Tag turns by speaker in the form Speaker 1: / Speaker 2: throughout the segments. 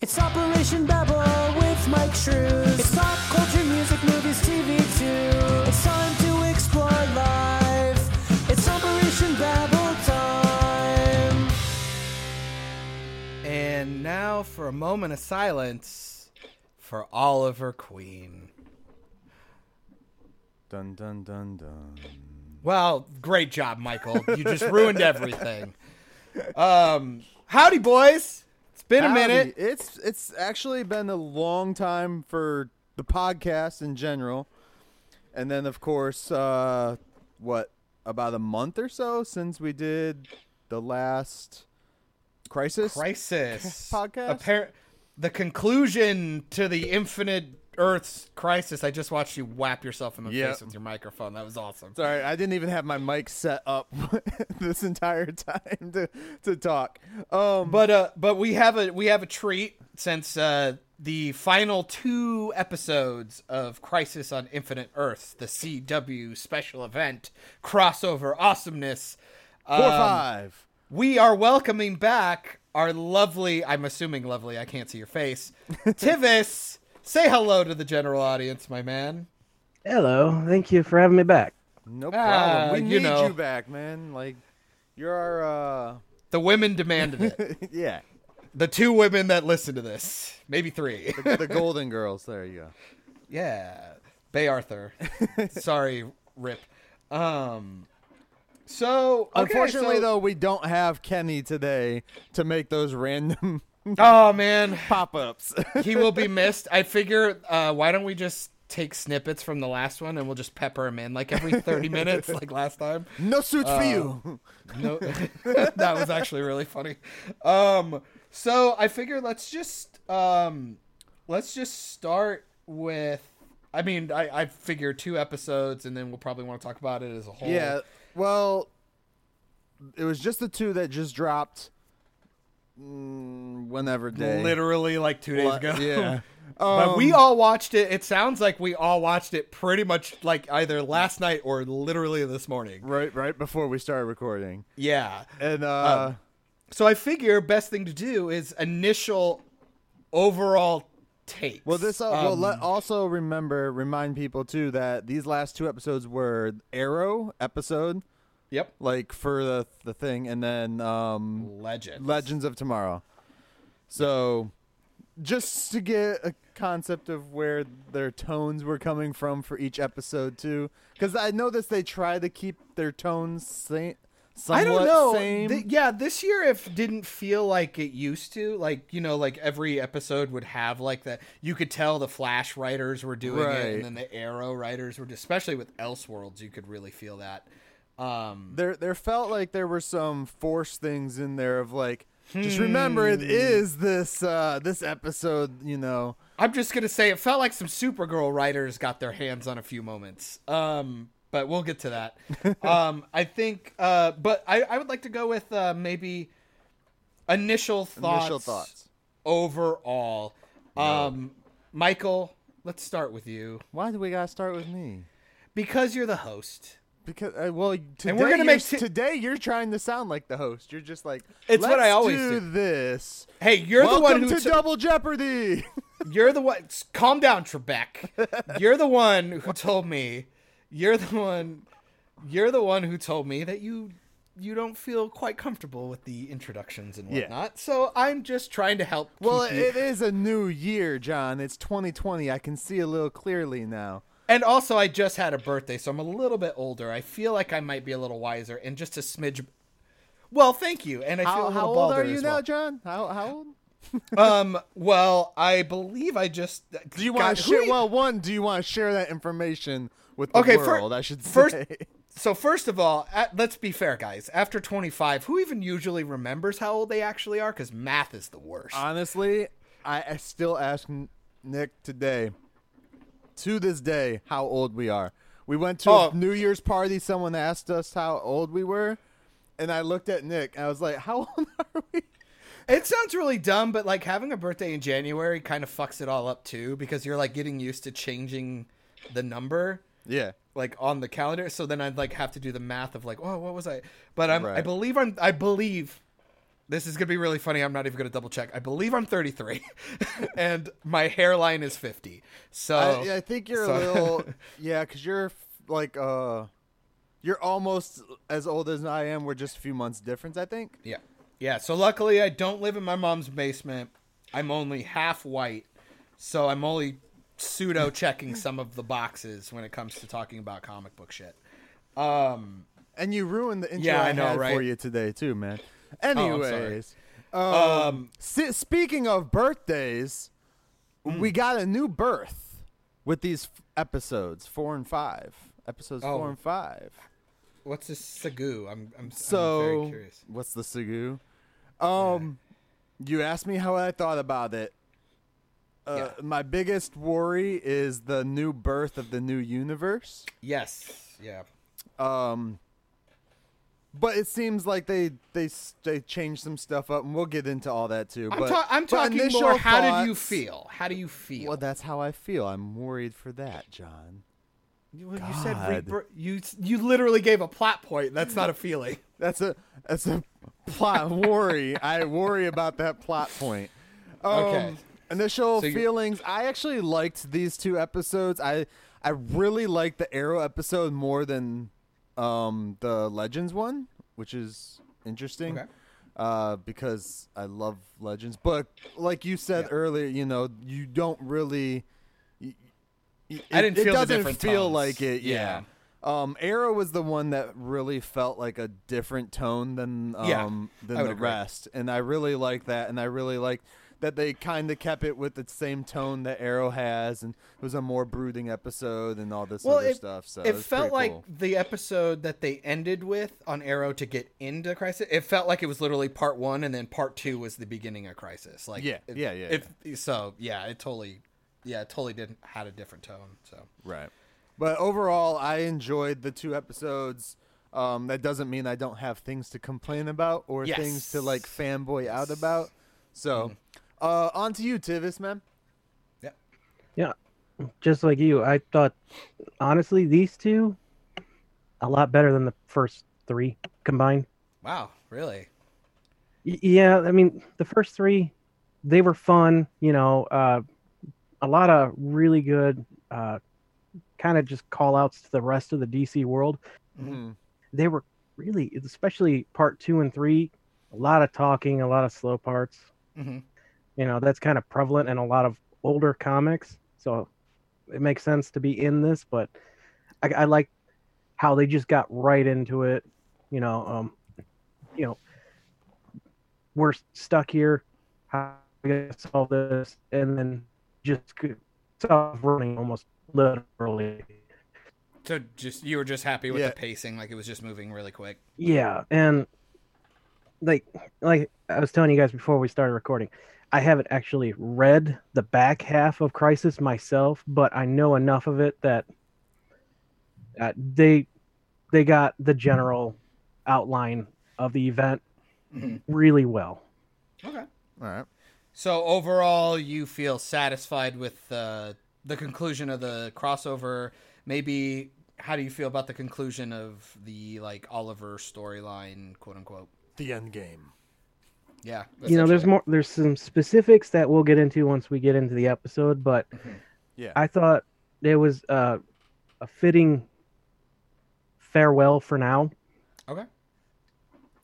Speaker 1: It's Operation Babble with Mike Shrews. It's pop culture, music, movies, TV too. It's time to explore life. It's Operation Babble time.
Speaker 2: And now for a moment of silence for Oliver Queen.
Speaker 3: Dun dun dun dun.
Speaker 2: Well, great job, Michael. You just ruined everything. Um, howdy, boys. It's been a
Speaker 3: Howdy.
Speaker 2: minute.
Speaker 3: It's it's actually been a long time for the podcast in general, and then of course, uh, what about a month or so since we did the last crisis?
Speaker 2: Crisis
Speaker 3: Podcast?
Speaker 2: Appar- the conclusion to the Infinite Earths crisis. I just watched you whap yourself in the
Speaker 3: Yeah.
Speaker 2: face with your microphone. That was awesome.
Speaker 3: Sorry, I didn't even have my mic set up this entire time to to talk. Um,
Speaker 2: But uh, but we have a we have a treat since uh, the final two episodes of Crisis on Infinite Earths, the CW special event crossover awesomeness.
Speaker 3: four
Speaker 2: um,
Speaker 3: five.
Speaker 2: We are welcoming back our lovely, I'm assuming lovely, I can't see your face, Tivis. Say hello to the general audience, my man.
Speaker 4: Hello, thank you for having me back.
Speaker 3: No
Speaker 2: Ah,
Speaker 3: problem. we
Speaker 2: you
Speaker 3: need
Speaker 2: know.
Speaker 3: you back, man. Like you're our
Speaker 2: The women demanded it.
Speaker 3: uh yeah.
Speaker 2: the two women that listen to this, maybe three.
Speaker 3: The Golden Girls, there you go.
Speaker 2: Yeah, Bay Arthur. Sorry, Rip. Um, so okay,
Speaker 3: Unfortunately
Speaker 2: so-
Speaker 3: though, we don't have Kenny today to make those random
Speaker 2: oh man,
Speaker 3: pop-ups.
Speaker 2: he will be missed. I figure, uh, why don't we just take snippets from the last one and we'll just pepper him in like every thirty minutes, like last time.
Speaker 3: no suits for you.
Speaker 2: No, that was actually really funny. Um, so I figure let's just um, let's just start with. I mean, I, I figure two episodes, and then we'll probably want to talk about it as a whole.
Speaker 3: Yeah. Well, it was just the two that just dropped mm, whenever day.
Speaker 2: literally like two days
Speaker 3: Li-
Speaker 2: ago.
Speaker 3: Yeah.
Speaker 2: but
Speaker 3: Um,
Speaker 2: we all watched it. It sounds like we all watched it pretty much like either last night or literally this morning.
Speaker 3: right right before we started recording.
Speaker 2: Yeah.
Speaker 3: And uh
Speaker 2: So I figure best thing to do is initial overall takes.
Speaker 3: Well, this uh, well
Speaker 2: Um,
Speaker 3: let also remember remind people too that these last two episodes were Arrow episode,
Speaker 2: yep.
Speaker 3: like for the the thing, and then um,
Speaker 2: Legend.
Speaker 3: Legends of Tomorrow. So, just to get a concept of where their tones were coming from for each episode too, because I noticed they try to keep their tones same.
Speaker 2: I don't know.
Speaker 3: Same.
Speaker 2: Th- yeah, this year if didn't feel like it used to. Like you know, like every episode would have like that. You could tell the Flash writers were doing it,
Speaker 3: Right.
Speaker 2: and then the Arrow writers were, especially with Elseworlds, you could really feel that. Um,
Speaker 3: there there felt like there were some forced things in there of like just remember it is this uh this episode you know
Speaker 2: I'm just gonna say it felt like some Supergirl writers got their hands on a few moments. Um, but we'll get to that. um, I think. Uh, but I, I would like to go with uh, maybe initial thoughts.
Speaker 3: initial thoughts
Speaker 2: overall. Um, Michael, let's start with you
Speaker 3: why do we gotta start with me
Speaker 2: because you're the host.
Speaker 3: because uh, well today
Speaker 2: we're gonna
Speaker 3: you're-
Speaker 2: make t-
Speaker 3: today you're trying to sound like the host you're just like
Speaker 2: It's what
Speaker 3: "Let's
Speaker 2: I always
Speaker 3: do,
Speaker 2: do."
Speaker 3: this
Speaker 2: Hey, you're
Speaker 3: welcome
Speaker 2: the one who
Speaker 3: to double jeopardy
Speaker 2: You're the one. Calm down, Trebek. You're the one who told me. You're the one. You're the one who told me that you you don't feel quite comfortable with the introductions and
Speaker 3: Yeah.
Speaker 2: whatnot. So I'm just trying to help. keep
Speaker 3: well
Speaker 2: you-
Speaker 3: it is a new year john it's 2020 i can see a little clearly now
Speaker 2: and also I just had a birthday, so I'm a little bit older. I feel like I might be a little wiser and just a smidge. Well, thank you, and I feel
Speaker 3: how,
Speaker 2: a
Speaker 3: how
Speaker 2: little
Speaker 3: old
Speaker 2: balder
Speaker 3: are you
Speaker 2: as
Speaker 3: now
Speaker 2: well.
Speaker 3: john how, how old
Speaker 2: Um. Well, I believe I just. uh,
Speaker 3: Do you
Speaker 2: God,
Speaker 3: want to
Speaker 2: who e-,
Speaker 3: share?
Speaker 2: are you-
Speaker 3: Well, one, do you want to share that information with the
Speaker 2: Okay, fir-
Speaker 3: world? I should say.
Speaker 2: first- so first of all, at, let's be fair, guys. After 25, who even usually remembers how old they actually are? Because math is the worst.
Speaker 3: Uh, honestly, I, I still ask N- Nick today, to this day, how old we are. We went to
Speaker 2: Oh.
Speaker 3: a New Year's party. Someone asked us how old we were, and I looked at Nick. And I was like, "How old are we?"
Speaker 2: it sounds really dumb, but like having a birthday in January kind of fucks it all up too, because you're like getting used to changing the number.
Speaker 3: Yeah.
Speaker 2: like on the calendar. So then I'd like have to do the math of like, oh, what was I? But I'm, I
Speaker 3: Right.
Speaker 2: believe I'm, I believe This is gonna be really funny. I'm not even gonna double check. I believe I'm 33, and my hairline is 50. So
Speaker 3: I, I think you're
Speaker 2: so-
Speaker 3: a little, yeah, because you're f- like, uh, you're almost as old as I am. We're just a few months difference, I think.
Speaker 2: Yeah. Yeah. So luckily, I don't live in my mom's basement. I'm only half white. So I'm only pseudo checking some of the boxes when it comes to talking about comic book shit.
Speaker 3: And you ruined the intro
Speaker 2: Yeah,
Speaker 3: I,
Speaker 2: I know,
Speaker 3: had
Speaker 2: right? Oh,
Speaker 3: for you today too, man.
Speaker 2: I'm sorry.
Speaker 3: Anyways, um, si- speaking of birthdays,
Speaker 2: Mm.
Speaker 3: we got a new birth with these f- episodes four and five. Episodes
Speaker 2: Oh.
Speaker 3: four and five.
Speaker 2: What's this sagu? I'm I'm
Speaker 3: So,
Speaker 2: so very curious.
Speaker 3: what's the Sagu? Um, you asked me how I thought about it. Uh, My biggest worry is the new birth of the new universe.
Speaker 2: Yes. Yeah.
Speaker 3: Um, but it seems like they they s- they changed some stuff up, and we'll get into all that too.
Speaker 2: I'm,
Speaker 3: but
Speaker 2: ta- I'm
Speaker 3: but
Speaker 2: talking
Speaker 3: initial
Speaker 2: more. How did you
Speaker 3: thoughts-
Speaker 2: feel? How do you feel?
Speaker 3: Well, that's how I feel. I'm worried for that, John.
Speaker 2: you, you said
Speaker 3: God.
Speaker 2: rebir- you you literally gave a plot point. That's not a feeling.
Speaker 3: That's a that's a plot worry. I worry about that plot point. Um,
Speaker 2: Okay.
Speaker 3: Initial
Speaker 2: So you-
Speaker 3: feelings. I actually liked these two episodes. I I really liked the Arrow episode more than um the Legends one, which is interesting.
Speaker 2: Okay.
Speaker 3: Uh, because I love Legends, but like you said earlier, you know, you don't really. y- y-
Speaker 2: I didn't
Speaker 3: it,
Speaker 2: feel
Speaker 3: it
Speaker 2: the
Speaker 3: doesn't
Speaker 2: different
Speaker 3: feel
Speaker 2: tones.
Speaker 3: like it.
Speaker 2: Yeah.
Speaker 3: yeah. Um, Arrow was the one that really felt like a different tone than
Speaker 2: Yeah,
Speaker 3: um
Speaker 2: I
Speaker 3: than
Speaker 2: would
Speaker 3: the
Speaker 2: agree.
Speaker 3: rest, and I really like that, and I really like that they kind of kept it with the same tone that Arrow has, and it was a more brooding episode and all this other stuff. So
Speaker 2: it
Speaker 3: was
Speaker 2: felt
Speaker 3: pretty
Speaker 2: like
Speaker 3: cool.
Speaker 2: the episode that they ended with on Arrow to get into Crisis. It felt like it was literally part one, and then part two was the beginning of Crisis. Like
Speaker 3: Yeah,
Speaker 2: it-
Speaker 3: yeah, yeah,
Speaker 2: it- so yeah, it totally, yeah, it totally didn't had a different tone. So
Speaker 3: right, but overall, I enjoyed the two episodes. Um, that doesn't mean I don't have things to complain about or
Speaker 2: Yes. Mm-hmm.
Speaker 3: things to like fanboy out about. So, uh, on to you, Tivis, man.
Speaker 2: yeah,
Speaker 4: Yeah, just like you, I thought honestly these two a lot better than the first three combined.
Speaker 2: wow, really,
Speaker 4: Y- yeah, I mean the first three, they were fun. You know, uh, a lot of really good, uh, kind of just call outs to the rest of the DC world.
Speaker 3: Mhm.
Speaker 4: they were really, especially part two and three, a lot of talking, a lot of slow parts.
Speaker 3: Mm-hmm.
Speaker 2: Mhm.
Speaker 4: You know, that's kind of prevalent in a lot of older comics. So it makes sense to be in this, but I, I like how they just got right into it. You know, um, you know, we're stuck here. How we gonna solve this? And then just stop running almost literally.
Speaker 2: so just you were just happy with
Speaker 3: Yeah.
Speaker 2: the pacing, like it was just moving really quick.
Speaker 4: Yeah, and like like I was telling you guys before we started recording, I haven't actually read the back half of Crisis myself, but I know enough of it that uh, they they got the general outline of the event really well.
Speaker 2: Okay,
Speaker 3: All right.
Speaker 2: so overall, you feel satisfied with uh, the conclusion of the crossover? Maybe how do you feel about the conclusion of the like Oliver storyline, quote unquote?
Speaker 3: The end game.
Speaker 2: Yeah.
Speaker 4: You know, there's
Speaker 2: essentially.
Speaker 4: more there's some specifics that we'll get into once we get into the episode, but
Speaker 3: Yeah.
Speaker 4: I thought it was uh, a fitting farewell for now.
Speaker 2: Okay.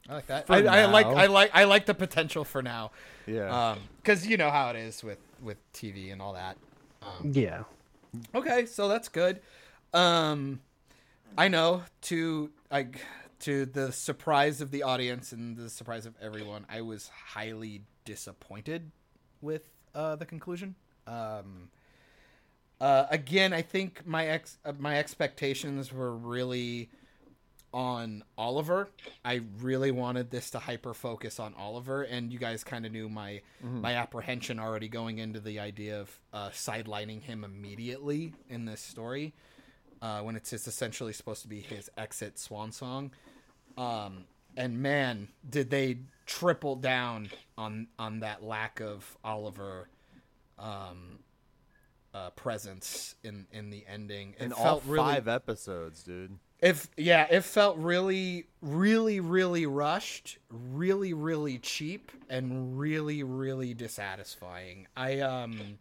Speaker 2: I like that.
Speaker 3: For
Speaker 2: I, I like
Speaker 3: now.
Speaker 2: I like I like the potential for now.
Speaker 3: yeah.
Speaker 2: Um 'cause cuz you know how it is with with TV and all that.
Speaker 4: Yeah.
Speaker 2: Okay, so that's good. Um I know to I to the surprise of the audience and the surprise of everyone, I was highly disappointed with uh the conclusion. Um uh, again, I think my ex uh, my expectations were really on Oliver. I really wanted this to hyper focus on Oliver, and you guys kind of knew my
Speaker 3: Mm-hmm.
Speaker 2: my apprehension already going into the idea of uh, sidelining him immediately in this story uh, when it's just essentially supposed to be his exit swan song. Um, and man, did they triple down on on that lack of Oliver um, uh, presence in in the ending. It
Speaker 3: in all
Speaker 2: felt really
Speaker 3: five episodes, dude.
Speaker 2: If yeah, it felt really, really, really rushed, really, really cheap, and really, really dissatisfying. I um,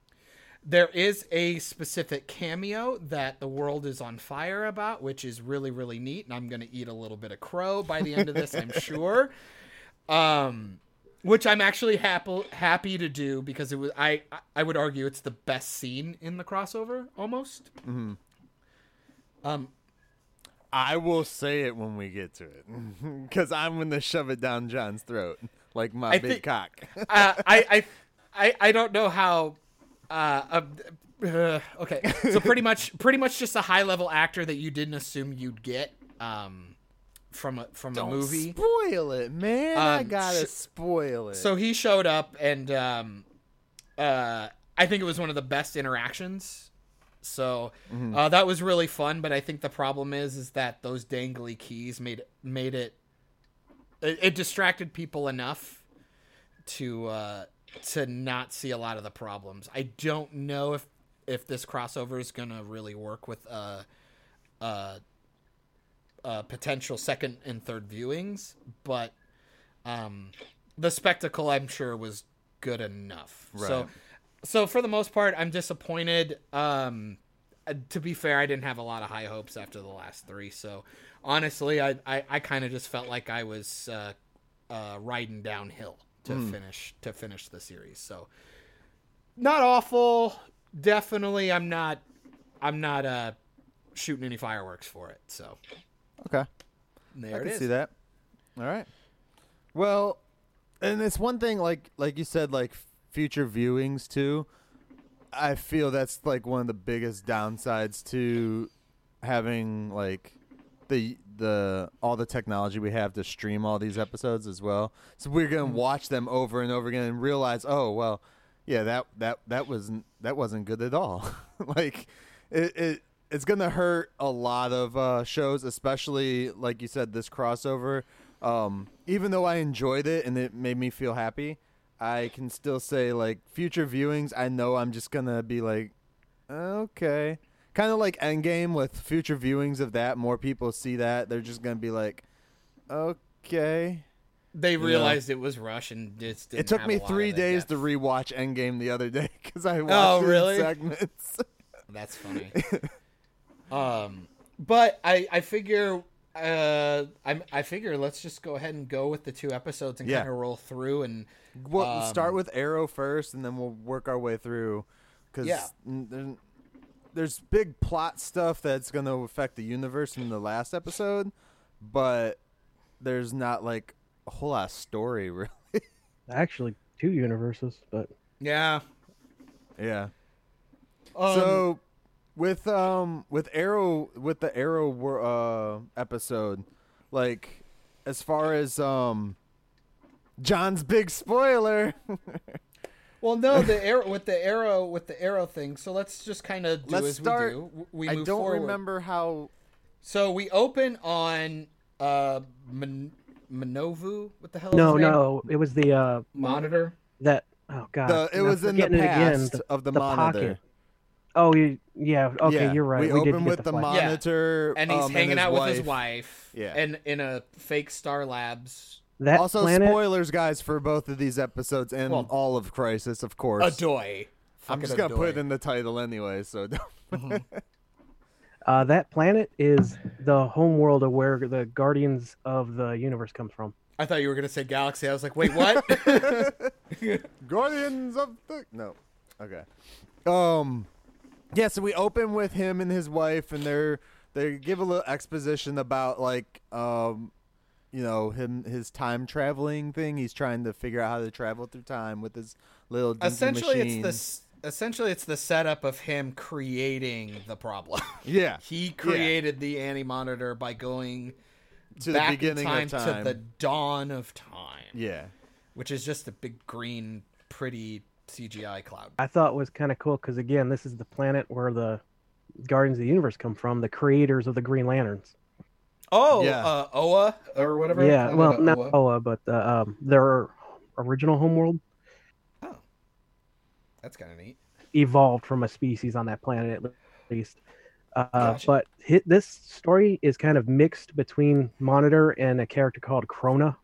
Speaker 2: there is a specific cameo that the world is on fire about, which is really, really neat, and I'm gonna eat a little bit of crow by the end of this, I'm sure. Um, which I'm actually happy happy to do because it was I I would argue it's the best scene in the crossover almost. Um,
Speaker 3: I will say it when we get to it, because I'm gonna shove it down John's throat like my
Speaker 2: I
Speaker 3: big
Speaker 2: think-
Speaker 3: cock.
Speaker 2: uh, I, I I I don't know how. Uh, uh, uh, okay, so pretty much pretty much just a high level actor that you didn't assume you'd get um, from a from a movie.
Speaker 3: spoil it, man. I
Speaker 2: Um,
Speaker 3: gotta
Speaker 2: sh-
Speaker 3: spoil it.
Speaker 2: So he showed up, and um, uh, I think it was one of the best interactions. So
Speaker 3: Mm-hmm.
Speaker 2: uh, that was really fun. But I think the problem is, is that those dangly keys made made it it, it distracted people enough to uh, to not see a lot of the problems. I don't know if if this crossover is gonna really work with uh uh. Uh, potential second and third viewings, but um, the spectacle I'm sure was good enough. So
Speaker 3: Right.
Speaker 2: so for the most part I'm disappointed. Um uh, to be fair, I didn't have a lot of high hopes after the last three. So honestly, I I, I kind of just felt like I was uh, uh, riding downhill to
Speaker 3: Hmm.
Speaker 2: finish to finish the series. So not awful. Definitely, I'm not I'm not uh, shooting any fireworks for it. So
Speaker 3: okay.
Speaker 2: there
Speaker 3: I
Speaker 2: it
Speaker 3: can
Speaker 2: is.
Speaker 3: see that. All right. Well, and it's one thing like like you said like future viewings too. I feel that's like one of the biggest downsides to having like the the all the technology we have to stream all these episodes as well. So we're going to watch them over and over again and realize, "Oh, well, yeah, that that that wasn't that wasn't good at all." like it, it it's going to hurt a lot of uh shows, especially like you said this crossover. Um even though I enjoyed it and it made me feel happy, I can still say like future viewings, I know I'm just going to be like Okay. Kind of like Endgame with future viewings of that. More people see that. They're just going to be like, okay.
Speaker 2: They realized it was Rush and just didn't
Speaker 3: it took
Speaker 2: have
Speaker 3: me
Speaker 2: a lot
Speaker 3: three
Speaker 2: of the
Speaker 3: days to
Speaker 2: depth.
Speaker 3: rewatch Endgame the other day because I watched it in
Speaker 2: really?
Speaker 3: segments.
Speaker 2: That's funny. um, but I I figure uh I I figure let's just go ahead and go with the two episodes and
Speaker 3: Yeah.
Speaker 2: kind of roll through and
Speaker 3: we'll
Speaker 2: Um,
Speaker 3: start with Arrow first and then we'll work our way through because
Speaker 2: Yeah.
Speaker 3: there's, there's big plot stuff that's going to affect the universe in the last episode, but there's not like a whole lot of story, really.
Speaker 4: Actually, two universes, but
Speaker 2: yeah.
Speaker 3: Yeah.
Speaker 2: Um,
Speaker 3: so with um with arrow with the arrow wor- uh episode like as far as um john's big spoiler
Speaker 2: well, no, the arrow with the arrow with the arrow thing. So let's just kind of do
Speaker 3: Let's
Speaker 2: as
Speaker 3: start-
Speaker 2: we do. W- We
Speaker 3: i
Speaker 2: move
Speaker 3: don't
Speaker 2: forward.
Speaker 3: remember how
Speaker 2: So we open on uh Min- Minovu. What the hell? is
Speaker 4: no,
Speaker 2: his name?
Speaker 4: no, it was the uh
Speaker 2: Monitor.
Speaker 4: that. Oh God,
Speaker 3: the, it
Speaker 4: and I'm
Speaker 3: was in the
Speaker 4: forgetting it again,
Speaker 3: past
Speaker 4: the-
Speaker 3: of the,
Speaker 4: the
Speaker 3: monitor
Speaker 4: pocket. Oh, you, yeah. Okay,
Speaker 3: Yeah,
Speaker 4: you're right.
Speaker 3: we,
Speaker 4: We,
Speaker 3: open
Speaker 4: did get
Speaker 3: with the,
Speaker 4: the, flash.
Speaker 2: Yeah.
Speaker 3: monitor
Speaker 2: And he's
Speaker 3: um,
Speaker 2: hanging out with his wife.
Speaker 3: Yeah.
Speaker 2: And in a fake Star Labs
Speaker 4: That
Speaker 3: also
Speaker 4: planet.
Speaker 3: spoilers guys for both of these episodes and
Speaker 2: Well,
Speaker 3: all of crisis of course
Speaker 2: Adoy.
Speaker 3: i'm just gonna put it in the title anyway so don't
Speaker 4: Uh, that planet is the homeworld of where the Guardians of the Universe comes from.
Speaker 2: I thought you were gonna say galaxy. I was like, wait, what?
Speaker 3: Guardians of the No. Okay. Um Yeah, so we open with him and his wife and they're they give a little exposition about like um you know, him his time traveling thing. He's trying to figure out how to travel through time with his little dinky
Speaker 2: essentially,
Speaker 3: machine.
Speaker 2: it's the essentially it's the setup of him creating the problem.
Speaker 3: Yeah.
Speaker 2: he created the anti monitor by going
Speaker 3: To
Speaker 2: back
Speaker 3: the beginning
Speaker 2: in time,
Speaker 3: of time.
Speaker 2: to the dawn of time,
Speaker 3: yeah.
Speaker 2: which is just a big green, pretty CGI cloud.
Speaker 4: I thought was kind of cool because again, this is the planet where the Guardians of the Universe come from, the creators of the Green Lanterns.
Speaker 2: Oh,
Speaker 3: Yeah.
Speaker 2: uh, Oa or whatever.
Speaker 4: Yeah,
Speaker 2: Planet
Speaker 4: well, not
Speaker 2: Oa.
Speaker 4: Oa, but uh, um, their original homeworld
Speaker 2: that's kind of neat.
Speaker 4: evolved from a species on that planet at least. Uh,
Speaker 2: Gotcha.
Speaker 4: But hit, this story is kind of mixed between Monitor and a character called Krona,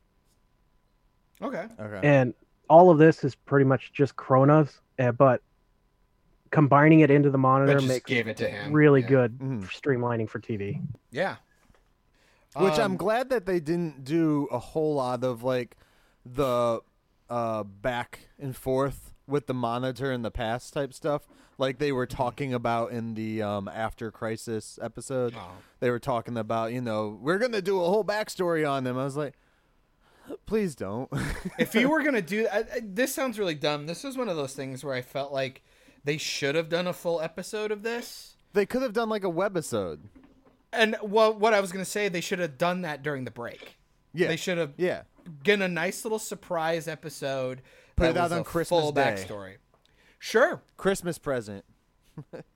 Speaker 2: Okay.
Speaker 3: Okay.
Speaker 4: and all of this is pretty much just Krona's, uh, but combining it into the
Speaker 2: But
Speaker 4: Monitor
Speaker 2: just
Speaker 4: makes
Speaker 2: gave it to him.
Speaker 4: really
Speaker 2: Yeah.
Speaker 4: good
Speaker 3: Mhm.
Speaker 4: for streamlining for TV.
Speaker 2: Yeah.
Speaker 3: Which
Speaker 2: Um,
Speaker 3: I'm glad that they didn't do a whole lot of like the uh, back and forth with the monitor in the past type stuff, like they were talking about in the um, after crisis episode.
Speaker 2: Oh.
Speaker 3: They were talking about you know we're gonna do a whole backstory on them. I was like, please don't.
Speaker 2: if you were gonna do I, I- this sounds really dumb this is one of those things where i felt like they should have done a full episode of this
Speaker 3: they could have done like a webisode.
Speaker 2: and well what i was gonna say they should have done that during the break
Speaker 3: Yeah,
Speaker 2: they should have
Speaker 3: Yeah,
Speaker 2: done a nice little surprise episode
Speaker 3: Put
Speaker 2: that
Speaker 3: it out
Speaker 2: was
Speaker 3: on
Speaker 2: a
Speaker 3: Christmas
Speaker 2: full
Speaker 3: Day.
Speaker 2: backstory sure
Speaker 3: Christmas present.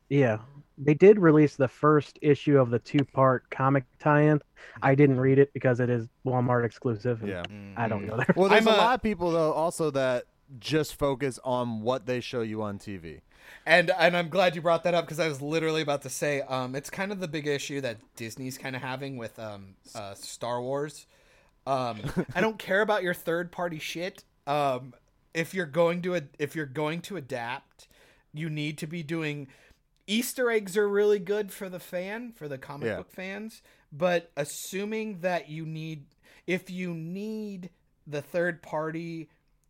Speaker 4: Yeah. They did release the first issue of the two part comic tie in. I didn't read it because it is Walmart exclusive. and
Speaker 3: Yeah.
Speaker 4: I don't
Speaker 2: Mm.
Speaker 4: go there.
Speaker 3: Well, there's
Speaker 2: Mm-hmm. I'm
Speaker 3: a
Speaker 2: a-
Speaker 3: lot of people though also that just focus on what they show you on TV.
Speaker 2: and and i'm glad you brought that up because i was literally about to say um it's kind of the big issue that disney's kind of having with um uh star wars um i don't care about your third party shit um if you're going to ad- if you're going to adapt you need to be doing easter eggs are really good for the fan for the comic
Speaker 3: Yeah.
Speaker 2: book fans but assuming that you need if you need the third party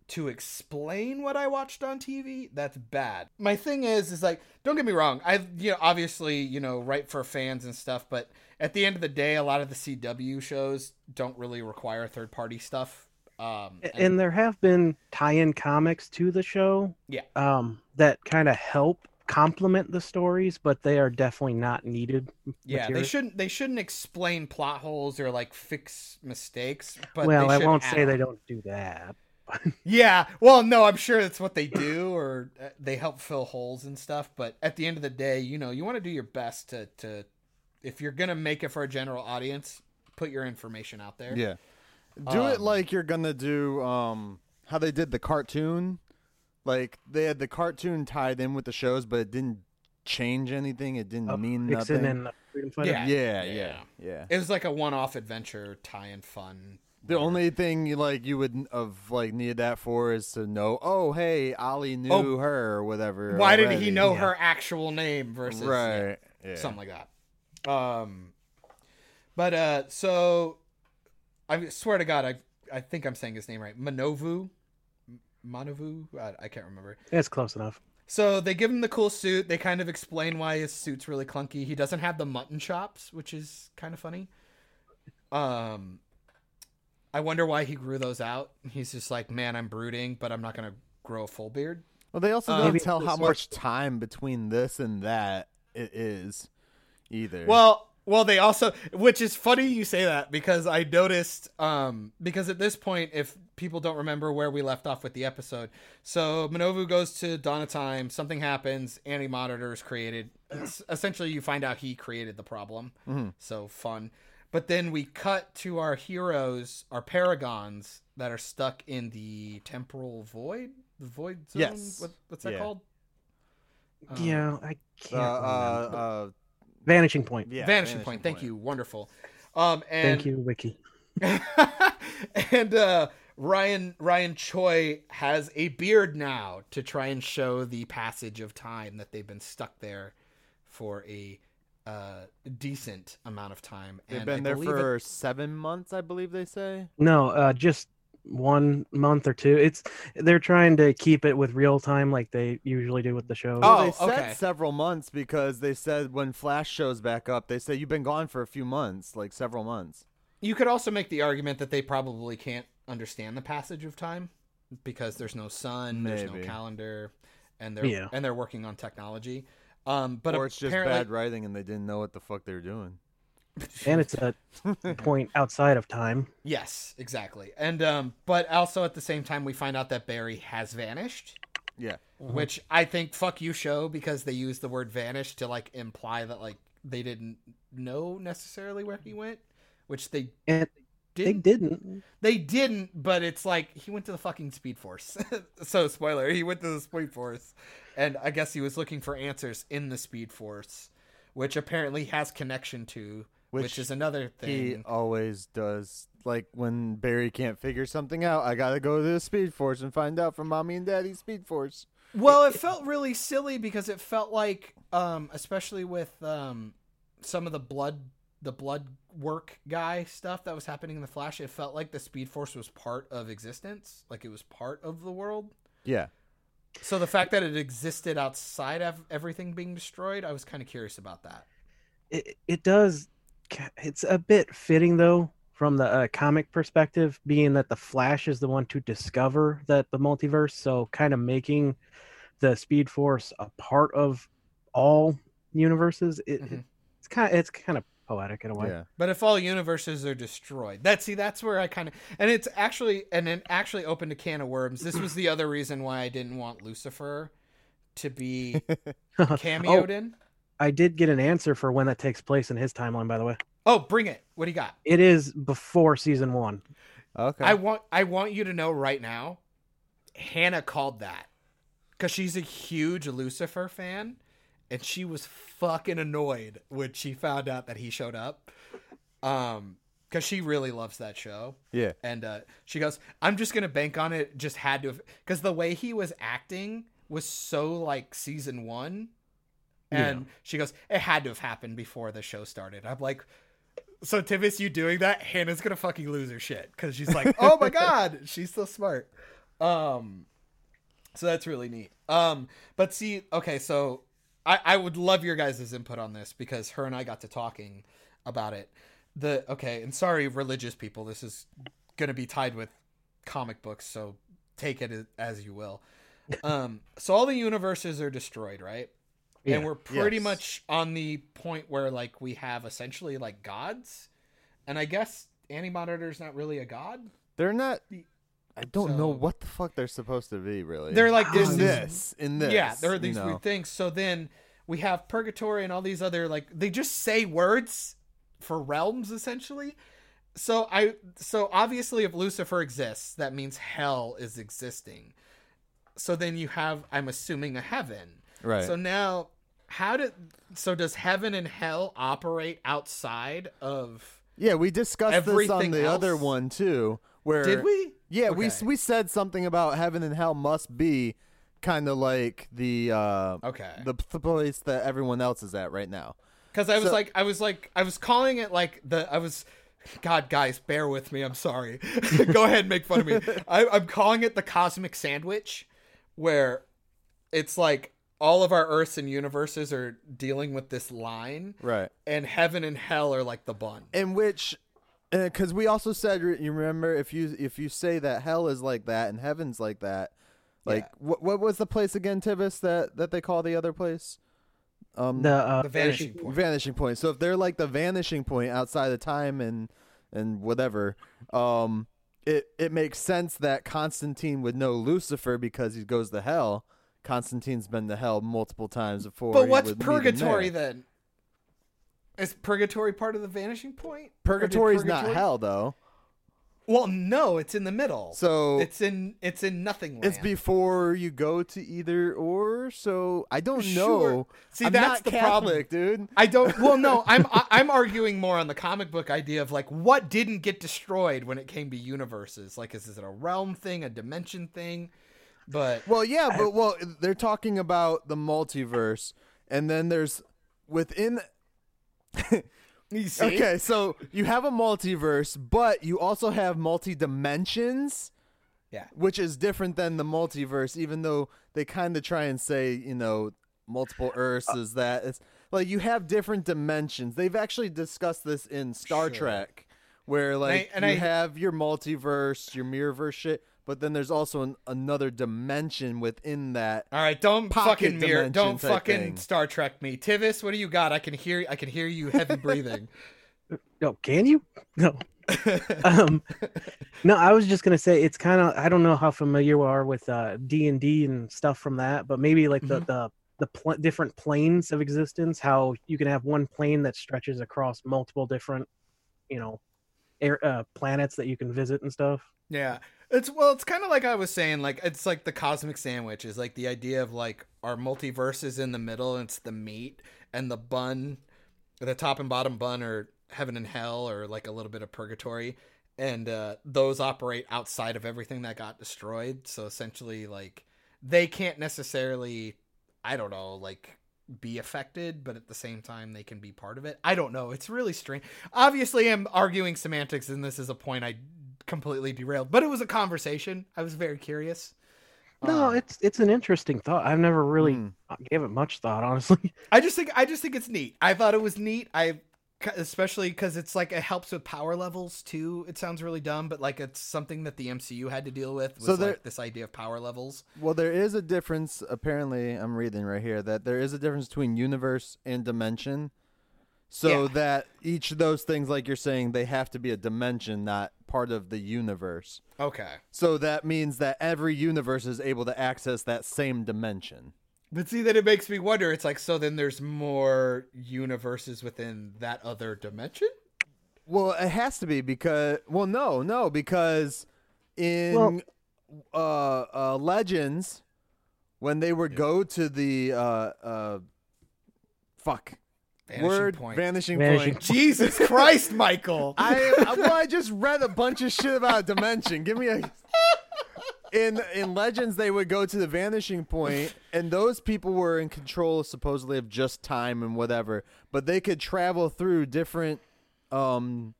Speaker 2: to explain what I watched on TV, that's bad. My thing is, is like, don't get me wrong. I, you know, obviously, you know, write for fans and stuff, but at the end of the day, a lot of the CW shows don't really require third party stuff. Um,
Speaker 4: and there have been tie-in comics to the show
Speaker 2: Yeah.
Speaker 4: um that kind of help complement the stories but they are definitely not needed
Speaker 2: yeah,
Speaker 4: material.
Speaker 2: they shouldn't they shouldn't explain plot holes or like fix mistakes. But
Speaker 4: well
Speaker 2: they
Speaker 4: i
Speaker 2: should
Speaker 4: won't
Speaker 2: add
Speaker 4: say they
Speaker 2: on.
Speaker 4: don't do that
Speaker 2: Yeah, well, no, I'm sure that's what they do, or uh, they help fill holes and stuff. But at the end of the day, you know, you want to do your best to, to if you're gonna make it for a general audience, put your information out there.
Speaker 3: Yeah. Do it
Speaker 2: Um,
Speaker 3: like you're gonna do um how they did the cartoon. Like they had the cartoon tied in with the shows, but it didn't change anything. It didn't
Speaker 4: Uh,
Speaker 3: mean
Speaker 4: Nixon
Speaker 3: nothing.
Speaker 4: and the freedom fighter
Speaker 2: Yeah.
Speaker 3: yeah, yeah, yeah,
Speaker 2: Yeah. It was like a one-off adventure, tie-in fun.
Speaker 3: The only thing you like you would have like needed that for is to know. Oh, hey, Ali knew
Speaker 2: Oh,
Speaker 3: her or whatever.
Speaker 2: Why did he
Speaker 3: already.
Speaker 2: know
Speaker 4: yeah.
Speaker 2: her actual name versus you know,
Speaker 3: Right. Yeah.
Speaker 2: something like that. Um, but uh, so I swear to God, I I think I'm saying his name right, Manovu, M- Manovu. I, I can't remember.
Speaker 4: it's close enough
Speaker 2: So they give him the cool suit. They kind of explain why his suit's really clunky. He doesn't have the mutton chops, which is kind of funny. Um, I wonder why he grew those out. He's just like, man, I'm brooding, but I'm not gonna grow a full beard.
Speaker 3: Well, they also
Speaker 2: Uh,
Speaker 3: don't
Speaker 2: maybe
Speaker 3: tell
Speaker 4: it's
Speaker 3: how
Speaker 4: just-
Speaker 3: much time between this and that it is, either.
Speaker 2: Well, well, they also, which is funny you say that because I noticed, um, because at this point, if people don't remember where we left off with the episode, so Minovu goes to Donna Time, something happens, Anti Monitor is created. Es- essentially, you find out he created the problem. So fun. But then we cut to our heroes, our paragons that are stuck in the temporal void, the void zone.
Speaker 3: Yes.
Speaker 2: What, what's that
Speaker 3: Yeah.
Speaker 2: called? Um,
Speaker 4: yeah i
Speaker 3: uh,
Speaker 4: can't
Speaker 3: uh,
Speaker 4: remember.
Speaker 3: uh,
Speaker 4: vanishing point
Speaker 3: yeah.
Speaker 2: vanishing, point. Thank you. Wonderful. Um, and
Speaker 4: thank you wiki
Speaker 2: and uh, Ryan Ryan Choi has a beard now to try and show the passage of time that they've been stuck there for a uh, decent amount of time.
Speaker 3: They've
Speaker 2: And
Speaker 3: been
Speaker 2: I
Speaker 3: there
Speaker 2: believe it-
Speaker 3: for seven months, I believe they say.
Speaker 4: no uh just one month or two it's they're trying to keep it with real time like they usually do with the show
Speaker 2: Oh,
Speaker 3: they said
Speaker 2: okay.
Speaker 3: several months because they said when Flash shows back up, they say you've been gone for a few months, like several months.
Speaker 2: You could also make the argument that they probably can't understand the passage of time because there's no sun, there's no
Speaker 3: Maybe.
Speaker 2: calendar, and they're
Speaker 4: Yeah.
Speaker 2: and they're working on technology. Um, but
Speaker 3: or it's just
Speaker 2: apparently-
Speaker 3: bad writing and they didn't know what the fuck they were doing.
Speaker 4: and it's a point outside of time
Speaker 2: Yes, exactly. And um, but also at the same time, we find out that Barry has vanished.
Speaker 3: Yeah.
Speaker 2: which I think fuck you show because they used the word vanish to like imply that like they didn't know necessarily where he went, which they
Speaker 4: and they
Speaker 2: didn't.
Speaker 4: didn't
Speaker 2: They didn't, but it's like he went to the fucking Speed Force. so spoiler, he went to the Speed Force, and I guess he was looking for answers in the Speed Force, which apparently has connection to, which,
Speaker 3: Which
Speaker 2: is another
Speaker 3: He
Speaker 2: thing.
Speaker 3: always does. Like when Barry can't figure something out, I gotta go to the Speed Force and find out from mommy and daddy Speed Force.
Speaker 2: well, it felt really silly because it felt like, um, especially with um, some of the blood, the blood work guy stuff that was happening in the Flash, it felt like the Speed Force was part of existence, like it was part of the world.
Speaker 3: Yeah,
Speaker 2: So the fact that it existed outside of everything being destroyed, I was kind of curious about that.
Speaker 4: it, it does ca- it's a bit fitting though from the uh, comic perspective being that the flash is the one to discover that the multiverse so kind of making the speed force a part of all universes it, it-
Speaker 2: Mhm.
Speaker 4: it's kind of it's kind of poetic in a way
Speaker 3: Mm-hmm. yeah.
Speaker 2: But if all universes are destroyed, that see, that's where I kind of and it's actually and it actually opened a can of worms. This was the other reason why I didn't want Lucifer to be cameoed in.
Speaker 4: i did get an answer for when that takes place in his timeline by the way
Speaker 2: Oh, bring it! What do you got?
Speaker 4: it is before season one
Speaker 3: Okay.
Speaker 2: I want I want you to know right now. Hannah called that because she's a huge Lucifer fan, and she was fucking annoyed when she found out that he showed up. Um, because she really loves that show.
Speaker 3: yeah.
Speaker 2: and uh, she goes, "I'm just gonna bank on it. Just had to, because the way he was acting was so like season one." And she goes, "It had to have happened before the show started." I'm like, "So Tivis, you doing that? Hannah's gonna fucking lose her shit because she's like, oh my god, she's so smart." Um, so that's really neat. Um, but see, okay, so I, I would love your guys' input on this because her and I got to talking about it. The okay, and sorry, religious people, this is gonna be tied with comic books, so take it as you will. Um, so all the universes are destroyed, right? and
Speaker 4: Yeah.
Speaker 2: we're pretty
Speaker 3: Yes.
Speaker 2: much on the point where like we have essentially like gods, and I guess Annie Monitor's not really a god.
Speaker 3: They're not. I don't know
Speaker 2: So-
Speaker 3: what the fuck they're supposed to be. Really.
Speaker 2: They're like
Speaker 3: in
Speaker 2: this, this
Speaker 3: this. In this.
Speaker 2: Yeah, there are
Speaker 3: you
Speaker 2: these
Speaker 3: know.
Speaker 2: weird things. So then we have purgatory and all these other like they just say words for realms essentially. So I so obviously if Lucifer exists, that means hell is existing. So then you have I'm assuming a heaven.
Speaker 3: Right.
Speaker 2: So now how did so does heaven and hell operate outside of
Speaker 3: yeah, we discussed this on
Speaker 2: everything
Speaker 3: the other
Speaker 2: else?
Speaker 3: one too. Where
Speaker 2: Did we?
Speaker 3: Yeah, we
Speaker 2: Okay.
Speaker 3: we said something about heaven and hell must be kind of like the uh
Speaker 2: Okay.
Speaker 3: the, the place that everyone else is at right now.
Speaker 2: Because I was
Speaker 3: So-
Speaker 2: like, I was like, I was calling it like the, I was, God, guys, bear with me. I'm sorry. Go ahead and make fun of me. I, I'm calling it the cosmic sandwich, where it's like all of our Earths and universes are dealing with this line,
Speaker 3: Right.
Speaker 2: and heaven and hell are like the bun.
Speaker 3: In which because we also said you remember if you if you say that hell is like that and heaven's like that, like what what was the place again, Tivis? That that they call the other place? Um,
Speaker 4: the uh
Speaker 2: The vanishing point.
Speaker 3: vanishing point. So if they're like the vanishing point outside of time and and whatever, um, it it makes sense that Constantine would know Lucifer because he goes to hell. Constantine's been to hell multiple times before.
Speaker 2: But
Speaker 3: he
Speaker 2: what's
Speaker 3: would meet him
Speaker 2: purgatory
Speaker 3: there.
Speaker 2: then? Is purgatory part of the vanishing point? Or did
Speaker 3: Purgatory's not
Speaker 2: purgatory- Oh,
Speaker 3: hell though.
Speaker 2: Well, no, it's in the middle.
Speaker 3: So
Speaker 2: it's in it's in nothing.
Speaker 3: It's
Speaker 2: land.
Speaker 3: before you go to either or, so I don't
Speaker 2: Sure.
Speaker 3: know.
Speaker 2: See,
Speaker 3: I'm
Speaker 2: that's
Speaker 3: not
Speaker 2: the problem.
Speaker 3: Catholic, dude.
Speaker 2: I don't. Well, no, I'm I- I'm arguing more on the comic book idea of like what didn't get destroyed when it came to universes. Like, is, is it a realm thing, a dimension thing? But
Speaker 3: Well, yeah, but well, they're talking about the multiverse, and then there's within
Speaker 2: you see,
Speaker 3: Okay, so you have a multiverse, but you also have multi dimensions.
Speaker 2: Yeah.
Speaker 3: Which is different than the multiverse, even though they kind of try and say, you know, multiple Earths is that. It's like you have different dimensions. They've actually discussed this in Star
Speaker 2: Sure.
Speaker 3: Trek, where like
Speaker 2: and
Speaker 3: you
Speaker 2: I-
Speaker 3: have your multiverse, your mirrorverse shit, but then there's also an, another dimension within that.
Speaker 2: all right, don't
Speaker 3: Pocket
Speaker 2: fucking mirror, don't
Speaker 3: dimension type
Speaker 2: fucking
Speaker 3: thing.
Speaker 2: Star Trek me, Tivis. What do you got? I can hear I can hear you heavy breathing.
Speaker 4: No, can you? No. um, no, I was just gonna say it's kind of I don't know how familiar you are with uh, D and D and stuff from that, but maybe like the the the pl- different planes of existence, how you can have one plane that stretches across multiple different, you know, air uh, planets that you can visit and stuff.
Speaker 2: Yeah. It's well, it's kind of like I was saying, like it's like the cosmic sandwich is like the idea of like our multiverse is in the middle, and it's the meat and the bun, the top and bottom bun are heaven and hell, or like a little bit of purgatory, and uh, those operate outside of everything that got destroyed. So essentially, like they can't necessarily, I don't know, like be affected, but at the same time they can be part of it. I don't know. It's really strange. Obviously, I'm arguing semantics, and this is a point I completely derailed, but it was a conversation. I was very curious.
Speaker 4: No,
Speaker 2: Um,
Speaker 4: it's it's an interesting thought. I've never really
Speaker 3: Hmm.
Speaker 4: gave it much thought, honestly.
Speaker 2: I just think I just think it's neat. I thought it was neat. I especially because it's like it helps with power levels too. It sounds really dumb, but like it's something that the MCU had to deal with. Was
Speaker 3: So there-
Speaker 2: like this idea of power levels.
Speaker 3: Well, there is a difference. Apparently, I'm reading right here that there is a difference between universe and dimension. So
Speaker 2: Yeah.
Speaker 3: that each of those things, like you're saying, they have to be a dimension, not part of the universe.
Speaker 2: Okay,
Speaker 3: So that means that every universe is able to access that same dimension.
Speaker 2: but see that it makes me wonder. It's like so then there's more universes within that other dimension.
Speaker 3: Well, it has to be because. Well, no, no, because in
Speaker 4: Well-
Speaker 3: uh, uh, Legends, when they would go to the uh, uh, fuck
Speaker 2: Vanishing
Speaker 3: word Ah,
Speaker 2: point.
Speaker 3: vanishing,
Speaker 4: Vanishing
Speaker 3: point.
Speaker 2: Jesus Christ, Michael!
Speaker 3: I I- well, I just read a bunch of shit about dimension. Give me a. In in Legends, they would go to the vanishing point, and those people were in control supposedly of just time and whatever, but they could travel through different um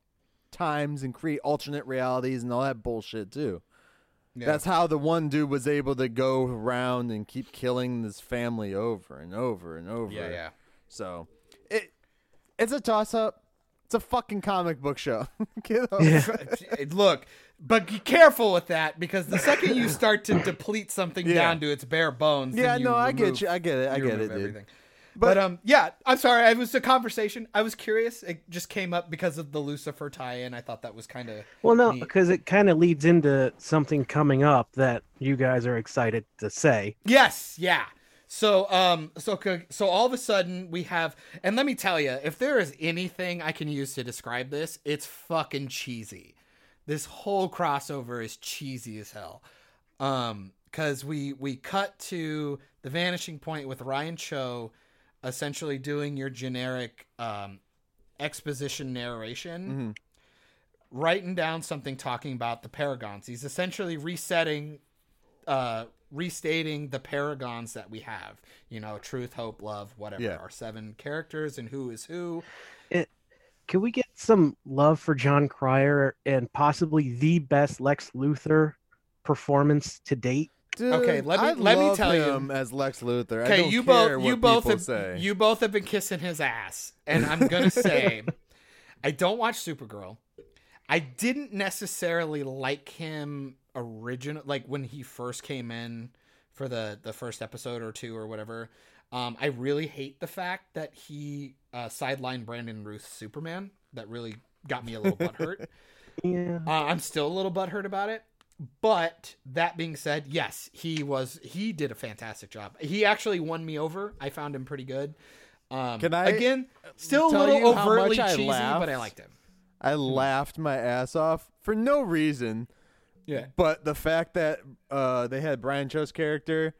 Speaker 3: times and create alternate realities and all that bullshit too.
Speaker 2: Yeah.
Speaker 3: That's how the one dude was able to go around and keep killing this family over and over and over.
Speaker 2: yeah, yeah.
Speaker 3: So it it's a toss up. It's a fucking comic book show. Get over it.
Speaker 2: Uh, Look, but be careful with that because the second you start to deplete something
Speaker 3: Yeah.
Speaker 2: down to its bare bones,
Speaker 3: Yeah,
Speaker 2: then you
Speaker 3: no, I
Speaker 2: remove-
Speaker 3: get you. I get it. I
Speaker 2: you
Speaker 3: get it,
Speaker 2: remove
Speaker 3: dude.
Speaker 2: everything. But,
Speaker 3: But-
Speaker 2: um, yeah, I'm sorry. It was a conversation. I was curious. It just came up because of the Lucifer tie-in. I thought that was kind of
Speaker 4: Well, no, because it kind of leads into something coming up that you guys are excited to say.
Speaker 2: Yes, yeah. So um so c- so all of a sudden we have and let me tell you if there is anything I can use to describe this it's fucking cheesy. This whole crossover is cheesy as hell. Um cuz we we cut to the vanishing point with Ryan Cho essentially doing your generic um exposition narration
Speaker 3: Mm-hmm.
Speaker 2: writing down something talking about the paragons. He's essentially resetting, uh, restating the paragons that we have. You know, truth, hope, love, whatever.
Speaker 3: Yeah.
Speaker 2: Our seven characters and who is who.
Speaker 4: Can we get some love for John Cryer and possibly the best Lex Luthor performance to date?
Speaker 3: Dude,
Speaker 2: Okay, let me-
Speaker 3: I
Speaker 2: let me
Speaker 3: love
Speaker 2: tell you.
Speaker 3: him as Lex Luthor. I
Speaker 2: Okay,
Speaker 3: don't
Speaker 2: you
Speaker 3: care
Speaker 2: both,
Speaker 3: what
Speaker 2: you both,
Speaker 3: people
Speaker 2: have,
Speaker 3: say.
Speaker 2: you both have been kissing his ass, and I'm gonna say, I don't watch Supergirl. I didn't necessarily like him original, like when he first came in for the the first episode or two or whatever. Um, I really hate the fact that he uh, sidelined Brandon Ruth's Superman. That really got me a little butthurt.
Speaker 4: Yeah.
Speaker 2: Uh, I'm still a little butthurt about it. But that being said, yes, he was. He did a fantastic job. He actually won me over. I found him pretty good. Um,
Speaker 3: Can I
Speaker 2: again? Still a
Speaker 3: tell
Speaker 2: little
Speaker 3: you how
Speaker 2: overtly
Speaker 3: much I
Speaker 2: cheesy, but I
Speaker 3: laughed?
Speaker 2: liked him.
Speaker 3: I laughed my ass off for no reason,
Speaker 2: Yeah.
Speaker 3: but the fact that uh, they had Brian Cho's character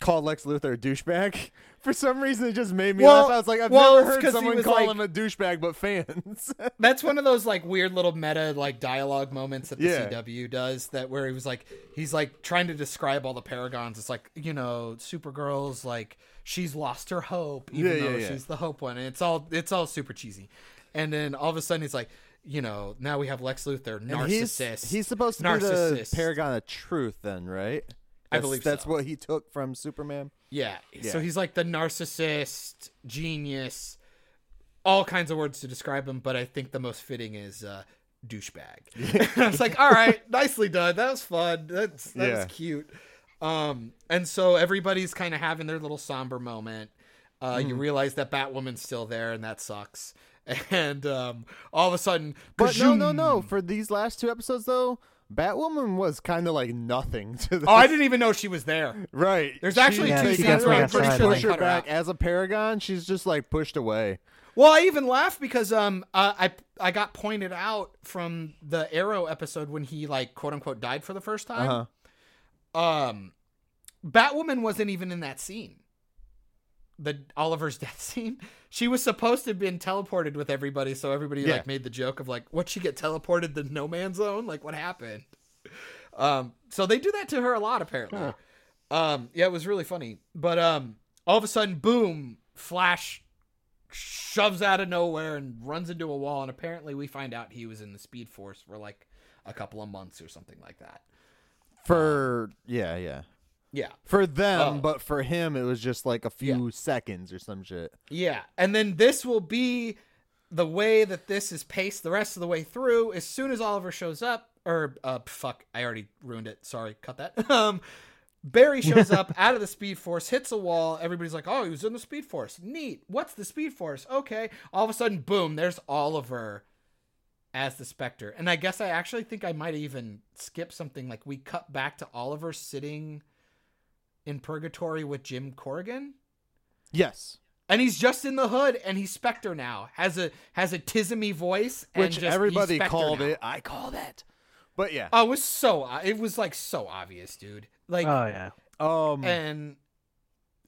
Speaker 3: call Lex Luthor a douchebag for some reason it just made me
Speaker 2: Well-
Speaker 3: laugh. I was like, I've
Speaker 2: well, it's
Speaker 3: never
Speaker 2: 'cause
Speaker 3: heard
Speaker 2: he
Speaker 3: someone
Speaker 2: was
Speaker 3: call
Speaker 2: like-
Speaker 3: him a douchebag, but fans.
Speaker 2: That's one of those like weird little meta like dialogue moments that the
Speaker 3: Yeah.
Speaker 2: CW does that where he was like he's like trying to describe all the paragons. It's like, you know, Supergirl's like she's lost her hope even
Speaker 3: Yeah, yeah,
Speaker 2: though
Speaker 3: yeah.
Speaker 2: she's the hope one. And it's all it's all super cheesy. And then all of a sudden he's like, you know, now we have Lex Luthor,
Speaker 3: And he's-
Speaker 2: narcissist.
Speaker 3: He's, supposed to be the
Speaker 2: narcissist.
Speaker 3: paragon of truth, then, right?
Speaker 2: I
Speaker 3: That's-
Speaker 2: believe
Speaker 3: that's
Speaker 2: so.
Speaker 3: what he took from Superman.
Speaker 2: Yeah. So
Speaker 3: Yeah.
Speaker 2: he's like the narcissist, genius, all kinds of words to describe him, but I think the most fitting is uh, douchebag. I was like, all right, nicely done. That was fun. That's that
Speaker 3: Yeah.
Speaker 2: was cute. Um, and so everybody's kind of having their little somber moment. Uh, You
Speaker 3: Mm-hmm.
Speaker 2: realize that Batwoman's still there, and that sucks. And um, all of a sudden,
Speaker 3: But no, no, no. For these last two episodes, though, Batwoman was kind of like nothing to this.
Speaker 2: Oh, I didn't even know she was there.
Speaker 3: Right.
Speaker 2: There's actually
Speaker 4: Yeah,
Speaker 2: two
Speaker 4: she
Speaker 2: scenes
Speaker 4: definitely
Speaker 2: where I'm
Speaker 4: got
Speaker 2: pretty
Speaker 4: sidelined.
Speaker 2: sure they
Speaker 3: push her
Speaker 2: cut her out.
Speaker 3: back as a paragon. She's just like pushed away.
Speaker 2: Well, I even laughed because um uh, I I got pointed out from the Arrow episode when he like quote unquote died for the first time.
Speaker 3: Uh-huh.
Speaker 2: Um, Batwoman wasn't even in that scene. The Oliver's death scene. She was supposed to have been teleported with everybody, so everybody
Speaker 3: Yeah.
Speaker 2: like made the joke of like, "What she get teleported to no man's zone? Like what happened?" Um, so they do that to her a lot apparently. Um, yeah, it was really funny. But um, all of a sudden, boom! Flash shoves out of nowhere and runs into a wall. And apparently, we find out he was in the Speed Force for like a couple of months or something like that.
Speaker 3: For yeah, yeah.
Speaker 2: Yeah,
Speaker 3: For
Speaker 2: Oh.
Speaker 3: them, but for him, it was just like a few seconds or some shit.
Speaker 2: yeah. And then this will be the way that this is paced the rest of the way through. As soon as Oliver shows up, or uh, fuck, I already ruined it. Sorry, cut that. Um, Barry shows up out of the Speed Force, hits a wall. Everybody's like, "Oh, he was in the Speed Force. Neat. What's the Speed Force? Okay." All of a sudden, boom! There's Oliver as the Spectre, and I guess I actually think I might even skip something. Like we cut back to Oliver sitting in purgatory with Jim Corrigan,
Speaker 3: Yes.
Speaker 2: and he's just in the hood, and he's Spectre now. has a has a tismy voice, and
Speaker 3: Which
Speaker 2: just, he's
Speaker 3: everybody
Speaker 2: Spectre
Speaker 3: called
Speaker 2: now.
Speaker 3: it. I called it. But yeah.
Speaker 2: Oh, it was so o- it was like so obvious, dude. Like
Speaker 4: oh yeah.
Speaker 3: Um
Speaker 2: Uh, and.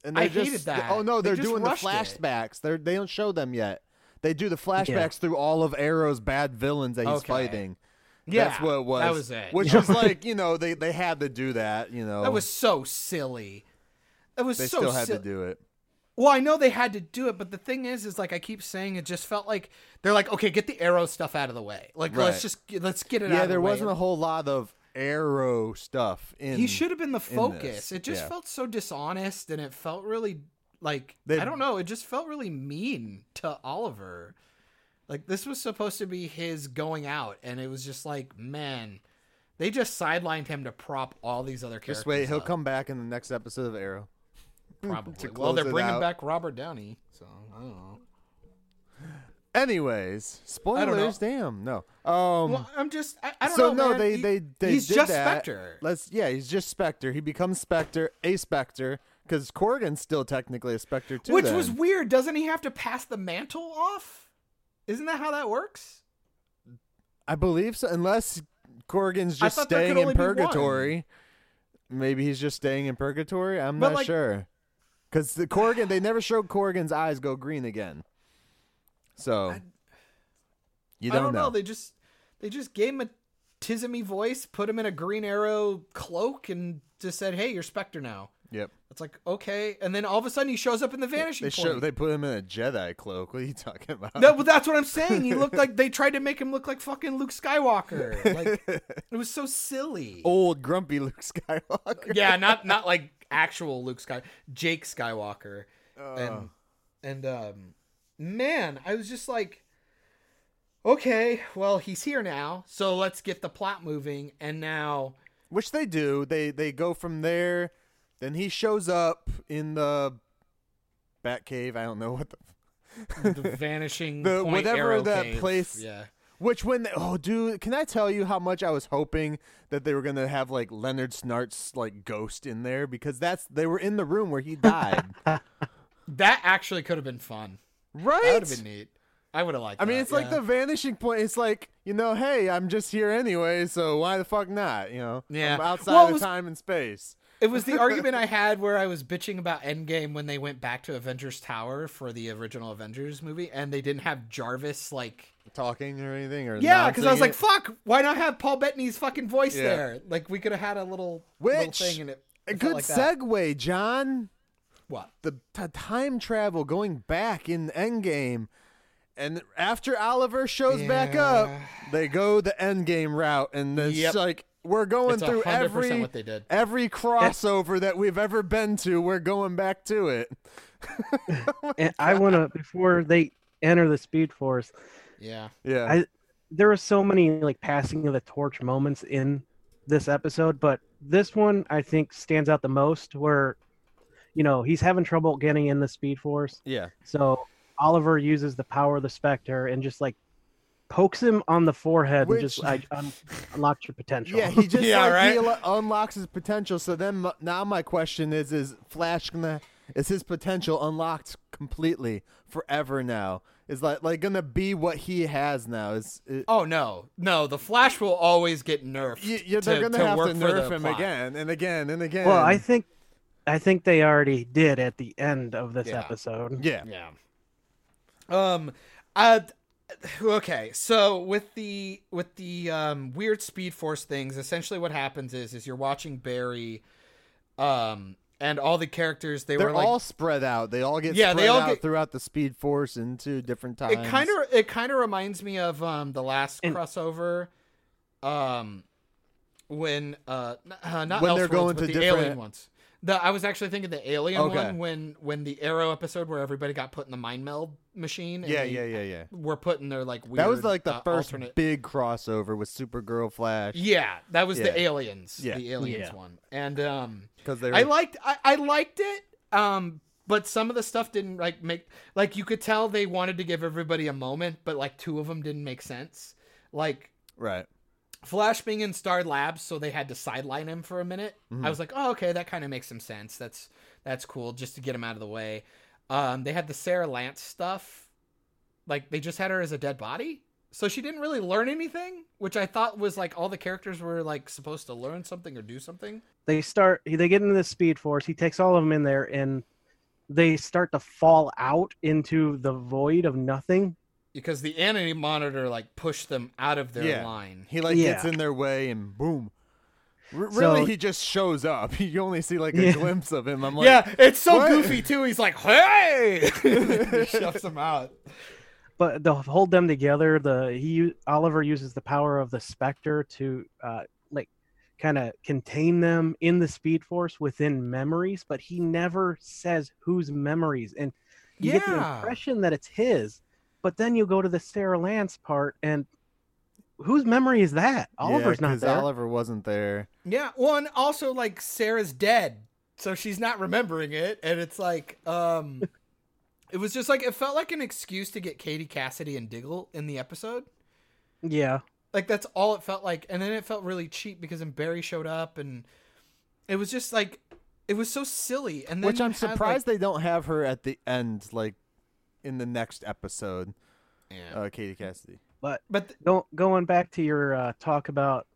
Speaker 3: and
Speaker 2: I
Speaker 3: they're just,
Speaker 2: hated that.
Speaker 3: Oh no,
Speaker 2: They
Speaker 3: they're
Speaker 2: just
Speaker 3: doing the
Speaker 2: rushed it.
Speaker 3: flashbacks. They're they don't show them yet. They do the flashbacks through all of Arrow's bad villains that he's
Speaker 2: Okay.
Speaker 3: fighting.
Speaker 2: Yeah,
Speaker 3: That's what it was.
Speaker 2: That was it.
Speaker 3: Which
Speaker 4: Yeah.
Speaker 3: is like, you know, they, they had to do that, you know.
Speaker 2: That was so silly. That was
Speaker 3: they
Speaker 2: so
Speaker 3: still had
Speaker 2: si-
Speaker 3: to do it.
Speaker 2: Well, I know they had to do it, but the thing is, is like I keep saying, it just felt like they're like, okay, get the arrow stuff out of the way. Like
Speaker 3: Right.
Speaker 2: let's just let's get it out.
Speaker 3: Yeah,
Speaker 2: of
Speaker 3: there
Speaker 2: the way.
Speaker 3: wasn't a whole lot of arrow stuff in
Speaker 2: He should have been the focus.
Speaker 3: this,
Speaker 2: It just
Speaker 3: yeah.
Speaker 2: felt so dishonest, and it felt really like
Speaker 3: They-
Speaker 2: I don't know. It just felt really mean to Oliver. Like this was supposed to be his going out, and it was just like, man, they just sidelined him to prop all these other characters.
Speaker 3: just wait, he'll
Speaker 2: up,
Speaker 3: come back in the next episode of Arrow.
Speaker 2: probably.
Speaker 3: to
Speaker 2: well, they're
Speaker 3: close it
Speaker 2: bringing
Speaker 3: out.
Speaker 2: back Robert Downey, so I don't know.
Speaker 3: Anyways, spoilers. Damn, no. Um,
Speaker 2: Well, I'm just I, I don't
Speaker 3: so
Speaker 2: know.
Speaker 3: no,
Speaker 2: man.
Speaker 3: they
Speaker 2: He-
Speaker 3: they they
Speaker 2: he's
Speaker 3: did
Speaker 2: just
Speaker 3: that.
Speaker 2: Spectre.
Speaker 3: Let's yeah, he's just Spectre. He becomes Spectre, a Spectre, because Corrigan's still technically a Spectre too.
Speaker 2: which
Speaker 3: then.
Speaker 2: was weird. Doesn't he have to pass the mantle off? Isn't that how that works?
Speaker 3: I believe so, unless Corrigan's
Speaker 2: I
Speaker 3: just
Speaker 2: thought there could
Speaker 3: staying in
Speaker 2: only be one.
Speaker 3: purgatory. Maybe he's just staying in purgatory. I'm
Speaker 2: But,
Speaker 3: not
Speaker 2: like-
Speaker 3: sure. Because the Corrigan, they never showed Corrigan's eyes go green again. So you
Speaker 2: I don't know. They just they just gave him a tismy voice, put him in a green arrow cloak, and just said, "Hey, you're Spectre now."
Speaker 3: yep.
Speaker 2: It's like okay, and then all of a sudden he shows up in the vanishing
Speaker 3: They
Speaker 2: point.
Speaker 3: show, they put him in a Jedi cloak. What are you talking about?
Speaker 2: No, but that's what I'm saying. He looked like they tried to make him look like fucking Luke Skywalker. Like it was so silly.
Speaker 3: old grumpy Luke Skywalker.
Speaker 2: yeah, not not like actual Luke Sky, Jake Skywalker,
Speaker 3: Uh.
Speaker 2: and and um, man, I was just like, okay, well he's here now, so let's get the plot moving, and now
Speaker 3: Which they do. They they go from there. Then he shows up in the Batcave. I don't know what the.
Speaker 2: the vanishing
Speaker 3: The-
Speaker 2: point
Speaker 3: whatever
Speaker 2: arrow
Speaker 3: that
Speaker 2: cave.
Speaker 3: place-
Speaker 2: yeah.
Speaker 3: Which when they, oh dude, can I tell you how much I was hoping that they were gonna have like Leonard Snart's like ghost in there because that's they were in the room where he died,
Speaker 2: That actually could have been fun. That
Speaker 3: right?
Speaker 2: would have been neat. I would have liked.
Speaker 3: I mean,
Speaker 2: that,
Speaker 3: it's like
Speaker 2: yeah.
Speaker 3: the vanishing point. It's like you know, hey, I'm just here anyway, so why the fuck not? You know,
Speaker 2: Yeah.
Speaker 3: I'm outside
Speaker 2: Well, it
Speaker 3: of
Speaker 2: was-
Speaker 3: time and space.
Speaker 2: It was the argument I had where I was bitching about Endgame when they went back to Avengers Tower for the original Avengers movie, and they didn't have Jarvis like
Speaker 3: Talking or anything or
Speaker 2: Yeah, because I was
Speaker 3: announcing
Speaker 2: like,
Speaker 3: it.
Speaker 2: "Fuck! Why not have Paul Bettany's fucking voice
Speaker 3: Yeah.
Speaker 2: there? Like, we could have had a little little
Speaker 3: Which-
Speaker 2: thing in it."
Speaker 3: a
Speaker 2: it felt
Speaker 3: good
Speaker 2: like that.
Speaker 3: segue, John.
Speaker 2: What?
Speaker 3: the t- time travel going back in Endgame, and after Oliver shows back up,
Speaker 2: Yeah.
Speaker 3: they go the Endgame route, and it's
Speaker 2: Yep.
Speaker 3: like we're going
Speaker 2: It's
Speaker 3: through
Speaker 2: 100%
Speaker 3: every
Speaker 2: what they did.
Speaker 3: every crossover that we've ever been to. We're going back to it.
Speaker 4: And I want to before they enter the Speed Force.
Speaker 2: Yeah,
Speaker 3: Yeah,
Speaker 4: I- There were so many like passing of the torch moments in this episode, but this one I think stands out the most. Where you know he's having trouble getting in the Speed Force,
Speaker 3: yeah.
Speaker 4: so Oliver uses the power of the Spectre and just like pokes him on the forehead and just
Speaker 3: Which-
Speaker 4: like un- unlocks your potential.
Speaker 3: Yeah, he just
Speaker 2: Yeah,
Speaker 3: like,
Speaker 2: right?
Speaker 3: he al- unlocks his potential. So then m- now my question is: Is Flash gonna? Is his potential unlocked completely forever now? Is like like gonna be what he has now? Is it,
Speaker 2: Oh no, no! The Flash will always get nerfed.
Speaker 3: you,
Speaker 2: to-
Speaker 3: you, they're gonna
Speaker 2: to
Speaker 3: have
Speaker 2: work
Speaker 3: to
Speaker 2: for the
Speaker 3: nerf him
Speaker 2: plot.
Speaker 3: again and again and again?
Speaker 4: Well, I think I think they already did at the end of this
Speaker 2: Yeah.
Speaker 4: episode.
Speaker 3: yeah.
Speaker 2: Yeah. Um. Uh. Okay. So with the with the um, weird Speed Force things, essentially what happens is is you're watching Barry, um, and all the characters they
Speaker 3: They're
Speaker 2: were like
Speaker 3: all spread out. They all get
Speaker 2: Yeah,
Speaker 3: spread
Speaker 2: they all
Speaker 3: out
Speaker 2: get-
Speaker 3: throughout the Speed Force into different times.
Speaker 2: it kind of it kind of reminds me of um the last
Speaker 4: And-
Speaker 2: crossover, um, when uh, n- uh not
Speaker 3: When they're
Speaker 2: Elseworlds,
Speaker 3: going
Speaker 2: but
Speaker 3: to
Speaker 2: the
Speaker 3: different-
Speaker 2: alien ones. The, I was actually thinking the alien
Speaker 3: Okay.
Speaker 2: one when when the Arrow episode where everybody got put in the mind meld machine. and
Speaker 3: yeah,
Speaker 2: they
Speaker 3: yeah, yeah, yeah.
Speaker 2: Were put in their like weird.
Speaker 3: That was like the
Speaker 2: uh,
Speaker 3: first
Speaker 2: alternate.
Speaker 3: big crossover with Supergirl, Flash,
Speaker 2: Yeah, that was the
Speaker 3: Yeah.
Speaker 2: aliens.
Speaker 3: Yeah.
Speaker 2: The aliens
Speaker 4: Yeah.
Speaker 2: one. And um
Speaker 3: because they were
Speaker 2: I liked I, I liked it. Um but some of the stuff didn't like make like you could tell they wanted to give everybody a moment, but like two of them didn't make sense. Like
Speaker 3: right.
Speaker 2: Flash being in Star Labs, so they had to sideline him for a minute. I was like, "Oh, okay, that kind of makes some sense. That's that's cool just to get him out of the way." Um they had the Sarah Lance stuff. Like they just had her as a dead body. So she didn't really learn anything, which I thought was like all the characters were like supposed to learn something or do something.
Speaker 4: They start they get into the speed force. He takes all of them in there and they start to fall out into the void of nothing.
Speaker 2: because the anonymity monitor like pushed them out of their
Speaker 3: Yeah.
Speaker 2: line.
Speaker 3: He like
Speaker 4: Yeah.
Speaker 3: gets in their way and boom. R-
Speaker 4: So-
Speaker 3: really, he just shows up. You only see like a
Speaker 4: Yeah.
Speaker 3: glimpse of him. I'm like,
Speaker 2: yeah, it's so
Speaker 3: what?
Speaker 2: goofy too. He's like, "Hey!" he shoves them out.
Speaker 4: But they'll hold them together. The he u- Oliver uses the power of the Spectre to uh like kind of contain them in the speed force within memories, but he never says whose memories and you get the
Speaker 2: Yeah.
Speaker 4: impression that it's his but then you go to the sarah lance part and whose memory is that
Speaker 3: Yeah,
Speaker 4: oliver's
Speaker 3: 'cause
Speaker 4: not there
Speaker 3: Oliver wasn't there.
Speaker 2: Yeah, well, and also like Sarah's dead, so she's not remembering it, and it's like, um, it was just like it felt like an excuse to get Katie Cassidy and Diggle in the episode.
Speaker 4: yeah
Speaker 2: Like that's all it felt like, and then it felt really cheap because then Barry showed up, and it was just like, it was so silly. And then
Speaker 3: Which
Speaker 2: you
Speaker 3: I'm
Speaker 2: had, like-
Speaker 3: surprised they don't have her at the end, like in the next episode.
Speaker 2: Yeah.
Speaker 3: Uh, Katie Cassidy.
Speaker 2: but th-
Speaker 4: go, going back to your uh, talk about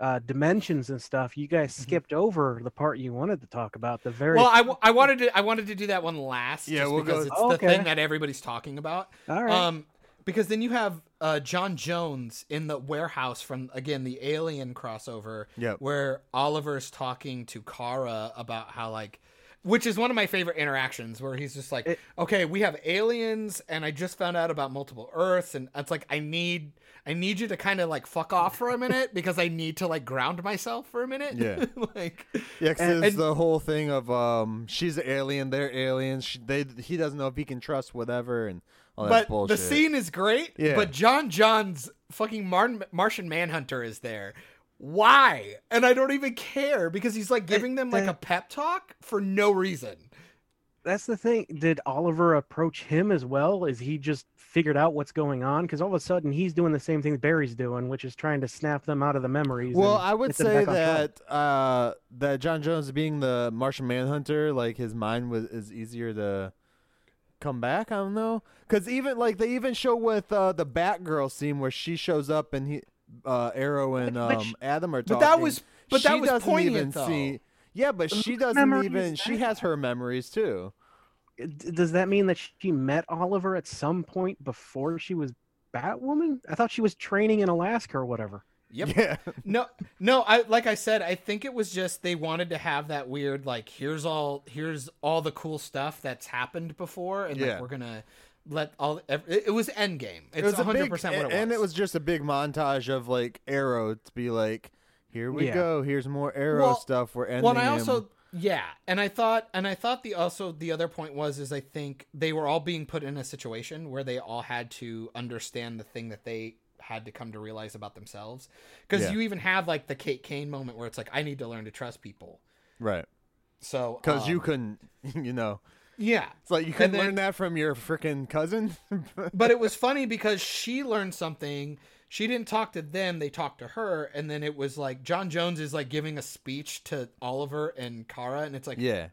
Speaker 4: uh, dimensions and stuff you guys
Speaker 3: Mm-hmm.
Speaker 4: skipped over the part you wanted to talk about the very
Speaker 2: Well, I, w- I wanted to I wanted to do that one last.
Speaker 3: Yeah,
Speaker 2: just
Speaker 3: we'll go-
Speaker 2: because it's the
Speaker 4: Oh, Okay.
Speaker 2: thing that everybody's talking about.
Speaker 4: all right
Speaker 2: Um, because then you have uh, John Jones in the warehouse from again the Alien crossover,
Speaker 3: Yep.
Speaker 2: where Oliver's talking to Kara about how like. Which is one of my favorite interactions where he's just like,
Speaker 4: It-
Speaker 2: "Okay, we have aliens, and I just found out about multiple Earths, and it's like I need, I need you to kind of like fuck off for a minute because I need to like ground myself for a minute."
Speaker 3: Yeah.
Speaker 2: like,
Speaker 3: Yeah, 'cause
Speaker 4: And-
Speaker 3: there's
Speaker 2: and-
Speaker 3: the whole thing of um, she's an alien, they're aliens. She, they he doesn't know if he can trust whatever and all that
Speaker 2: but
Speaker 3: Oh, bullshit.
Speaker 2: the scene is great.
Speaker 3: Yeah.
Speaker 2: But John John's fucking Mar- Martian Manhunter is there. Why? And I don't even care because he's
Speaker 3: Eh,
Speaker 2: like giving them like a pep talk for no reason.
Speaker 4: that's the thing did oliver approach him as well is he just figured out what's going on because all of a sudden he's doing the same thing barry's doing which is trying to snap them out of the memories
Speaker 3: Well,
Speaker 4: and
Speaker 3: I would
Speaker 4: get them
Speaker 3: say
Speaker 4: back on track.
Speaker 3: that uh, that John Jones being the Martian Manhunter, like his mind was is easier to come back. I don't know, because even like they even show with uh, the Batgirl scene where she shows up and he uh, Arrow and
Speaker 4: Which-
Speaker 3: um, Adam are
Speaker 2: but
Speaker 3: talking.
Speaker 2: that was- but that
Speaker 3: She
Speaker 2: was
Speaker 3: doesn't
Speaker 2: poignant,
Speaker 3: even
Speaker 2: though.
Speaker 3: see. Yeah, but she
Speaker 4: Whose
Speaker 3: doesn't
Speaker 4: memory
Speaker 3: even.
Speaker 4: is
Speaker 3: She
Speaker 4: that?
Speaker 3: has her memories too.
Speaker 4: D- does that mean that she met Oliver at some point before she was Batwoman? I thought she was training in Alaska or whatever.
Speaker 2: Yep.
Speaker 3: Yeah,
Speaker 2: No, no. I like I said, I think it was just they wanted to have that weird like here's all here's all the cool stuff that's happened before, and like
Speaker 3: Yeah.
Speaker 2: we're gonna let all. ev- It, it was Endgame. It's
Speaker 3: it was a big-
Speaker 2: 100 percent what it was.
Speaker 3: and it was just a big montage of like Arrow to be like, here we
Speaker 4: Yeah.
Speaker 3: go. Here's more Arrow
Speaker 2: Well-
Speaker 3: stuff. We're ending.
Speaker 2: Well, and I
Speaker 3: him.
Speaker 2: also yeah, and I thought and I thought the also the other point was is I think they were all being put in a situation where they all had to understand the thing that they had to come to realize about themselves because
Speaker 3: Yeah.
Speaker 2: you even have like the Kate Kane moment where it's like I need to learn to trust people.
Speaker 3: right.
Speaker 2: So
Speaker 3: because you
Speaker 2: um,
Speaker 3: couldn't, you know,
Speaker 2: yeah.
Speaker 3: It's like you can
Speaker 2: then-
Speaker 3: learn that from your freaking cousin.
Speaker 2: But it was funny because she learned something. She didn't talk to them, they talked to her, and then it was like John Jones is like giving a speech to Oliver and Kara, and it's like
Speaker 3: yeah.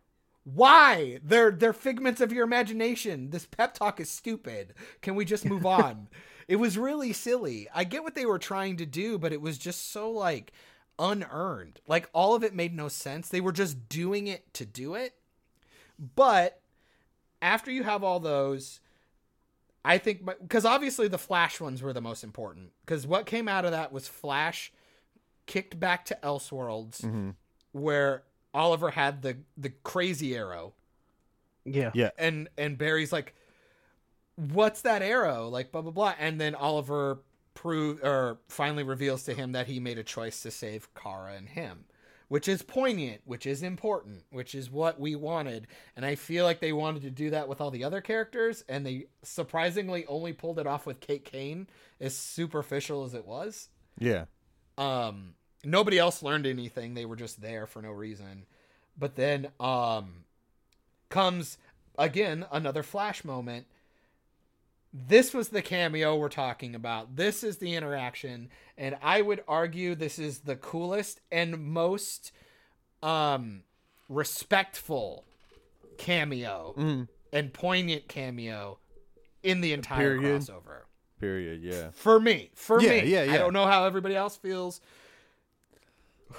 Speaker 2: why they're they're figments of your imagination this pep talk is stupid can we just move on it was really silly i get what they were trying to do but it was just so like unearned like all of it made no sense they were just doing it to do it but after you have all those i think because obviously the flash ones were the most important because what came out of that was flash kicked back to elseworlds
Speaker 3: Mm. mm-hmm,
Speaker 2: where Oliver had the the crazy arrow,
Speaker 4: Yeah.
Speaker 3: Yeah.
Speaker 2: and and Barry's like, "What's that arrow?" Like blah blah blah, and then Oliver prove or finally reveals to him that he made a choice to save Kara and him, which is poignant, which is important, which is what we wanted, and I feel like they wanted to do that with all the other characters, and they surprisingly only pulled it off with Kate Kane, as superficial as it was
Speaker 3: Yeah.
Speaker 2: um nobody else learned anything they were just there for no reason but then um comes again another flash moment this was the cameo we're talking about this is the interaction and i would argue this is the coolest and most um respectful cameo and poignant cameo in the entire
Speaker 3: Period.
Speaker 2: crossover
Speaker 3: Period. Yeah.
Speaker 2: for me for
Speaker 3: Yeah,
Speaker 2: me
Speaker 3: yeah,
Speaker 2: i
Speaker 3: yeah.
Speaker 2: don't know how everybody else feels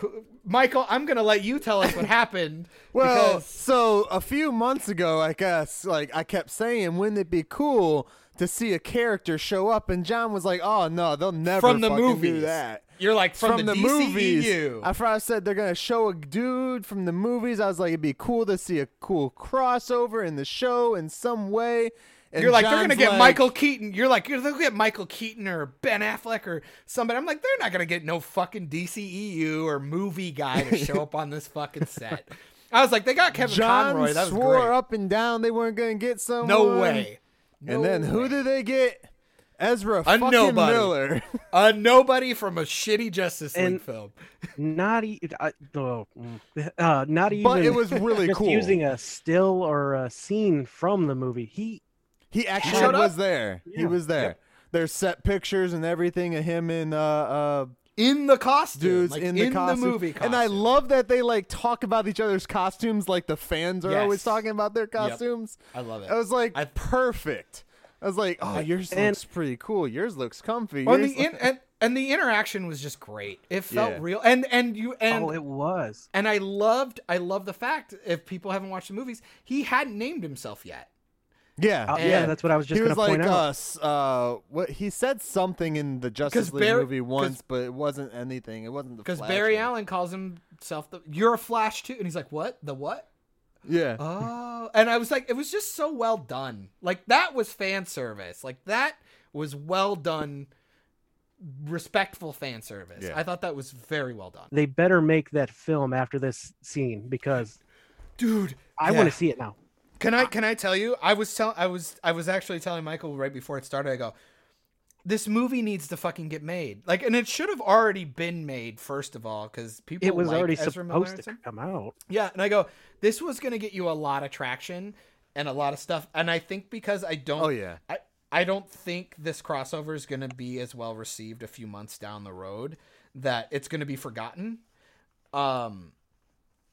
Speaker 2: Who- michael i'm gonna let you tell us what happened
Speaker 3: Well,
Speaker 2: because-
Speaker 3: so a few months ago, I guess, like I kept saying, wouldn't it be cool to see a character show up? And John was like, oh no, they'll never
Speaker 2: from the
Speaker 3: fucking
Speaker 2: movies
Speaker 3: do that.
Speaker 2: you're like from, the, E DCEU.
Speaker 3: movies. After I said they're gonna show a dude from the movies, I was like, it'd be cool to see a cool crossover in the show in some way. And
Speaker 2: you're like they're
Speaker 3: John's
Speaker 2: gonna get
Speaker 3: like,
Speaker 2: michael keaton you're like you're gonna get michael keaton or ben affleck or somebody i'm like they're not gonna get no fucking dceu or movie guy to show up on this fucking set i was like they got kevin
Speaker 3: John
Speaker 2: conroy that was
Speaker 3: swore
Speaker 2: great
Speaker 3: up and down they weren't gonna get someone.
Speaker 2: no way
Speaker 3: and then who did they get? Ezra fucking
Speaker 2: nobody.
Speaker 3: Miller.
Speaker 2: a nobody from a shitty justice league
Speaker 4: And-
Speaker 2: film
Speaker 4: Not even. Oh, mm, uh, not even.
Speaker 3: but it was really
Speaker 4: just
Speaker 3: cool.
Speaker 4: using a still or a scene from the movie. He
Speaker 3: He actually
Speaker 2: showed up?
Speaker 3: was there. He
Speaker 4: Yeah.
Speaker 3: was there. There's set pictures and everything of him and uh, uh,
Speaker 2: in the costume,
Speaker 3: dudes
Speaker 2: like,
Speaker 3: in the costume.
Speaker 2: movie. Costume.
Speaker 3: And I love that they like talk about each other's costumes, like the fans are
Speaker 2: Yes.
Speaker 3: always talking about their costumes.
Speaker 2: I love it.
Speaker 3: I was like,
Speaker 2: I-
Speaker 3: perfect. I was like, oh, yours
Speaker 4: And-
Speaker 3: looks pretty cool. Yours looks comfy.
Speaker 2: Well, and
Speaker 3: Yours
Speaker 2: the in,
Speaker 3: look-
Speaker 2: and, and the interaction was just great. It felt
Speaker 3: Yeah.
Speaker 2: real, and and you and
Speaker 4: oh, it was.
Speaker 2: and I loved I love the fact if people haven't watched the movies, he hadn't named himself yet.
Speaker 3: yeah,
Speaker 4: Uh,
Speaker 3: yeah.
Speaker 4: yeah, that's what I was just
Speaker 3: he
Speaker 4: gonna
Speaker 3: was like
Speaker 4: point out.
Speaker 3: us. Uh, what he said something in the Justice League
Speaker 2: Barry-
Speaker 3: movie
Speaker 2: 'cause-
Speaker 3: once, but it wasn't anything. It wasn't the
Speaker 2: Because
Speaker 3: Flash
Speaker 2: Barry
Speaker 3: one.
Speaker 2: Allen calls himself the "You're a Flash too," and he's like, "What? The what?"
Speaker 3: Yeah,
Speaker 2: Oh, and I was like, it was just so well done. Like that was fan service. Like that was well done, respectful fan service.
Speaker 3: Yeah.
Speaker 2: I thought that was very well done,
Speaker 4: They better make that film after this scene because
Speaker 2: dude.
Speaker 4: I
Speaker 2: yeah.
Speaker 4: want to see it now.
Speaker 2: Can I can I tell you? I was tell I was I was actually telling Michael right before it started. I go, this movie needs to fucking get made. Like, and it should have already been made first of all because people.
Speaker 4: It was
Speaker 2: like
Speaker 4: already
Speaker 2: Ezra Miller and
Speaker 4: supposed
Speaker 2: stuff.
Speaker 4: to come out.
Speaker 2: Yeah, and I go, this was gonna get you a lot of traction and a lot of stuff. And I think because I don't.
Speaker 3: Oh, yeah.
Speaker 2: I I don't think this crossover is gonna be as well received a few months down the road that it's gonna be forgotten. Um,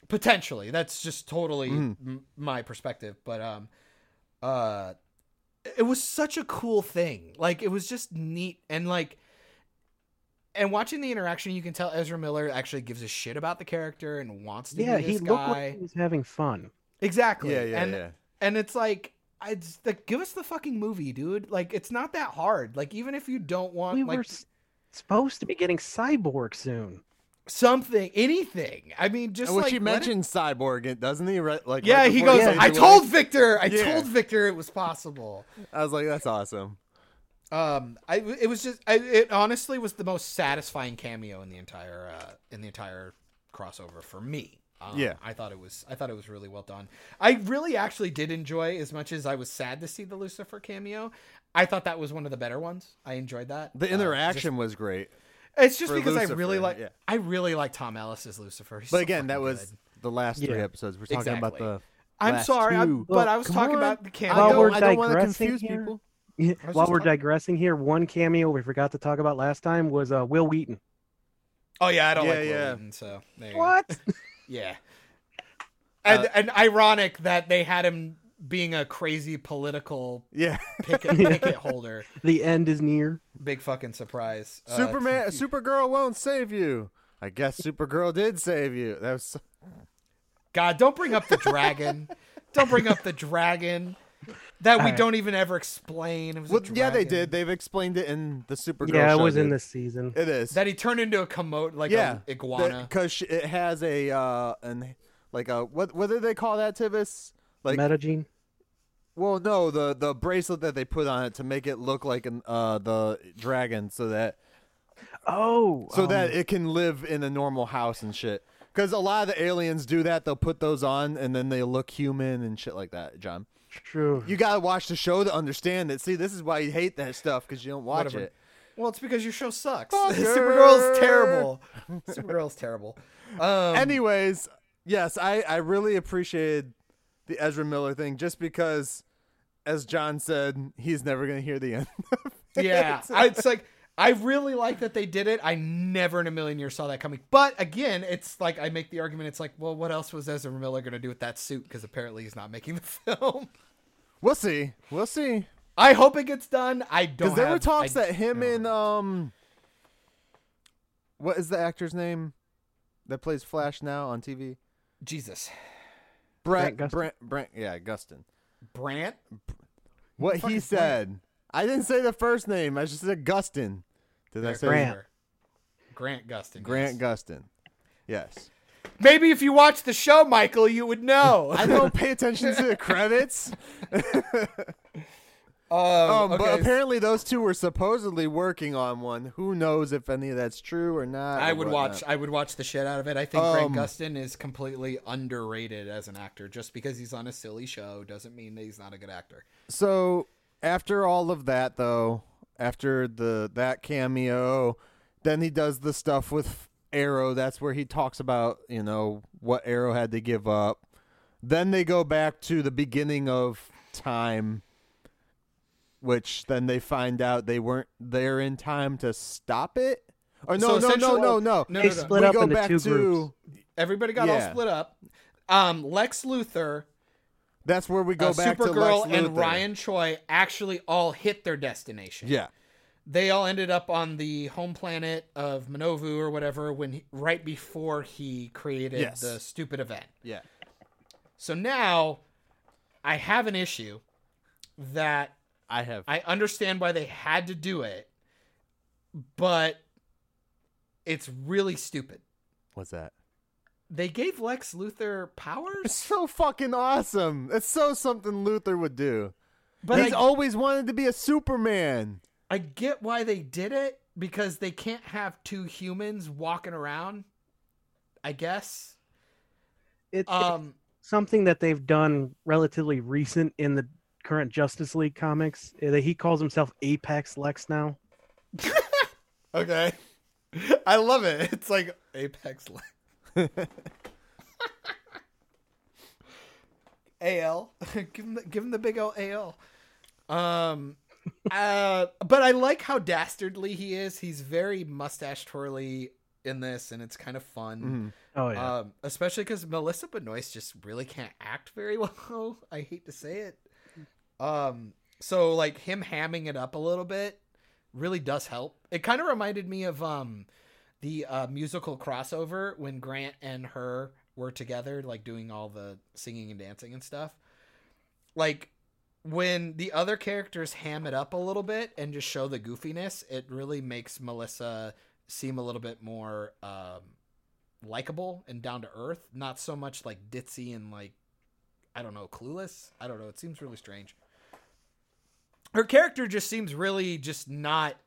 Speaker 2: potentially. That's just totally
Speaker 3: Mm.
Speaker 2: m- my perspective, but um, uh, it was such a cool thing. Like it was just neat and like and watching the interaction, you can tell Ezra Miller actually gives a shit about the character and wants to
Speaker 4: Yeah,
Speaker 2: be
Speaker 4: he
Speaker 2: this
Speaker 4: looked
Speaker 2: guy.
Speaker 4: like he was having fun.
Speaker 2: Exactly.
Speaker 3: yeah, yeah,
Speaker 2: and,
Speaker 3: yeah.
Speaker 2: And it's like, I just, like, give us the fucking movie, dude. Like, it's not that hard. Like, even if you don't want
Speaker 4: We
Speaker 2: like
Speaker 4: were s- supposed to be getting Cyborg soon.
Speaker 2: something, anything. I mean, just
Speaker 3: And Which
Speaker 2: like
Speaker 3: he
Speaker 2: let it-
Speaker 3: mentioned Cyborg, it- doesn't he? Right, like
Speaker 2: yeah,
Speaker 3: right
Speaker 2: he
Speaker 3: before
Speaker 2: goes.
Speaker 3: said
Speaker 2: I
Speaker 3: the
Speaker 2: told
Speaker 3: word?"
Speaker 2: Victor. I
Speaker 3: Yeah.
Speaker 2: told Victor it was possible.
Speaker 3: I was like, that's awesome.
Speaker 2: Um, I it was just I, it honestly was the most satisfying cameo in the entire uh, in the entire crossover for me. Um,
Speaker 3: Yeah.
Speaker 2: I thought it was I thought it was really well done. I really actually did enjoy as much as I was sad to see the Lucifer cameo. I thought that was one of the better ones. I enjoyed that. Uh,
Speaker 3: The
Speaker 2: just-
Speaker 3: interaction was great,
Speaker 2: it's just
Speaker 3: for
Speaker 2: because I really
Speaker 3: Lucifer,
Speaker 2: like
Speaker 3: yeah.
Speaker 2: I really like Tom Ellis's Lucifer. He's
Speaker 3: but
Speaker 2: so
Speaker 3: again, that
Speaker 2: fucking
Speaker 3: was
Speaker 2: good.
Speaker 3: the last three
Speaker 4: Yeah.
Speaker 3: episodes. We're talking about
Speaker 2: Exactly.
Speaker 3: the
Speaker 1: I'm
Speaker 3: last
Speaker 1: sorry, I'm-
Speaker 3: two.
Speaker 1: but I was
Speaker 4: Come
Speaker 1: talking
Speaker 4: on.
Speaker 1: about the
Speaker 3: I
Speaker 4: While
Speaker 1: camera.
Speaker 3: don't,
Speaker 4: we're
Speaker 3: I don't want to
Speaker 4: digressing
Speaker 3: confuse
Speaker 4: here-
Speaker 3: people.
Speaker 2: was
Speaker 4: While
Speaker 2: just
Speaker 4: we're
Speaker 2: talking-
Speaker 4: digressing here, one cameo we forgot to talk about last time was uh, Will Wheaton.
Speaker 2: Oh yeah, I don't
Speaker 3: Yeah,
Speaker 2: like Will
Speaker 3: yeah.
Speaker 2: Wheaton, so there you go.
Speaker 4: What?
Speaker 2: Yeah. And
Speaker 3: Uh,
Speaker 2: and ironic that they had him being a crazy political
Speaker 3: Yeah,
Speaker 2: picket,
Speaker 4: Yeah.
Speaker 2: picket holder.
Speaker 4: the end is near.
Speaker 2: Big fucking surprise. Uh,
Speaker 3: Superman, Supergirl won't save you. I guess Supergirl did save you. That was
Speaker 2: God, don't bring up the dragon. don't bring up the dragon. That we
Speaker 4: Alright.
Speaker 2: don't even ever explain. It was a
Speaker 3: well, yeah, they did.
Speaker 2: dragon.
Speaker 3: They've explained it in the Supergirl.
Speaker 4: yeah, it
Speaker 3: show,
Speaker 4: was in
Speaker 3: dude.
Speaker 4: this season.
Speaker 3: It is.
Speaker 2: That he turned into a commode, like
Speaker 3: yeah,
Speaker 2: an iguana.
Speaker 3: because it has a uh, an like a what what do they call that Tibbs? Like
Speaker 4: Metagene.
Speaker 3: well, no, the the bracelet that they put on it to make it look like an uh the dragon, so that
Speaker 4: Oh,
Speaker 3: so
Speaker 4: um,
Speaker 3: that it can live in a normal house and shit. Because a lot of the aliens do that; they'll put those on and then they look human and shit like that. John,
Speaker 4: true.
Speaker 3: you gotta watch the show to understand it. See, this is why you hate that stuff because you don't watch
Speaker 2: Whatever.
Speaker 3: it.
Speaker 2: Well, it's because your show sucks.
Speaker 3: Fucker.
Speaker 2: Supergirl's terrible. Supergirl's terrible. Um,
Speaker 3: Anyways, yes, I, I really appreciated the Ezra Miller thing just because, as John said, he's never going to hear the end. of it.
Speaker 2: yeah, I, it's like I really like that they did it. I never in a million years saw that coming. But again, it's like I make the argument. It's like, well, what else was Ezra Miller going to do with that suit? Because apparently he's not making the film.
Speaker 3: We'll see. We'll see.
Speaker 2: I hope it gets done. I don't.
Speaker 3: Because there were
Speaker 2: have-
Speaker 3: talks
Speaker 2: I-
Speaker 3: that him
Speaker 2: no.
Speaker 3: and, um, what is the actor's name that plays Flash now on TV?
Speaker 2: Jesus
Speaker 3: Brent,
Speaker 4: Brant Gustin?
Speaker 3: Brent, Brent, yeah, Gustin.
Speaker 2: Brant.
Speaker 3: What
Speaker 2: Fucking
Speaker 3: he
Speaker 2: Brant.
Speaker 3: said. I didn't say the first name. I just said Gustin. Did I say
Speaker 4: Grant.
Speaker 2: Grant Gustin.
Speaker 3: Grant
Speaker 2: yes.
Speaker 3: Gustin. Yes.
Speaker 2: Maybe if you watched the show, Michael, you would know.
Speaker 3: I don't pay attention to the credits.
Speaker 2: um,
Speaker 3: Um,
Speaker 2: okay,
Speaker 3: but apparently those two were supposedly working on one. Who knows if any of that's true or not?
Speaker 2: I
Speaker 3: or
Speaker 2: would
Speaker 3: whatnot.
Speaker 2: watch. I would watch the shit out of it. I think Grant
Speaker 3: Um,
Speaker 2: Gustin is completely underrated as an actor. Just because he's on a silly show doesn't mean that he's not a good actor.
Speaker 3: So after all of that, though, after the that cameo, then he does the stuff with Arrow. That's where he talks about you know what Arrow had to give up. Then they go back to the beginning of time, which then they find out they weren't there in time to stop it. Or
Speaker 2: So
Speaker 3: no, no, no,
Speaker 2: essentially-
Speaker 3: no, no,
Speaker 2: No,
Speaker 4: They
Speaker 2: no, no.
Speaker 4: split
Speaker 3: we
Speaker 4: up
Speaker 3: go
Speaker 4: into
Speaker 3: back
Speaker 4: two
Speaker 3: to
Speaker 4: groups.
Speaker 2: Everybody got all
Speaker 3: Yeah.
Speaker 2: split up. Um, Lex Luthor,
Speaker 3: That's where we go
Speaker 2: uh,
Speaker 3: back to
Speaker 2: Supergirl,
Speaker 3: Lex
Speaker 2: and
Speaker 3: Luthor.
Speaker 2: Ryan Choi actually all hit their destination.
Speaker 3: Yeah,
Speaker 2: they all ended up on the home planet of Minovu or whatever when he, right before he created
Speaker 3: Yes.
Speaker 2: the stupid event.
Speaker 3: yeah.
Speaker 2: So now I have an issue that
Speaker 3: I have.
Speaker 2: I understand why they had to do it, but it's really stupid.
Speaker 3: What's that?
Speaker 2: They gave Lex Luthor
Speaker 3: It's
Speaker 2: powers,
Speaker 3: so fucking awesome. It's so something Luther would do.
Speaker 2: but
Speaker 3: He's
Speaker 2: I,
Speaker 3: always wanted to be a Superman.
Speaker 2: I get why they did it because they can't have two humans walking around. I guess.
Speaker 4: It,
Speaker 2: Um,
Speaker 4: something that they've done relatively recent in the current Justice League comics. uh, He calls himself Apex Lex now.
Speaker 2: Okay. I love it. It's like Apex Lex. AL. give him the, give him the big old AL. Um uh but I like how dastardly he is. He's very mustache twirly in this and it's kind of fun.
Speaker 3: Mm-hmm.
Speaker 4: Oh yeah,
Speaker 2: Um especially cuz Melissa Benoist just really can't act very well. I hate to say it. Um so like him hamming it up a little bit really does help. It kind of reminded me of um the uh, musical crossover when Grant and her were together, like doing all the singing and dancing and stuff. Like when the other characters ham it up a little bit and just show the goofiness, it really makes Melissa seem a little bit more um, likable and down to earth. Not so much like ditzy and like I don't know, clueless. I don't know. It seems really strange. Her character just seems really just not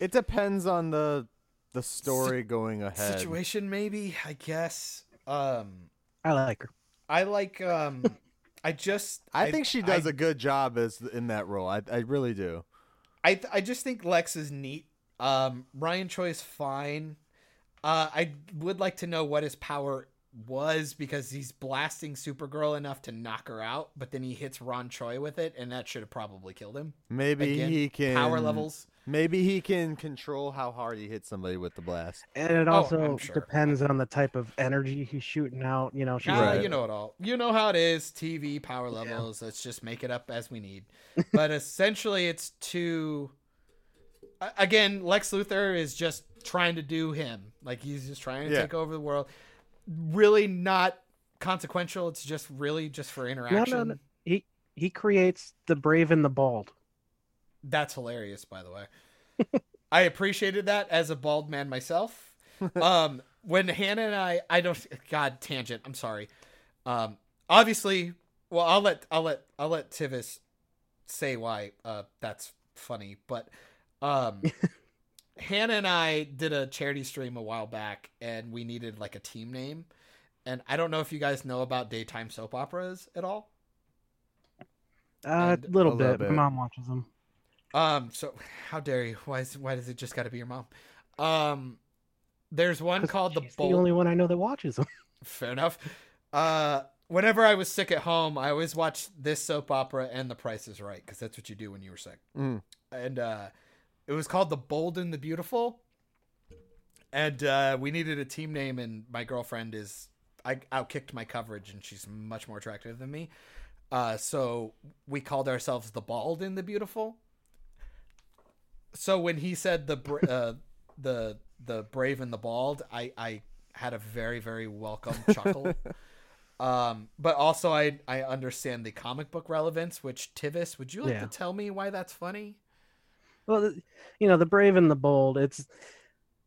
Speaker 3: It depends on the the story going ahead.
Speaker 2: situation maybe i guess um
Speaker 4: I like her.
Speaker 2: i like um i just
Speaker 3: I think she does
Speaker 2: I,
Speaker 3: a good job as in that role. I, I really do.
Speaker 2: I, th- I just think lex is neat um ryan choi is fine uh i would like to know what his power was because he's blasting Supergirl enough to knock her out, but then he hits Ron Choi with it, and that should have probably killed him.
Speaker 3: Maybe
Speaker 2: Again,
Speaker 3: he can
Speaker 2: power levels.
Speaker 3: Maybe he can control how hard he hits somebody with the blast.
Speaker 4: And it
Speaker 2: Oh,
Speaker 4: also
Speaker 2: I'm sure.
Speaker 4: depends on the type of energy he's shooting out. You know, she's
Speaker 2: Ah,
Speaker 3: Right.
Speaker 2: you know it all. You know how it is. TV power levels. Let's just make it up as we need. But essentially, it's to. a- Again, Lex Luthor is just trying to do him. Like he's just trying to
Speaker 3: Yeah.
Speaker 2: take over the world. Really not consequential. It's just really just for
Speaker 4: no,
Speaker 2: interaction.
Speaker 4: no, no. He he creates the brave and the bald.
Speaker 2: That's hilarious, by the way. I appreciated that as a bald man myself. Um, when Hannah and I, I don't. God, tangent. I'm sorry. Um, obviously, well, I'll let I'll let I'll let Tivis say why uh, that's funny, but um, Hannah and I did a charity stream a while back, and we needed like a team name. And I don't know if you guys know about daytime soap operas at all.
Speaker 4: Uh,
Speaker 2: And-
Speaker 4: a little
Speaker 3: A
Speaker 4: bit.
Speaker 3: little
Speaker 4: My
Speaker 3: bit.
Speaker 4: mom watches him.
Speaker 2: Um, so how dare you? Why is why does it just got to be your mom? Um, there's one
Speaker 4: 'cause
Speaker 2: called the
Speaker 4: she's
Speaker 2: bolt.
Speaker 4: the only one I know that watches him.
Speaker 2: Fair enough. Uh, whenever I was sick at home, I always watched this soap opera and The Price Is Right because that's what you do when you were sick.
Speaker 3: Mm.
Speaker 2: And uh, it was called The Bold and the Beautiful. And uh, we needed a team name, and my girlfriend is I outkicked my coverage, and she's much more attractive than me. Uh, so we called ourselves the Bald and the Beautiful. So when he said the br- uh, the the brave and the bald, I I had a very very welcome chuckle. Um, but also I I understand the comic book relevance. Which Tivis, would you like
Speaker 4: Yeah.
Speaker 2: to tell me why that's funny?
Speaker 4: Well, th- you know, the brave and the bold. It's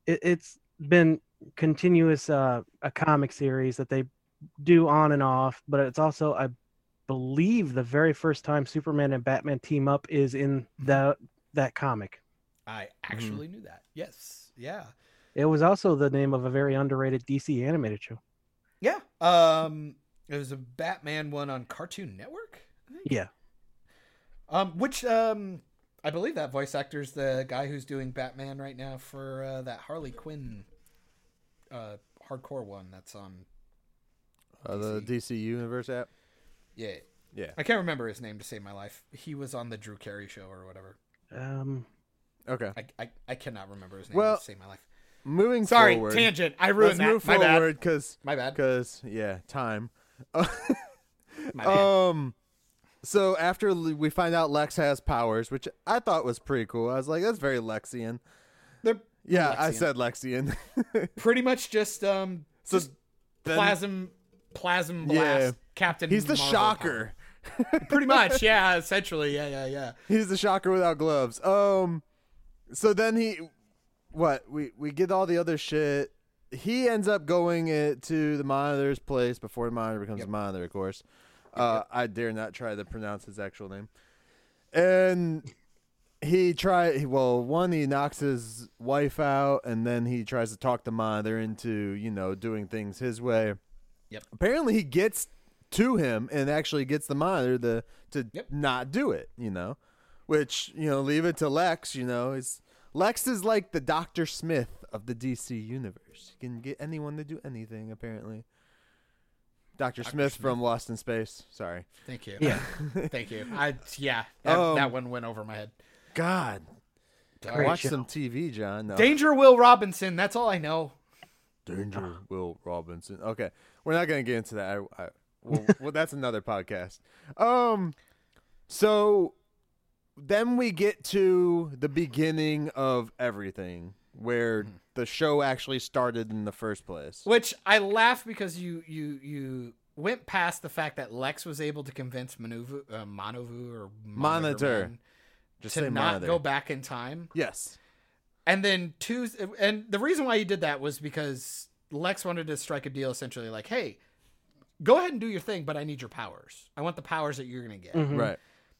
Speaker 4: it, it's been continuous uh, a comic series that they do on and off, but it's also I believe the very first time Superman and Batman team up is in that that comic.
Speaker 2: I
Speaker 3: Mm-hmm.
Speaker 2: actually knew that. Yes. Yeah.
Speaker 4: It was also the name of a very underrated DC animated show.
Speaker 2: Yeah. Um, it was a Batman one on Cartoon Network. I think.
Speaker 4: Yeah,
Speaker 2: Um, which um, I believe that voice actor's the guy who's doing Batman right now for uh, that Harley Quinn, uh, hardcore one that's on.
Speaker 3: Uh, the DC Universe app.
Speaker 2: Yeah,
Speaker 3: Yeah.
Speaker 2: I can't remember his name to save my life. He was on the Drew Carey show or whatever.
Speaker 4: um,
Speaker 3: Okay.
Speaker 2: I I, I cannot remember his name
Speaker 3: Well,
Speaker 2: to save my life.
Speaker 3: Moving
Speaker 2: Sorry,
Speaker 3: forward.
Speaker 2: tangent. I
Speaker 3: Let's
Speaker 2: ruined that.
Speaker 3: move
Speaker 2: my
Speaker 3: forward because
Speaker 2: bad. My bad.
Speaker 3: because yeah, time.
Speaker 2: My bad.
Speaker 3: um. So after l- we find out Lex has powers, which I thought was pretty cool, I was like, "That's very Lexian."
Speaker 2: They're
Speaker 3: Yeah, I
Speaker 2: Lexian.
Speaker 3: said Lexian.
Speaker 2: pretty much just um
Speaker 3: So
Speaker 2: just
Speaker 3: then-
Speaker 2: plasm plasm blast
Speaker 3: Yeah.
Speaker 2: Captain.
Speaker 3: He's the
Speaker 2: Marvel power.
Speaker 3: shocker.
Speaker 2: Pretty much, yeah. Essentially, yeah, yeah, yeah.
Speaker 3: He's the shocker without gloves. Um, so then he, what we we get all the other shit. He ends up going it to the monitor's place before the monitor becomes
Speaker 2: Yep.
Speaker 3: a monitor, of course. Uh, I dare not try to pronounce his actual name. And he try well one he knocks his wife out, and then he tries to talk the monitor into you know doing things his way.
Speaker 2: Yep.
Speaker 3: Apparently, he gets to him and actually gets the monitor to to
Speaker 2: Yep.
Speaker 3: not do it. You know which you know leave it to lex you know is lex is like the dr smith of the dc universe he can get anyone to do anything apparently dr, smith, from lost in space sorry
Speaker 2: Thank you.
Speaker 4: yeah,
Speaker 2: Thank you. I yeah, that,
Speaker 3: Um,
Speaker 2: that one went over my head.
Speaker 3: god
Speaker 4: Great
Speaker 3: watch
Speaker 4: show.
Speaker 3: some tv john no.
Speaker 2: Danger Will Robinson. That's all I know. Uh-huh.
Speaker 3: danger will robinson okay we're not gonna get into that i, I well, well that's another podcast um so then we get to the beginning of everything where
Speaker 2: Mm-hmm.
Speaker 3: the show actually started in the first place
Speaker 2: Which I laugh because you you you went past the fact that Lex was able to convince Manuvu, uh, Manovu or
Speaker 3: Monitor.
Speaker 2: Man
Speaker 3: Just
Speaker 2: to
Speaker 3: say
Speaker 2: not
Speaker 3: monitor.
Speaker 2: go back in time.
Speaker 3: Yes.
Speaker 2: And then Tuesday, and the reason why he did that was because Lex wanted to strike a deal, essentially like, "Hey, go ahead and do your thing, but I need your powers. I want the powers that you're gonna get."
Speaker 4: Mhm.
Speaker 3: Right.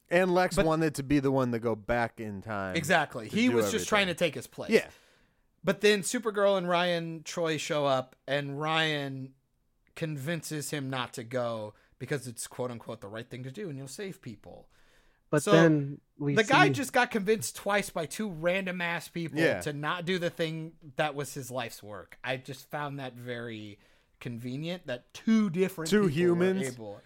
Speaker 3: And Lex
Speaker 2: Mm-hmm. But-
Speaker 3: wanted to be the one to go back in time.
Speaker 2: Exactly.
Speaker 3: To
Speaker 2: He
Speaker 3: do
Speaker 2: was just trying to
Speaker 3: everything.
Speaker 2: take his place.
Speaker 3: Yeah.
Speaker 2: But then Supergirl and Ryan Troy show up, and Ryan convinces him not to go because it's quote unquote the right thing to do, and you'll save people.
Speaker 4: but
Speaker 2: So,
Speaker 4: then we
Speaker 2: the guy
Speaker 4: see-
Speaker 2: just got convinced twice by two random ass people
Speaker 3: Yeah.
Speaker 2: to not do the thing that was his life's work. I just found that very convenient that two different
Speaker 3: Two
Speaker 2: people were
Speaker 3: humans.
Speaker 2: able-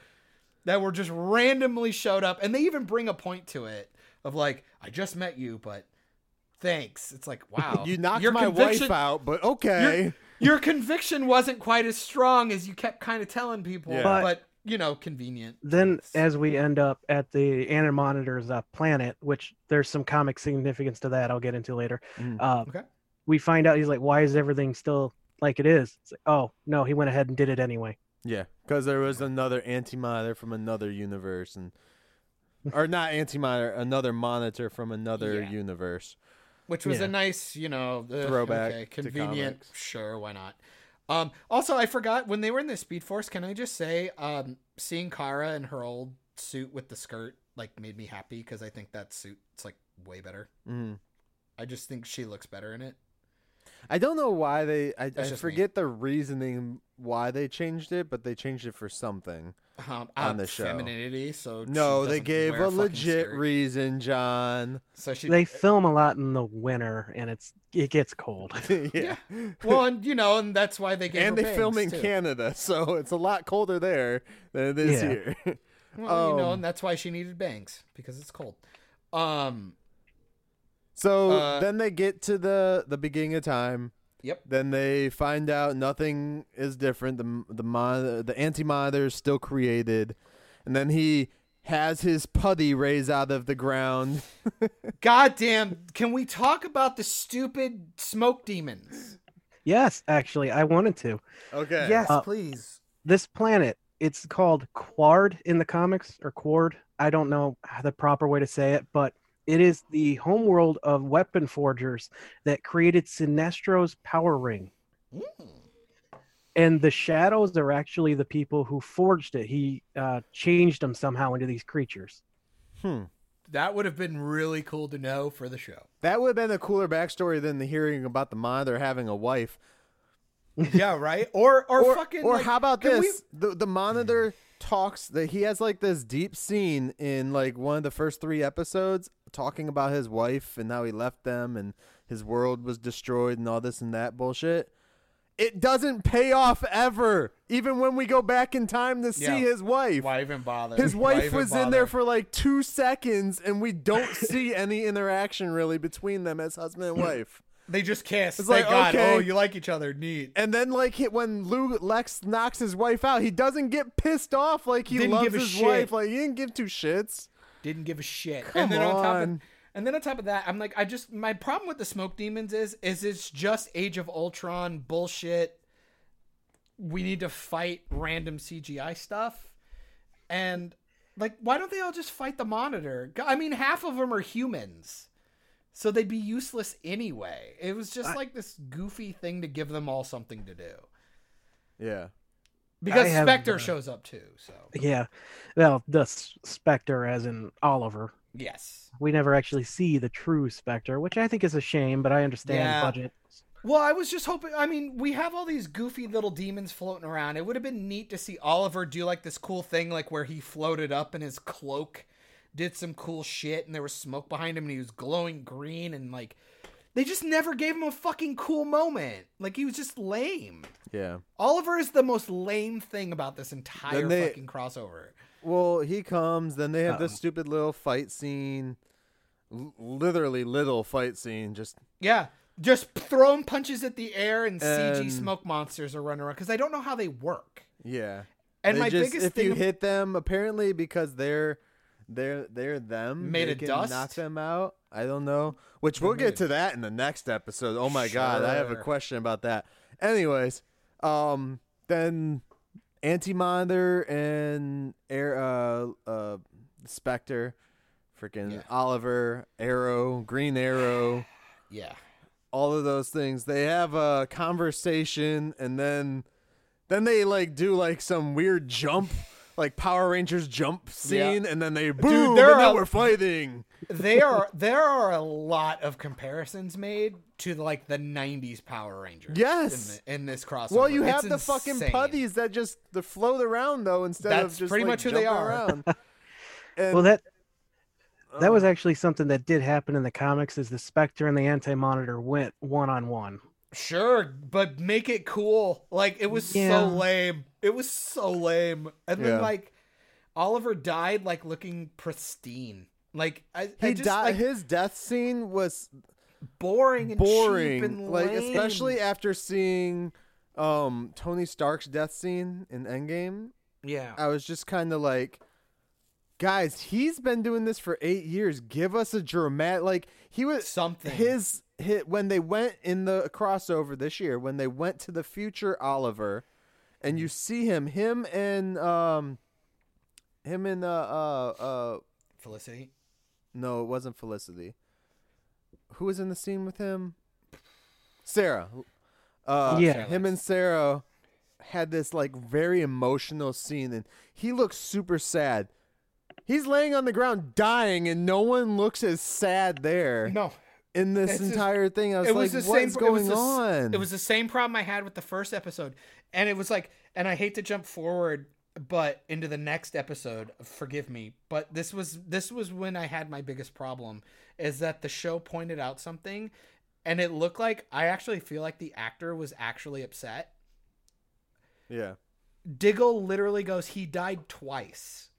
Speaker 2: that were just randomly showed up, and they even bring a point to it of like, I just met you, but thanks. It's like, wow,
Speaker 3: You knocked
Speaker 2: Your
Speaker 3: my
Speaker 2: conviction-
Speaker 3: wife out, but
Speaker 2: your-
Speaker 3: okay.
Speaker 2: Your, conviction wasn't quite as strong as you kept kind of telling people,
Speaker 3: Yeah.
Speaker 4: But-
Speaker 2: but you know, convenient.
Speaker 4: Then, as we end up at the Animonitor's uh, planet, which there's some comic significance to that, I'll get into later.
Speaker 3: Mm.
Speaker 4: Uh,
Speaker 2: Okay.
Speaker 4: We find out he's like, "Why is everything still like it is?" It's like, oh no, he went ahead and did it anyway.
Speaker 3: Yeah, because there was another antimatter from another universe, and or not antimatter, another monitor from another
Speaker 2: Yeah.
Speaker 3: universe.
Speaker 2: which was
Speaker 4: Yeah.
Speaker 2: a nice, you know, uh,
Speaker 3: Throwback
Speaker 2: okay,
Speaker 3: to
Speaker 2: convenient.
Speaker 3: comics.
Speaker 2: sure, why not? Um, also, I forgot when they were in the Speed Force. Can I just say, um, seeing Kara in her old suit with the skirt like made me happy because I think that suit's like way better.
Speaker 3: Mm.
Speaker 2: I just think she looks better in it.
Speaker 3: I don't know why they. I, I
Speaker 2: just me.
Speaker 3: forget the reasoning why they changed it, but they changed it for something.
Speaker 2: Um,
Speaker 3: On
Speaker 2: um,
Speaker 3: the show.
Speaker 2: femininity. So she
Speaker 3: No, they
Speaker 2: doesn't
Speaker 3: gave
Speaker 2: wear
Speaker 3: a
Speaker 2: fucking
Speaker 3: legit
Speaker 2: skirt.
Speaker 3: reason, John.
Speaker 2: so she
Speaker 4: They film a lot in the winter, and it's it gets cold.
Speaker 3: yeah.
Speaker 2: well, and you know, and that's why they gave.
Speaker 3: and
Speaker 2: her
Speaker 3: they film in
Speaker 2: bangs, too.
Speaker 3: Canada, so it's a lot colder there than it is
Speaker 4: Yeah.
Speaker 3: here.
Speaker 2: Well, you know,
Speaker 3: Um,
Speaker 2: and that's why she needed bangs because it's cold. Um.
Speaker 3: so
Speaker 2: Uh,
Speaker 3: then they get to the the beginning of time.
Speaker 2: Yep.
Speaker 3: Then they find out nothing is different. The the mon- the anti monitor is still created, and then he has his putty raise out of the ground.
Speaker 2: God damn, can we talk about the stupid smoke demons?
Speaker 4: yes, actually, I wanted to.
Speaker 3: Okay.
Speaker 4: Uh,
Speaker 2: please.
Speaker 4: This planet, it's called Quard in the comics, or Quard. I don't know the proper way to say it, but it is the homeworld of weapon forgers that created Sinestro's power ring.
Speaker 2: Mm.
Speaker 4: and the shadows are actually the people who forged it he uh, changed them somehow into these creatures
Speaker 2: That would have been really cool to know for the show.
Speaker 3: That would have been a cooler backstory than the hearing about the monitor having a wife.
Speaker 2: yeah, right? Or or,
Speaker 3: or,
Speaker 2: fucking
Speaker 3: or
Speaker 2: like,
Speaker 3: how about
Speaker 2: can we-
Speaker 3: this the, the monitor talks that he has like this deep scene in like one of the first three episodes talking about his wife and how he left them and his world was destroyed and all this and that bullshit it doesn't pay off ever even when we go back in time to
Speaker 2: Yeah.
Speaker 3: see his wife
Speaker 2: why even bother?
Speaker 3: his
Speaker 2: Why
Speaker 3: wife
Speaker 2: even
Speaker 3: was in there
Speaker 2: bother?
Speaker 3: for like two seconds and we don't see any interaction really between them as husband and wife
Speaker 2: They just kissed.
Speaker 3: It's
Speaker 2: Thank
Speaker 3: like,
Speaker 2: God.
Speaker 3: okay.
Speaker 2: Oh, you like each other. Neat.
Speaker 3: And then, like he- when Lou Lex knocks his wife out, he doesn't get pissed off like he
Speaker 2: Didn't
Speaker 3: loves
Speaker 2: give a
Speaker 3: his
Speaker 2: shit.
Speaker 3: wife. Like he didn't give two shits.
Speaker 2: Didn't give a shit.
Speaker 3: Come
Speaker 2: and then on, top of
Speaker 3: on.
Speaker 2: and then on top of that, I'm like, I just my problem with the smoke demons is is it's just Age of Ultron bullshit. We need to fight random CGI stuff, and like, why don't they all just fight the monitor? G- I mean, half of them are humans, so they'd be useless anyway. It was just like this goofy thing to give them all something to do
Speaker 3: Yeah.
Speaker 2: because
Speaker 4: have,
Speaker 2: Spectre
Speaker 4: uh,
Speaker 2: shows up too. So
Speaker 4: yeah well the S- specter as in oliver
Speaker 2: yes.
Speaker 4: we never actually see the true specter which i think is a shame but i understand
Speaker 2: Yeah.
Speaker 4: budget
Speaker 2: Well, I was just hoping. I mean, we have all these goofy little demons floating around. It would have been neat to see Oliver do like this cool thing, like where he floated up in his cloak, did some cool shit, and there was smoke behind him, and he was glowing green, and like they just never gave him a fucking cool moment. Like he was just lame.
Speaker 3: Yeah.
Speaker 2: Oliver is the most lame thing about this entire
Speaker 3: Then they-
Speaker 2: fucking crossover.
Speaker 3: Well, he comes. Then they have this
Speaker 4: Uh-oh.
Speaker 3: stupid little fight scene. L- literally, little fight scene. Just
Speaker 2: Yeah. Just throwing punches at the air and CG
Speaker 3: And-
Speaker 2: smoke monsters are running around because I don't know how they work.
Speaker 3: yeah.
Speaker 2: And
Speaker 3: They
Speaker 2: my
Speaker 3: just-
Speaker 2: biggest
Speaker 3: if
Speaker 2: thing
Speaker 3: you
Speaker 2: ab-
Speaker 3: hit them, apparently because they're they're they're them
Speaker 2: Made
Speaker 3: they
Speaker 2: of
Speaker 3: can
Speaker 2: dust?
Speaker 3: Knock them out. I don't know. Which we'll
Speaker 2: made
Speaker 3: get
Speaker 2: of-
Speaker 3: to that in the next episode. Oh my god, I have a
Speaker 2: Sure.
Speaker 3: question about that. Anyways, um, then anti monitor and air uh uh specter, freaking
Speaker 2: Yeah.
Speaker 3: Oliver Arrow, Green Arrow
Speaker 2: yeah.
Speaker 3: all of those things. They have a conversation and then then they like do like some weird jump, like Power Rangers jump scene, and then they boom,
Speaker 2: there
Speaker 3: and now
Speaker 2: are-
Speaker 3: we're fighting.
Speaker 2: they are there are a lot of comparisons made to like the 90s power rangers
Speaker 3: Yes.
Speaker 2: in, the, in this crossover
Speaker 3: Well, you
Speaker 2: It's
Speaker 3: have the
Speaker 2: insane.
Speaker 3: fucking putties that just that float around though instead
Speaker 2: That's
Speaker 3: of just
Speaker 2: pretty
Speaker 3: like,
Speaker 2: much who they
Speaker 3: jumping
Speaker 2: are.
Speaker 3: Around. And,
Speaker 4: well that that was actually something that did happen in the comics is the specter and the anti-monitor went one-on-one
Speaker 2: Sure, but make it cool. Like it was
Speaker 4: Yeah.
Speaker 2: so lame. It was so lame. And then
Speaker 3: Yeah.
Speaker 2: like Oliver died like looking pristine. Like I, I
Speaker 3: He
Speaker 2: just,
Speaker 3: died.
Speaker 2: like,
Speaker 3: his death scene was
Speaker 2: boring and cheap
Speaker 3: boring.
Speaker 2: and
Speaker 3: Like
Speaker 2: lame.
Speaker 3: especially after seeing um Tony Stark's death scene in Endgame,
Speaker 2: yeah.
Speaker 3: I was just kind of like, guys, he's been doing this for eight years. Give us a dramatic. Like he was
Speaker 2: Something.
Speaker 3: His hit when they went in the crossover this year when they went to the future Oliver, and you see him, him and um, him and uh uh uh
Speaker 2: Felicity.
Speaker 3: no, it wasn't Felicity. Who was in the scene with him? Sarah. Uh,
Speaker 4: Yeah. Sarah
Speaker 3: Him and Sarah had this like very emotional scene, and he looks super sad. He's laying on the ground dying, and no one looks as sad there
Speaker 2: No.
Speaker 3: in this
Speaker 2: it's just-
Speaker 3: entire thing. I was
Speaker 2: It
Speaker 3: like,
Speaker 2: was the same
Speaker 3: what's
Speaker 2: it was
Speaker 3: going
Speaker 2: the s-
Speaker 3: on?
Speaker 2: It was the same problem I had with the first episode. And it was like and I hate to jump forward but into the next episode, forgive me, but this was this was when I had my biggest problem is that the show pointed out something and it looked like I actually feel like the actor was actually upset.
Speaker 3: yeah.
Speaker 2: Diggle literally goes, he died twice.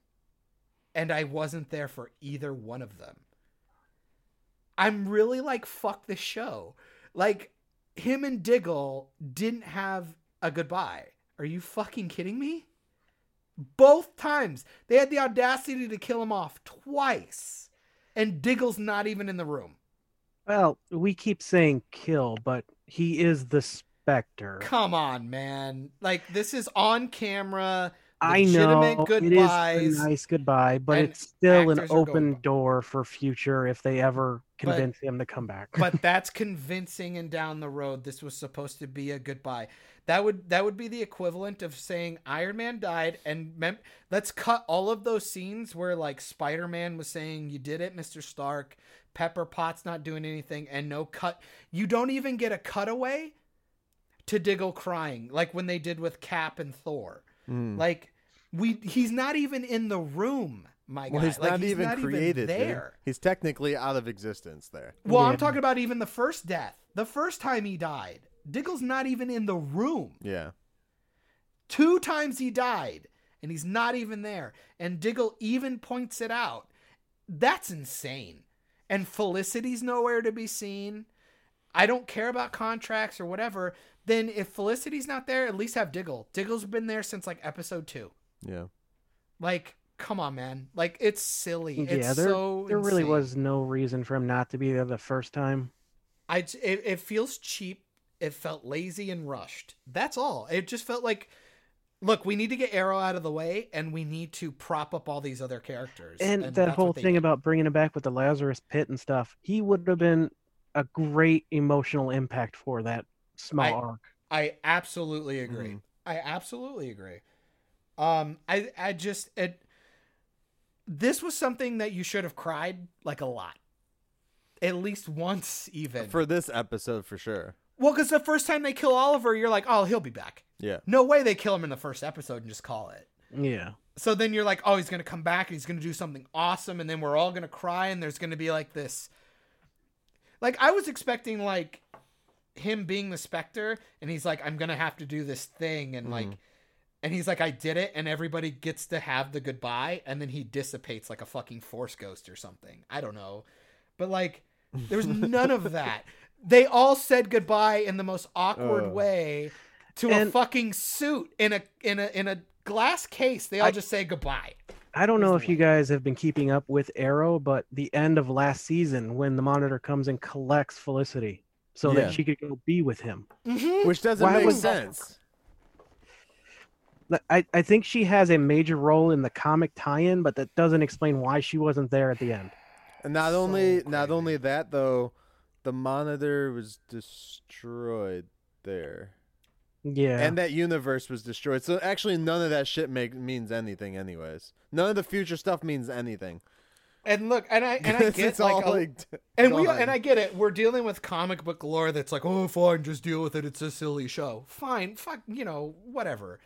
Speaker 2: And I wasn't there for either one of them. I'm really like, fuck this show. Like, him and Diggle didn't have a goodbye. Are you fucking kidding me? Both times. They had the audacity to kill him off twice. And Diggle's not even in the room.
Speaker 4: Well, we keep saying kill, but he is the specter.
Speaker 2: Come on, man. Like, this is on camera.
Speaker 4: I
Speaker 2: legitimate
Speaker 4: know it
Speaker 2: goodbyes.
Speaker 4: is a nice goodbye, but
Speaker 2: and
Speaker 4: it's still an
Speaker 2: actors are going
Speaker 4: open
Speaker 2: by.
Speaker 4: door for future if they ever
Speaker 2: But-
Speaker 4: convince him to come back.
Speaker 2: but that's convincing and down the road this was supposed to be a goodbye that would that would be the equivalent of saying iron man died and mem- let's cut all of those scenes where like spider-man was saying you did it mr stark pepper pot's not doing anything and no cut you don't even get a cutaway to diggle crying like when they did with cap and thor
Speaker 3: Mm.
Speaker 2: like we he's not even in the room my guy
Speaker 3: Well, he's
Speaker 2: Like,
Speaker 3: not even created dude.
Speaker 2: there
Speaker 3: He's technically out of existence there.
Speaker 2: well, I'm
Speaker 4: Yeah.
Speaker 2: talking about even the first death. The first time he died, Diggle's not even in the room.
Speaker 3: Yeah.
Speaker 2: Two times he died, and he's not even there. And Diggle even points it out. That's insane. And Felicity's nowhere to be seen. I don't care about contracts or whatever. Then if Felicity's not there, at least have Diggle. Diggle's been there since like episode two.
Speaker 3: Yeah.
Speaker 2: Like, come on, man. Like, it's silly. It's
Speaker 4: yeah, there,
Speaker 2: so
Speaker 4: there really
Speaker 2: insane.
Speaker 4: was no reason for him not to be there the first time.
Speaker 2: I j- it, it feels cheap. It felt lazy and rushed. That's all. It just felt like, look, we need to get Arrow out of the way, and we need to prop up all these other characters.
Speaker 4: And,
Speaker 2: that's
Speaker 4: that
Speaker 2: what
Speaker 4: whole
Speaker 2: they
Speaker 4: thing
Speaker 2: did.
Speaker 4: about bringing him back with the Lazarus pit and stuff, he would have been a great emotional impact for that small
Speaker 2: I-
Speaker 4: arc.
Speaker 2: I absolutely
Speaker 4: Mm-hmm.
Speaker 2: agree.
Speaker 3: Mhm.
Speaker 2: I absolutely agree. Um, I I just it. This was something that you should have cried like a lot, at least once even.
Speaker 3: For this episode, for sure.
Speaker 2: well, because the first time they kill Oliver, you're like, oh, he'll be back.
Speaker 3: Yeah.
Speaker 2: No way they kill him in the first episode and just call it.
Speaker 4: Yeah.
Speaker 2: so then you're like, oh, he's gonna come back and he's gonna do something awesome, and then we're all gonna cry, and there's gonna be like this. Like I was expecting like him being the Spectre, and he's like, I'm gonna have to do this thing, and like, and he's like, I did it, and everybody gets to have the goodbye, and then he dissipates like a fucking force ghost or something. I don't know, but like, there was none of that. They all said goodbye in the most awkward
Speaker 3: Ugh.
Speaker 2: way to a
Speaker 4: And-
Speaker 2: fucking suit in a in a in a glass case. They all
Speaker 4: I-
Speaker 2: just say goodbye.
Speaker 4: I don't know
Speaker 2: There's
Speaker 4: if you guys have been keeping up with Arrow, but the end of last season when the monitor comes and collects Felicity so
Speaker 3: Yeah.
Speaker 4: that she could go be with him.
Speaker 3: Which doesn't
Speaker 4: Why
Speaker 3: make
Speaker 4: was that-
Speaker 3: sense.
Speaker 4: Like, I, I think she has a major role in the comic tie-in, but that doesn't explain why she wasn't there at the end.
Speaker 3: And not
Speaker 2: So
Speaker 3: only not
Speaker 2: crazy.
Speaker 3: only that though, the monitor was destroyed there.
Speaker 4: Yeah.
Speaker 3: And that universe was destroyed. So actually none of that shit make, means anything anyways. None of the future stuff means anything.
Speaker 2: And look, and I and I
Speaker 3: 'Cause
Speaker 2: get
Speaker 3: it's
Speaker 2: like,
Speaker 3: all
Speaker 2: a-
Speaker 3: like
Speaker 2: and we
Speaker 3: gone.
Speaker 2: and I get it. We're dealing with comic book lore that's like, oh, fine, just deal with it. It's a silly show. Fine, fuck, you know, whatever.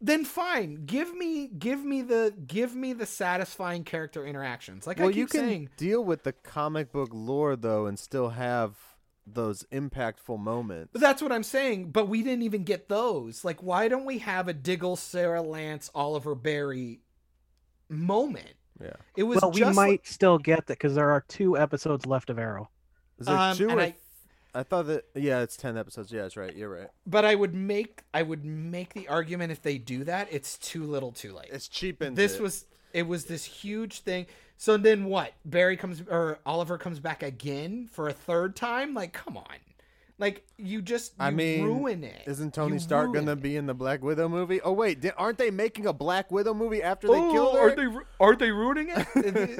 Speaker 2: Then fine, give me give me the give me the satisfying character interactions. Like I
Speaker 3: well
Speaker 2: keep
Speaker 3: you can
Speaker 2: saying,
Speaker 3: deal with the comic book lore though and still have those impactful moments.
Speaker 2: But that's what I'm saying. But we didn't even get those. Like, why don't we have a Diggle, Sarah Lance, Oliver Berry moment?
Speaker 3: Yeah.
Speaker 2: It was
Speaker 4: Well, we
Speaker 2: just
Speaker 4: might still get that because there are two episodes left of Arrow.
Speaker 3: Is there
Speaker 2: Um,
Speaker 3: two?
Speaker 2: and
Speaker 3: Or
Speaker 2: I-
Speaker 3: I thought that yeah, it's ten episodes. Yeah, that's right. You're right.
Speaker 2: but I would make I would make the argument if they do that, it's too little, too late.
Speaker 3: It's cheap and
Speaker 2: this was it was this huge thing. So then what? Barry comes or Oliver comes back again for a third time? Like, come on. Like you just
Speaker 3: I
Speaker 2: you
Speaker 3: mean,
Speaker 2: ruin it.
Speaker 3: Isn't
Speaker 2: You
Speaker 3: Tony Stark
Speaker 2: ruin
Speaker 3: gonna
Speaker 2: it.
Speaker 3: be in the Black Widow movie? Oh wait, di- aren't they making a Black Widow movie after they
Speaker 2: Oh,
Speaker 3: killed her?
Speaker 2: Aren't they ru- aren't they ruining it?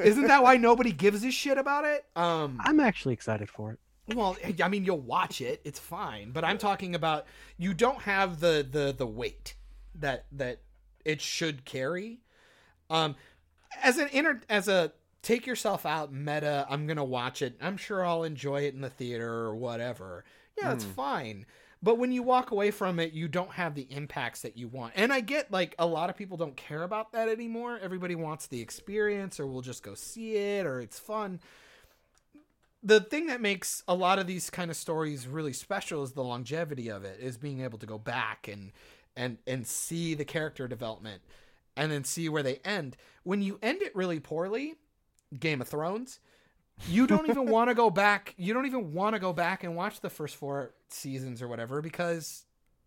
Speaker 2: Isn't that why nobody gives a shit about it? Um,
Speaker 4: I'm actually excited for it.
Speaker 2: well, I mean, you'll watch it; it's fine. But I'm talking about you don't have the the the weight that that it should carry. Um, as an inter as a take yourself out meta, I'm gonna watch it. I'm sure I'll enjoy it in the theater or whatever. Yeah, it's fine. But when you walk away from it, you don't have the impacts that you want. And I get like a lot of people don't care about that anymore. Everybody wants the experience, or we'll just go see it, or it's fun. The thing that makes a lot of these kind of stories really special is the longevity of it, is being able to go back and and and see the character development and then see where they end. When you end it really poorly, Game of Thrones, you don't even want to go back. You don't even want to go back and watch the first four seasons or whatever because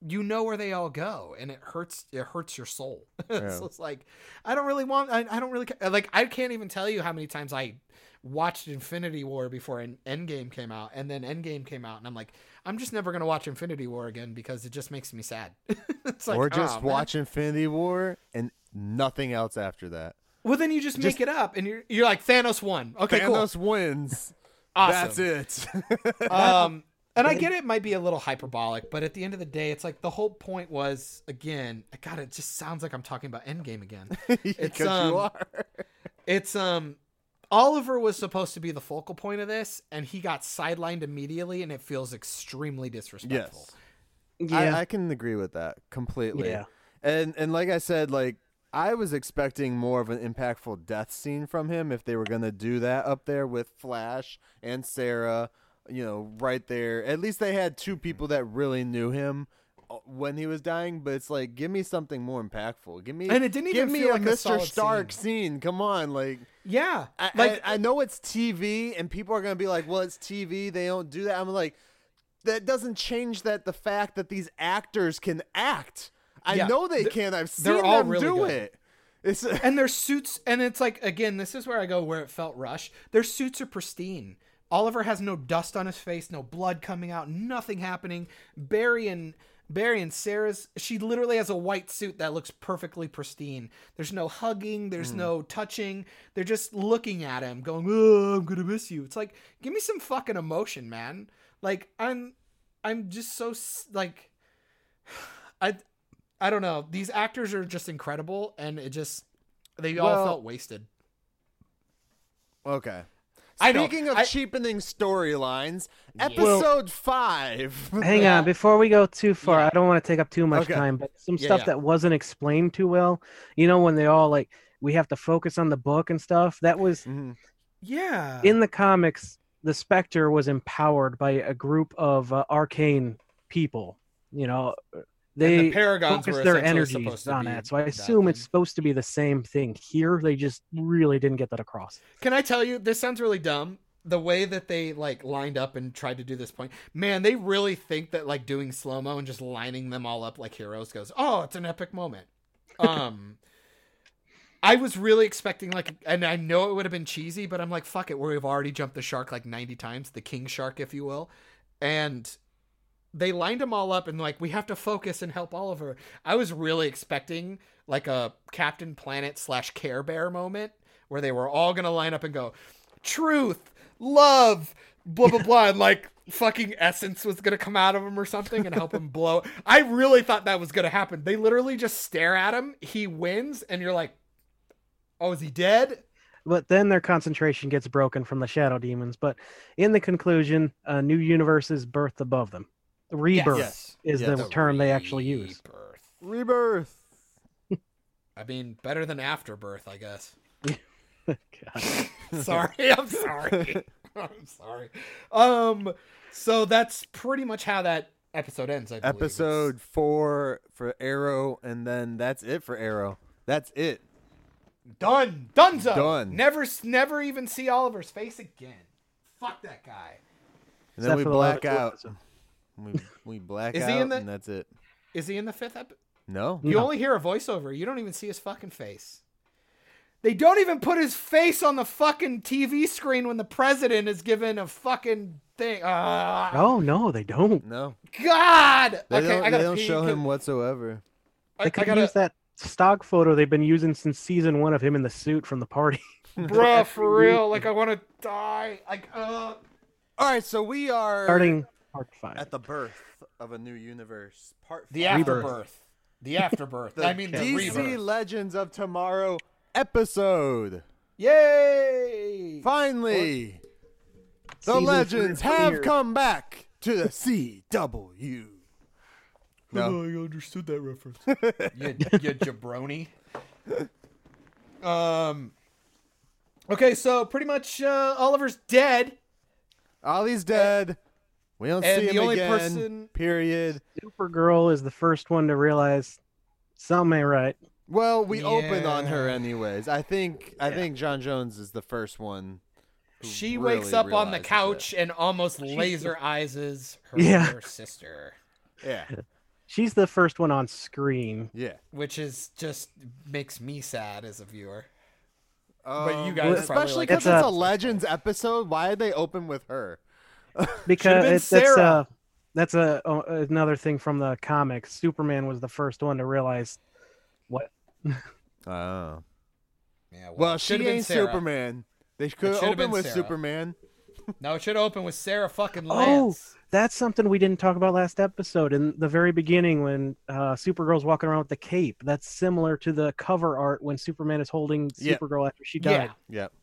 Speaker 2: you know where they all go and it hurts it hurts your soul. so it's like I don't really want I, I don't really ca- like I can't even tell you how many times I watched Infinity War before End- Endgame came out and then Endgame came out and I'm like I'm just never going to watch Infinity War again because it just makes me sad. it's like
Speaker 3: or just
Speaker 2: "Aw, man."
Speaker 3: watch Infinity War and nothing else after that.
Speaker 2: Well, then you just,
Speaker 3: Just-
Speaker 2: make it up, and you're you're like Thanos won. Okay,
Speaker 3: Thanos wins.
Speaker 2: Awesome.
Speaker 3: That's it.
Speaker 2: cool. Um, and I get it might be a little hyperbolic, but at the end of the day, it's like the whole point was again. God, it just sounds like I'm talking about Endgame again.
Speaker 3: Because
Speaker 2: um,
Speaker 3: you are.
Speaker 2: It's um, Oliver was supposed to be the focal point of this, and he got sidelined immediately, and it feels extremely disrespectful.
Speaker 3: Yes.
Speaker 4: Yeah,
Speaker 3: I, I can agree with that completely.
Speaker 4: Yeah.
Speaker 3: And and like I said, like I was expecting more of an impactful death scene from him if they were gonna do that up there with Flash and Sarah, you know, right there. At least they had two people that really knew him uh, when he was dying. But it's like, give me something more impactful. Give me
Speaker 2: And it didn't
Speaker 3: give
Speaker 2: even
Speaker 3: me
Speaker 2: feel
Speaker 3: a
Speaker 2: like a
Speaker 3: Mr.
Speaker 2: solid
Speaker 3: Stark scene. Come on, like
Speaker 2: Yeah,
Speaker 3: I,
Speaker 2: like
Speaker 3: I, I know it's TV, and people are gonna be like, "Well, it's TV. They don't do that." I'm like, that doesn't change that the fact that these actors can act. I
Speaker 2: Yeah.
Speaker 3: know they
Speaker 2: Th-
Speaker 3: can. I've seen
Speaker 2: they're all
Speaker 3: them
Speaker 2: really
Speaker 3: do
Speaker 2: good.
Speaker 3: it. It's
Speaker 2: and their suits and it's like again this is where i go where it felt rushed their suits are pristine oliver has no dust on his face no blood coming out nothing happening barry and barry and sarah's she literally has a white suit that looks perfectly pristine there's no hugging there's no touching they're just looking at him going oh i'm gonna miss you it's like give me some fucking emotion man like i'm i'm just so s- like i i don't know these actors are just incredible and it just they all
Speaker 3: Well,
Speaker 2: felt wasted.
Speaker 3: okay.
Speaker 2: I know.
Speaker 3: Speaking of
Speaker 2: I-
Speaker 3: cheapening storylines,
Speaker 4: Well-
Speaker 3: episode five.
Speaker 4: Hang
Speaker 2: Yeah.
Speaker 4: on, before we go too far, I don't want to take up too much
Speaker 3: Okay.
Speaker 4: time, but some
Speaker 2: Yeah,
Speaker 4: stuff
Speaker 2: yeah.
Speaker 4: that wasn't explained too well. You know, when they all like, we have to focus on the book and stuff. That was
Speaker 3: Mhm.
Speaker 2: Yeah.
Speaker 4: in the comics. The Spectre was empowered by a group of uh, arcane people. You know, they
Speaker 2: Paragons
Speaker 4: focus their energies on that. So I assume it's supposed to be the same thing here. They just really didn't get that across.
Speaker 2: Can I tell you? This sounds really dumb. The way that they like lined up and tried to do this point, man, they really think that like doing slow mo and just lining them all up like heroes goes, oh, it's an epic moment. Um, I was really expecting like, and I know it would have been cheesy, but I'm like, fuck it, we've already jumped the shark like 90 times, the king shark, if you will, and they lined them all up and like we have to focus and help Oliver. I was really expecting like a Captain Planet slash Care Bear moment where they were all gonna line up and go, truth, love, blah blah blah, and like fucking essence was gonna come out of him or something and help him blow. I really thought that was gonna happen. They literally just stare at him. He wins, and you're like, oh, is he dead?
Speaker 4: But then their concentration gets broken from the shadow demons. But in the conclusion, a new universe is birthed above them. Rebirth
Speaker 2: Yes.
Speaker 4: is
Speaker 3: Yes.
Speaker 4: the term they actually use.
Speaker 2: Rebirth.
Speaker 3: Rebirth.
Speaker 2: I mean, better than afterbirth, I guess.
Speaker 4: God.
Speaker 2: Sorry, I'm sorry. I'm sorry. Um, so that's pretty much how that episode ends. I believe. It's-
Speaker 3: Episode four for Arrow, and then that's it for Arrow. That's it.
Speaker 2: done, donezo.
Speaker 3: Done.
Speaker 2: Never, s- never even see Oliver's face again. Fuck that guy.
Speaker 3: And then
Speaker 4: Except
Speaker 3: we
Speaker 4: for the last
Speaker 3: black out.
Speaker 4: episode.
Speaker 3: We, we black
Speaker 2: Is
Speaker 3: out,
Speaker 2: he in the-
Speaker 3: and that's it.
Speaker 2: Is he in the fifth episode?
Speaker 3: No.
Speaker 2: You
Speaker 4: No.
Speaker 2: only hear a voiceover. You don't even see his fucking face. They don't even put his face on the fucking TV screen when the president is given a fucking thing. Ah,
Speaker 4: Oh no, they don't.
Speaker 3: No.
Speaker 2: God.
Speaker 3: They
Speaker 2: okay,
Speaker 3: don't,
Speaker 2: I
Speaker 3: they
Speaker 2: gotta
Speaker 3: don't
Speaker 2: pee.
Speaker 3: show
Speaker 2: Can-
Speaker 3: him whatsoever.
Speaker 2: I, I
Speaker 4: They could
Speaker 2: gotta,
Speaker 4: use that stock photo they've been using since season one of him in the suit from the party.
Speaker 2: bruh, for real. Like I want to die. Like, uh,
Speaker 3: All right, so we are
Speaker 4: Starting part five.
Speaker 3: at the birth of a new universe. Part
Speaker 2: the
Speaker 3: five.
Speaker 2: afterbirth, the afterbirth.
Speaker 3: The
Speaker 2: I mean, the
Speaker 3: DC
Speaker 2: rebirth.
Speaker 3: Legends of Tomorrow episode.
Speaker 2: Yay!
Speaker 3: Finally, the
Speaker 4: Season
Speaker 3: legends
Speaker 4: three
Speaker 3: have
Speaker 4: premiere.
Speaker 3: come back to the CW. No.
Speaker 2: I understood that reference. you, you jabroni. Um. Okay, so pretty much uh, Oliver's dead.
Speaker 3: Ollie's dead. We don't
Speaker 2: and
Speaker 3: see
Speaker 2: the
Speaker 3: him
Speaker 2: only
Speaker 3: again.
Speaker 2: person-
Speaker 3: Period.
Speaker 4: Supergirl is the first one to realize something ain't right.
Speaker 3: Well, we opened on her
Speaker 2: Yeah.
Speaker 3: anyways. I think I think John Jones is the first one. who
Speaker 2: She
Speaker 3: really
Speaker 2: wakes up on the
Speaker 3: realizes it.
Speaker 2: couch and almost laser eyes her
Speaker 4: Yeah.
Speaker 2: sister,
Speaker 3: Yeah.
Speaker 4: She's the first one on screen.
Speaker 3: Yeah.
Speaker 2: which is just makes me sad as a viewer. you guys
Speaker 3: Um,
Speaker 2: probably
Speaker 3: especially
Speaker 2: like
Speaker 3: because
Speaker 4: that.
Speaker 3: it's
Speaker 4: It's
Speaker 3: a
Speaker 4: a-
Speaker 3: Legends episode. Why did they open with her?
Speaker 4: because
Speaker 2: been
Speaker 4: it's, that's
Speaker 2: Sarah.
Speaker 4: uh that's a uh, another thing from the comics. Superman was the first one to realize what
Speaker 3: Oh.
Speaker 2: Yeah,
Speaker 3: Well,
Speaker 2: it
Speaker 3: she
Speaker 2: should've been
Speaker 3: ain't
Speaker 2: Sarah.
Speaker 3: Superman. They could
Speaker 2: should've
Speaker 3: open
Speaker 2: been
Speaker 3: with
Speaker 2: Sarah.
Speaker 3: Superman.
Speaker 2: No, it should open with Sarah fucking
Speaker 4: Oh.
Speaker 2: Lance.
Speaker 4: that's something we didn't talk about last episode in the very beginning when uh, Supergirl's walking around with the cape. That's similar to the cover art when Superman is holding
Speaker 3: Yep.
Speaker 4: Supergirl after she
Speaker 2: yeah,
Speaker 4: died.
Speaker 3: Yep.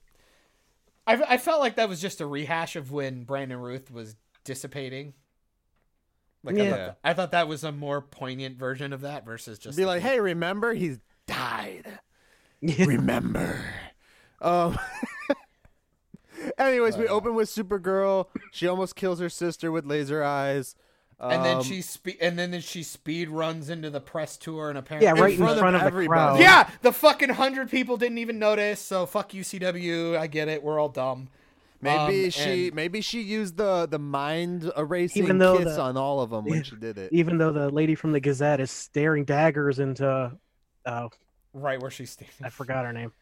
Speaker 2: I, I felt like that was just a rehash of when Brandon Ruth was dissipating. Like I,
Speaker 4: Yeah.
Speaker 2: thought th- I thought that was a more poignant version of that versus just
Speaker 3: Be
Speaker 2: the-
Speaker 3: like, hey, remember he's died.
Speaker 4: Yeah.
Speaker 3: remember. Um. anyways,
Speaker 2: Uh.
Speaker 3: we open with Supergirl. She almost kills her sister with laser eyes.
Speaker 2: and then
Speaker 3: Um,
Speaker 2: she spe- and then she speed runs into the press tour and apparently
Speaker 4: Yeah, right in
Speaker 3: front
Speaker 4: front,
Speaker 3: of
Speaker 4: of, the
Speaker 3: everybody.
Speaker 4: crowd.
Speaker 2: Yeah, the fucking hundred people didn't even notice. So fuck UCW. I get it. We're all dumb.
Speaker 3: maybe
Speaker 2: um,
Speaker 3: she
Speaker 2: and-
Speaker 3: maybe she used the the mind erasing
Speaker 4: Even though
Speaker 3: kiss
Speaker 4: the-
Speaker 3: on all of them when she did it.
Speaker 4: Even though the lady from the Gazette is staring daggers into, uh,
Speaker 2: Right where she's standing.
Speaker 4: I forgot her name.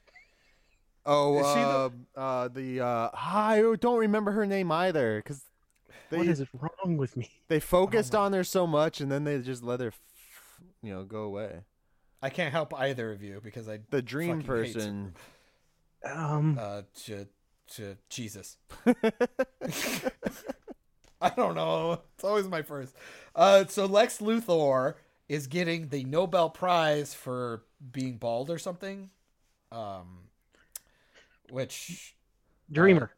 Speaker 3: Oh,
Speaker 2: Is she the-
Speaker 3: uh, uh, the uh, I don't remember her name either because they
Speaker 4: What is Oh wrong with me?
Speaker 3: they focused on her so much and then they just let her, f- you know, go away.
Speaker 2: I can't help either of you because I
Speaker 3: The dream
Speaker 2: Fucking hates
Speaker 3: person.
Speaker 4: Um,
Speaker 2: uh j- j- Jesus. I don't know. It's always my first. Uh, so Lex Luthor is getting the Nobel Prize for being bald or something, um, which
Speaker 4: Dreamer.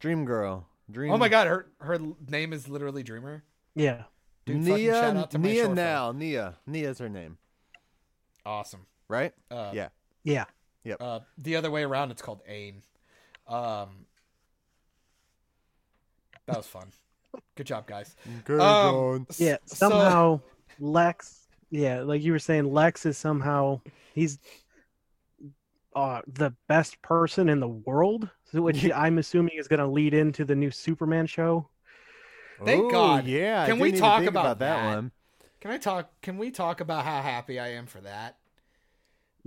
Speaker 3: Dream girl. Dream.
Speaker 2: oh my god, her her name is literally Dreamer.
Speaker 4: Yeah.
Speaker 2: Dude, fucking shout
Speaker 3: Nia.
Speaker 2: out to my
Speaker 3: Nia
Speaker 2: short
Speaker 3: now. Nia. Nia's her name,
Speaker 2: Awesome.
Speaker 3: right?
Speaker 2: Uh,
Speaker 3: yeah.
Speaker 4: Yeah.
Speaker 2: Uh, the other way around, it's called Ain. Um, that was fun. Good job, guys.
Speaker 3: Good
Speaker 2: um,
Speaker 3: going.
Speaker 4: Yeah.
Speaker 2: So-
Speaker 4: Somehow Lex yeah, like you were saying, Lex is somehow he's uh the best person in the world, so which I'm assuming is gonna lead into the new Superman show.
Speaker 2: Thank
Speaker 3: Oh,
Speaker 2: God.
Speaker 3: Yeah. I
Speaker 2: Can we
Speaker 3: didn't even
Speaker 2: talk
Speaker 3: think
Speaker 2: about
Speaker 3: that,
Speaker 2: that?
Speaker 3: one?
Speaker 2: Can I talk? Can we talk about how happy I am for that?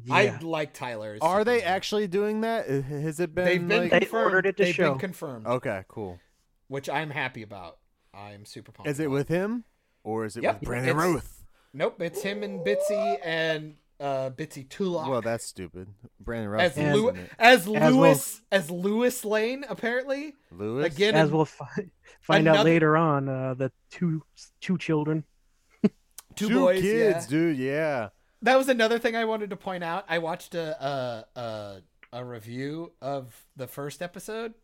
Speaker 4: Yeah.
Speaker 2: I like Tyler. as
Speaker 3: Are they
Speaker 2: Superman.
Speaker 3: actually doing that? I- Has it been?
Speaker 2: They've been
Speaker 3: like- Oh.
Speaker 4: They
Speaker 2: confirmed.
Speaker 4: ordered it to
Speaker 2: They've
Speaker 4: show.
Speaker 2: been confirmed,
Speaker 3: okay. Cool.
Speaker 2: which I'm happy about. I'm super pumped.
Speaker 3: Is it
Speaker 2: about.
Speaker 3: with him or is it
Speaker 2: Oh, Yep,
Speaker 3: with Brandon
Speaker 2: it's-
Speaker 3: Ruth?
Speaker 2: Nope, it's him and Bitsy and uh, Bitsy Tulak.
Speaker 3: Well, that's stupid. Brandon
Speaker 2: as,
Speaker 3: Ralph
Speaker 4: And-
Speaker 2: Lew-
Speaker 3: Lewis.
Speaker 2: as
Speaker 4: well-
Speaker 2: Lewis as Lewis Lane apparently
Speaker 3: Lewis.
Speaker 2: again.
Speaker 4: As we'll find find out
Speaker 2: Another-
Speaker 4: later on, uh the two two children.
Speaker 2: two, boys,
Speaker 3: kids,
Speaker 2: yeah.
Speaker 3: dude. Yeah.
Speaker 2: That was another thing I wanted to point out. I watched a a a, a review of the first episode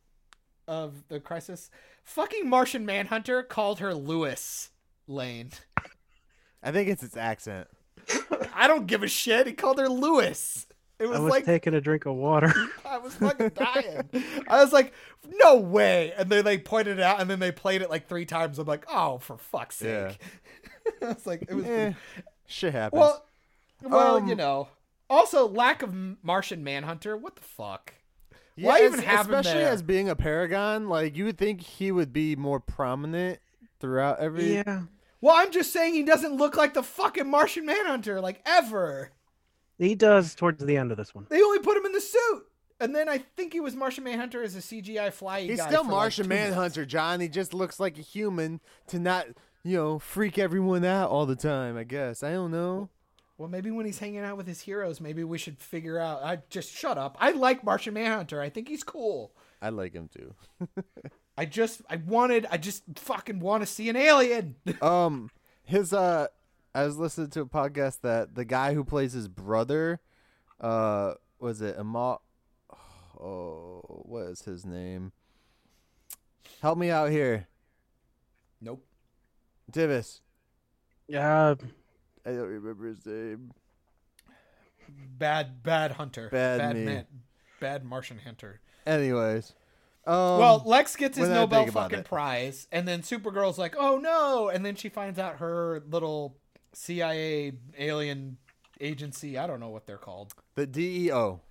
Speaker 2: of the Crisis. Fucking Martian Manhunter called her Lewis Lane.
Speaker 3: I think it's its accent.
Speaker 2: I don't give a shit. He called her Lewis. It was,
Speaker 4: I was
Speaker 2: like
Speaker 4: taking a drink of water.
Speaker 2: I was fucking dying. I was like, no way. And then they pointed it out and then they played it like three times. I'm like, oh, for fuck's
Speaker 3: Yeah.
Speaker 2: sake. I was like, it was.
Speaker 3: Eh,
Speaker 2: pretty-
Speaker 3: shit happens.
Speaker 2: Well, well,
Speaker 3: Um,
Speaker 2: you know. Also, lack of M- Martian Manhunter. What the fuck?
Speaker 3: Yeah,
Speaker 2: why
Speaker 3: as-
Speaker 2: even have him
Speaker 3: especially
Speaker 2: there?
Speaker 3: as being a paragon, like you would think he would be more prominent throughout every.
Speaker 4: yeah.
Speaker 2: Well, I'm just saying he doesn't look like the fucking Martian Manhunter, like ever.
Speaker 4: He does towards the end of this one.
Speaker 2: They only put him in the suit. And then I think he was Martian Manhunter as a CGI fly.
Speaker 3: He's
Speaker 2: guy
Speaker 3: still
Speaker 2: for, like,
Speaker 3: Martian
Speaker 2: two minutes.
Speaker 3: Manhunter, John. He just looks like a human to not, you know, freak everyone out all the time. I guess I don't know.
Speaker 2: Well, maybe when he's hanging out with his heroes, maybe we should figure out. I just shut up. I like Martian Manhunter. I think he's cool.
Speaker 3: I like him too.
Speaker 2: I just, I wanted, I just fucking want to see an alien.
Speaker 3: Um, his uh, I was listening to a podcast that the guy who plays his brother, uh, was it Amal? Oh, what is his name? Help me out here,
Speaker 2: nope.
Speaker 3: Divis.
Speaker 4: Yeah,
Speaker 3: I don't remember his name.
Speaker 2: Bad, bad hunter.
Speaker 3: Bad me.
Speaker 2: bad Martian hunter.
Speaker 3: Anyways, um,
Speaker 2: well, Lex gets his
Speaker 3: when I
Speaker 2: Nobel
Speaker 3: think about
Speaker 2: fucking
Speaker 3: it.
Speaker 2: prize, and then Supergirl's like, "Oh no!" And then she finds out her little CIA alien agency—I don't know what they're called.
Speaker 3: the E DEO.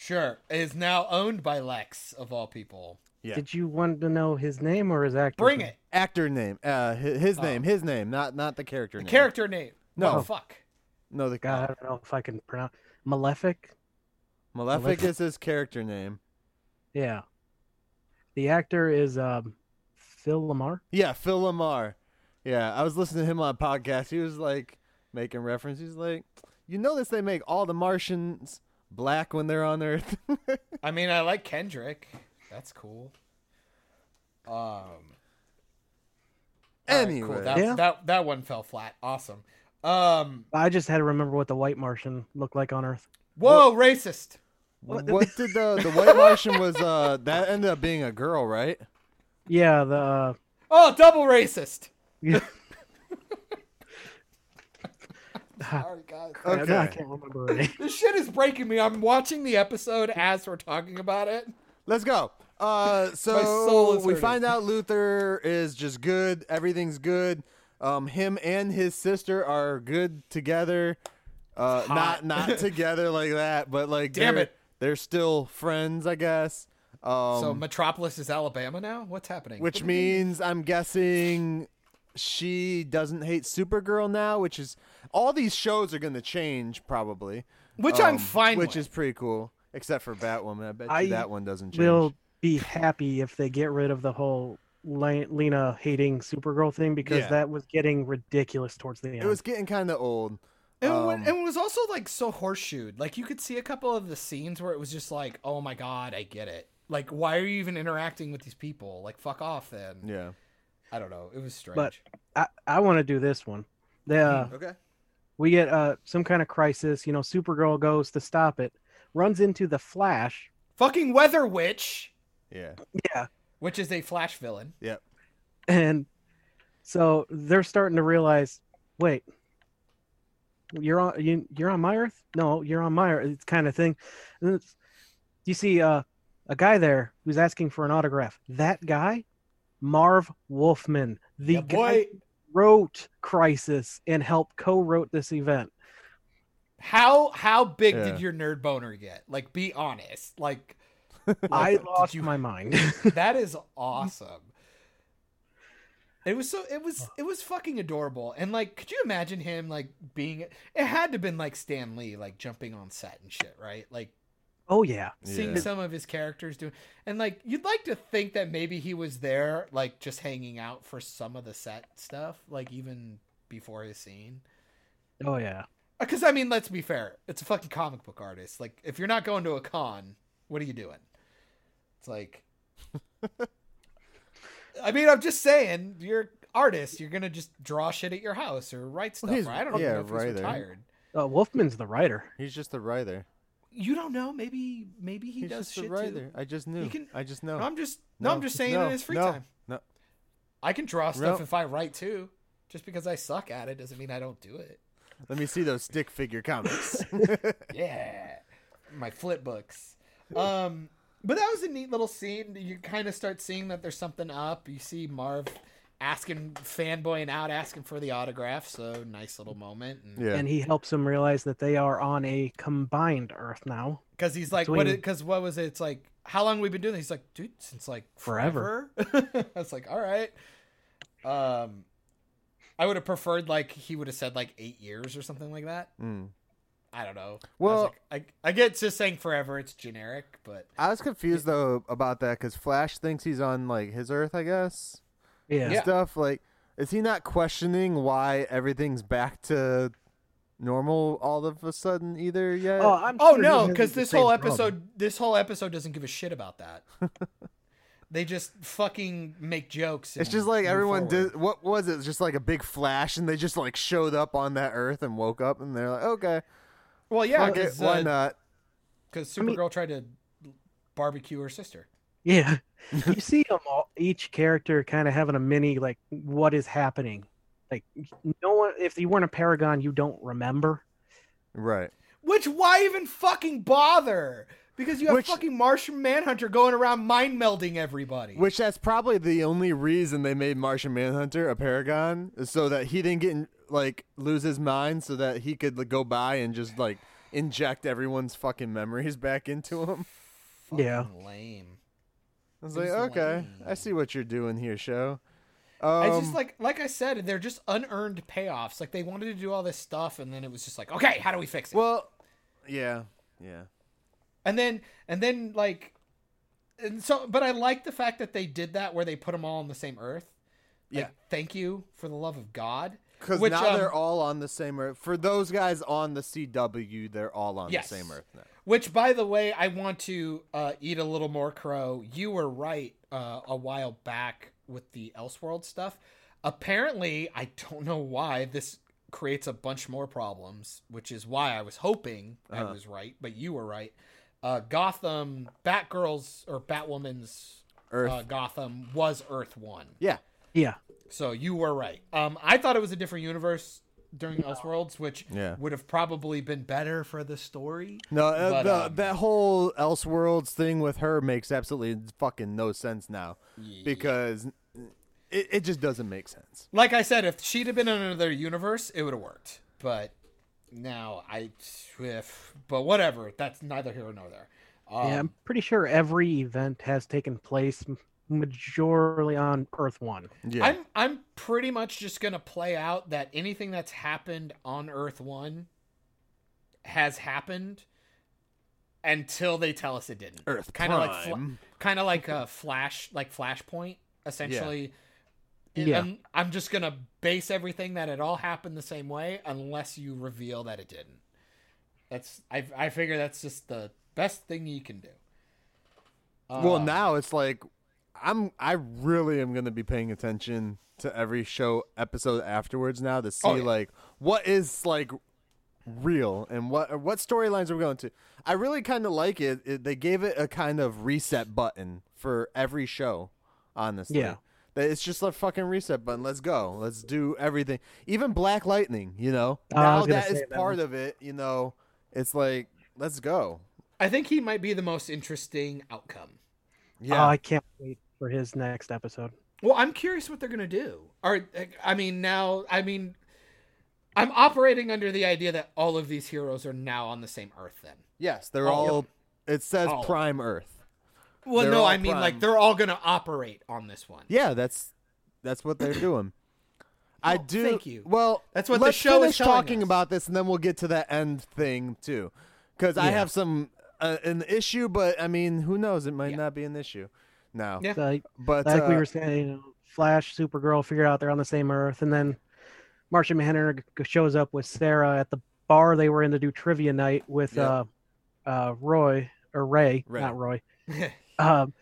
Speaker 2: Sure, is now owned by Lex of all people.
Speaker 3: Yeah.
Speaker 4: Did you want to know his name or his actor?
Speaker 2: Bring
Speaker 3: Mhm.
Speaker 2: it.
Speaker 3: Actor name, uh, his, his
Speaker 2: Oh.
Speaker 3: name, his name, not not the character name.
Speaker 2: Character name.
Speaker 3: No.
Speaker 2: Oh, fuck.
Speaker 3: no, the
Speaker 4: God, I don't know if I can pronounce Malefic.
Speaker 3: Malefic
Speaker 4: Malefic.
Speaker 3: is his character name.
Speaker 4: Yeah. The actor is um, Phil Lamar.
Speaker 3: Yeah, Phil Lamar. Yeah, I was listening to him on a podcast. He was like making reference. He's like, you notice they make all the Martians black when they're on Earth.
Speaker 2: I mean, I like Kendrick. That's cool. Um.
Speaker 3: anyway,
Speaker 2: Cool. That,
Speaker 4: Yeah.
Speaker 2: that that one fell flat. Awesome. Um.
Speaker 4: I just had to remember what the White Martian looked like on Earth.
Speaker 2: Whoa, racist.
Speaker 4: What-
Speaker 3: what did the the White Martian was? Uh, that ended up being a girl, right?
Speaker 4: Yeah, the uh,
Speaker 2: Oh, double racist.
Speaker 4: yeah,
Speaker 2: Sorry, guys.
Speaker 4: I can't remember. Any.
Speaker 2: This shit is breaking me. I'm watching the episode as we're talking about it.
Speaker 3: Let's go. Uh,
Speaker 2: soul
Speaker 3: so
Speaker 2: is
Speaker 3: we
Speaker 2: hurting.
Speaker 3: find out Luther is just good. Everything's good. Um, him and his sister are good together. Uh, not not together like that, but like
Speaker 2: Damn
Speaker 3: they're,
Speaker 2: it.
Speaker 3: they're still friends, I guess. Um,
Speaker 2: so Metropolis is Alabama now. What's happening?
Speaker 3: which means I'm guessing she doesn't hate Supergirl now, which is all these shows are going to change probably. Um,
Speaker 2: Which I'm fine
Speaker 3: Which
Speaker 2: with.
Speaker 3: is pretty cool, except for Batwoman. I bet you
Speaker 4: I
Speaker 3: that one doesn't change.
Speaker 4: We'll be happy if they get rid of the whole Le- Lena hating Supergirl thing because
Speaker 3: Yeah.
Speaker 4: that was getting ridiculous towards the end.
Speaker 3: it was getting kind of old.
Speaker 2: And, when,
Speaker 3: Um,
Speaker 2: and it was also like so horseshoed. Like you could see a couple of the scenes where it was just like, "Oh my god, I get it." Like, why are you even interacting with these people? Like, fuck off then.
Speaker 3: Yeah.
Speaker 2: I don't know. It was strange.
Speaker 4: But- I, I want to do this one. The, uh,
Speaker 3: Okay.
Speaker 4: we get uh, some kind of crisis. You know, Supergirl goes to stop it, runs into the Flash.
Speaker 2: Fucking Weather Witch,
Speaker 3: Yeah.
Speaker 4: Yeah,
Speaker 2: which is a Flash villain.
Speaker 4: and so they're starting to realize, wait, you're on you, you're on my Earth? No, you're on my Earth. It's kind of thing. And it's- you see uh, a guy there who's asking for an autograph. That guy, Marv Wolfman, the
Speaker 2: Yeah,
Speaker 4: guy
Speaker 2: boy,
Speaker 4: who wrote Crisis and helped co-wrote this event.
Speaker 2: how how big
Speaker 3: Yeah.
Speaker 2: did your nerd boner get? Like, be honest. Like,
Speaker 4: I
Speaker 2: like, did
Speaker 4: lost
Speaker 2: you-
Speaker 4: my mind.
Speaker 2: that is awesome. It was so it was it was fucking adorable. And like could you imagine him like being it had to have been like Stan Lee like jumping on set and shit, right? Like
Speaker 4: oh yeah.
Speaker 2: seeing
Speaker 3: Yeah.
Speaker 2: some of his characters doing and like you'd like to think that maybe he was there like just hanging out for some of the set stuff, like even before his scene.
Speaker 4: Oh yeah.
Speaker 2: Cuz I mean, let's be fair. It's a fucking comic book artist. Like if you're not going to a con, what are you doing? It's like I mean, I'm just saying, you're an artist, you're going to just draw shit at your house or write stuff.
Speaker 3: Well, he's-
Speaker 2: or I don't
Speaker 3: yeah,
Speaker 2: know if he's
Speaker 3: writer.
Speaker 2: retired.
Speaker 4: Uh, Wolfman's the writer.
Speaker 3: He's just a writer.
Speaker 2: You don't know, maybe maybe he
Speaker 3: He's
Speaker 2: does
Speaker 3: just
Speaker 2: shit
Speaker 3: a
Speaker 2: too.
Speaker 3: writer. I just knew.
Speaker 2: can-
Speaker 3: I just know.
Speaker 2: No, I'm just no, I'm just saying
Speaker 3: no,
Speaker 2: in his free
Speaker 3: no,
Speaker 2: time.
Speaker 3: No.
Speaker 2: I can draw stuff
Speaker 3: No.
Speaker 2: if I write too. Just because I suck at it doesn't mean I don't do it.
Speaker 3: Let me see those stick figure comics.
Speaker 2: Yeah. my flip books. Um, but that was a neat little scene. You kind of start seeing that there's something up. You see Marv asking, fanboying out, asking for the autograph. So nice little moment. And,
Speaker 3: Yeah.
Speaker 4: and he helps him realize that they are on a combined Earth now.
Speaker 2: Because he's like, what?
Speaker 4: Between-
Speaker 2: Because what was it? It's like, how long we been doing? This? He's like, dude, since like
Speaker 4: Forever.
Speaker 2: forever. I was like, all right. Um, I would have preferred like he would have said like eight years or something like that.
Speaker 3: Mm.
Speaker 2: I don't know.
Speaker 3: Well-
Speaker 2: I, was like, I I get just saying forever. It's generic, but
Speaker 3: I was confused though about that because Flash thinks he's on like his Earth, I guess.
Speaker 4: Yeah.
Speaker 2: Yeah.
Speaker 3: Stuff like, is he not questioning why everything's back to normal all of a sudden either yet?
Speaker 4: Oh, I'm
Speaker 2: oh
Speaker 4: sure he
Speaker 2: no,
Speaker 4: has
Speaker 2: because
Speaker 4: the
Speaker 2: this
Speaker 4: same
Speaker 2: whole
Speaker 4: problem.
Speaker 2: episode, this whole episode doesn't give a shit about that. they just fucking make jokes.
Speaker 3: it's
Speaker 2: and
Speaker 3: just like
Speaker 2: move
Speaker 3: everyone
Speaker 2: forward.
Speaker 3: did. What was it? It was just like a big flash, and they just like showed up on that Earth and woke up, and they're like, okay,
Speaker 2: Well, yeah,
Speaker 3: fuck it,
Speaker 2: because uh,
Speaker 3: why not?
Speaker 2: Supergirl
Speaker 4: I mean-
Speaker 2: tried to barbecue her sister.
Speaker 4: Yeah. you see them all, each character kind of having a mini, like, what is happening? Like, no one, if you weren't a Paragon, you don't remember.
Speaker 3: Right.
Speaker 2: Which why even fucking bother? Because you have
Speaker 3: Which-
Speaker 2: fucking Martian Manhunter going around mind melding everybody.
Speaker 3: Which that's probably the only reason they made Martian Manhunter a paragon, is so that he didn't get in, like lose his mind, so that he could like, go by and just like inject everyone's fucking memories back into him.
Speaker 2: Fucking
Speaker 4: Yeah.
Speaker 2: lame.
Speaker 3: I was
Speaker 2: It
Speaker 3: like,
Speaker 2: was
Speaker 3: okay, I
Speaker 2: lame.
Speaker 3: see what you're doing here, show.
Speaker 2: I
Speaker 3: Um,
Speaker 2: just like like I said, they're just unearned payoffs. Like they wanted to do all this stuff, and then it was just like, okay, how do we fix it?
Speaker 3: well, yeah, yeah,
Speaker 2: and then and then like, and so but I like the fact that they did that where they put them all on the same Earth. Like,
Speaker 3: Yeah.
Speaker 2: Thank you for the love of God.
Speaker 3: because
Speaker 2: Which,
Speaker 3: now
Speaker 2: um,
Speaker 3: they're all on the same earth. For those guys on the CW, they're all on
Speaker 2: Yes. Uh,
Speaker 3: the same earth now.
Speaker 2: Which, by the way, I want to uh, eat a little more crow. You were right uh, a while back with the Elseworld stuff. Apparently, I don't know why this creates a bunch more problems, which is why I was hoping I
Speaker 3: Uh-huh.
Speaker 2: was right, but you were right. Uh, Gotham, Batgirl's or Batwoman's
Speaker 3: Earth,
Speaker 2: uh, Gotham was Earth One,
Speaker 3: yeah,
Speaker 4: Yeah.
Speaker 2: so you were right. Um, I thought it was a different universe during Elseworlds, which
Speaker 3: Yeah.
Speaker 2: would have probably been better for the story.
Speaker 3: No, uh,
Speaker 2: But,
Speaker 3: the,
Speaker 2: um,
Speaker 3: that whole Elseworlds thing with her makes absolutely fucking no sense now because it, it just doesn't make sense.
Speaker 2: like I said, if she'd have been in another universe, it would have worked. But now I, if, but whatever. That's neither here nor there. Um,
Speaker 4: yeah. I'm pretty sure every event has taken place m- majorly on Earth 1.
Speaker 3: Yeah,
Speaker 2: I'm I'm pretty much just gonna play out that anything that's happened on Earth One has happened until they tell us it didn't.
Speaker 3: Earth
Speaker 2: kind of like fl-
Speaker 3: Prime.
Speaker 2: kind of like a flash like Flashpoint essentially. And
Speaker 4: Yeah.
Speaker 2: I'm, I'm just gonna base everything that it all happened the same way unless you reveal that it didn't. That's I I figure that's just the best thing you can do.
Speaker 3: well,
Speaker 2: Um,
Speaker 3: now it's like I'm I really am gonna be paying attention to every show episode afterwards now to see
Speaker 2: Oh, yeah.
Speaker 3: like what is like real and what or what storylines we're going to. I really kind of like it. it. They gave it a kind of reset button for every show. Honestly,
Speaker 4: Yeah.
Speaker 3: That it's just a fucking reset button. Let's go. Let's do everything. Even Black Lightning. You know,
Speaker 4: Oh, I
Speaker 3: now
Speaker 4: was gonna
Speaker 3: that is
Speaker 4: say that
Speaker 3: part of it. You know, it's like let's go.
Speaker 2: I think he might be the most interesting outcome.
Speaker 3: Yeah.
Speaker 4: Oh, I can't wait for his next episode.
Speaker 2: Well, I'm curious what they're gonna do. Or, I mean, now, I mean, I'm operating under the idea that all of these heroes are now on the same Earth. Then,
Speaker 3: Yes, they're
Speaker 2: All Oh. of
Speaker 3: all. Oh, It says
Speaker 2: All of
Speaker 3: Prime Earth.
Speaker 2: well,
Speaker 3: They're
Speaker 2: no,
Speaker 3: all
Speaker 2: I mean, like
Speaker 3: prime.
Speaker 2: they're all gonna operate on this one.
Speaker 3: Yeah, that's that's what they're doing. I
Speaker 2: Well,
Speaker 3: do.
Speaker 2: thank you.
Speaker 3: Well,
Speaker 2: That's what the
Speaker 3: let's
Speaker 2: show is
Speaker 3: finish
Speaker 2: telling
Speaker 3: talking
Speaker 2: us.
Speaker 3: about this, and then we'll get to that end thing too, because I
Speaker 4: Yeah.
Speaker 3: have some uh, an issue. But I mean, who knows? It might
Speaker 2: Yeah.
Speaker 3: not be an issue now.
Speaker 2: Yeah.
Speaker 4: So,
Speaker 3: But
Speaker 4: like we
Speaker 3: uh,
Speaker 4: were saying, you know, Flash, Supergirl figured out they're on the same Earth, and then Martian Manhunter g- shows up with Sarah at the bar they were in to do trivia night with
Speaker 3: Yeah.
Speaker 4: uh, uh, Roy or Ray,
Speaker 3: Ray.
Speaker 4: not Roy. Um,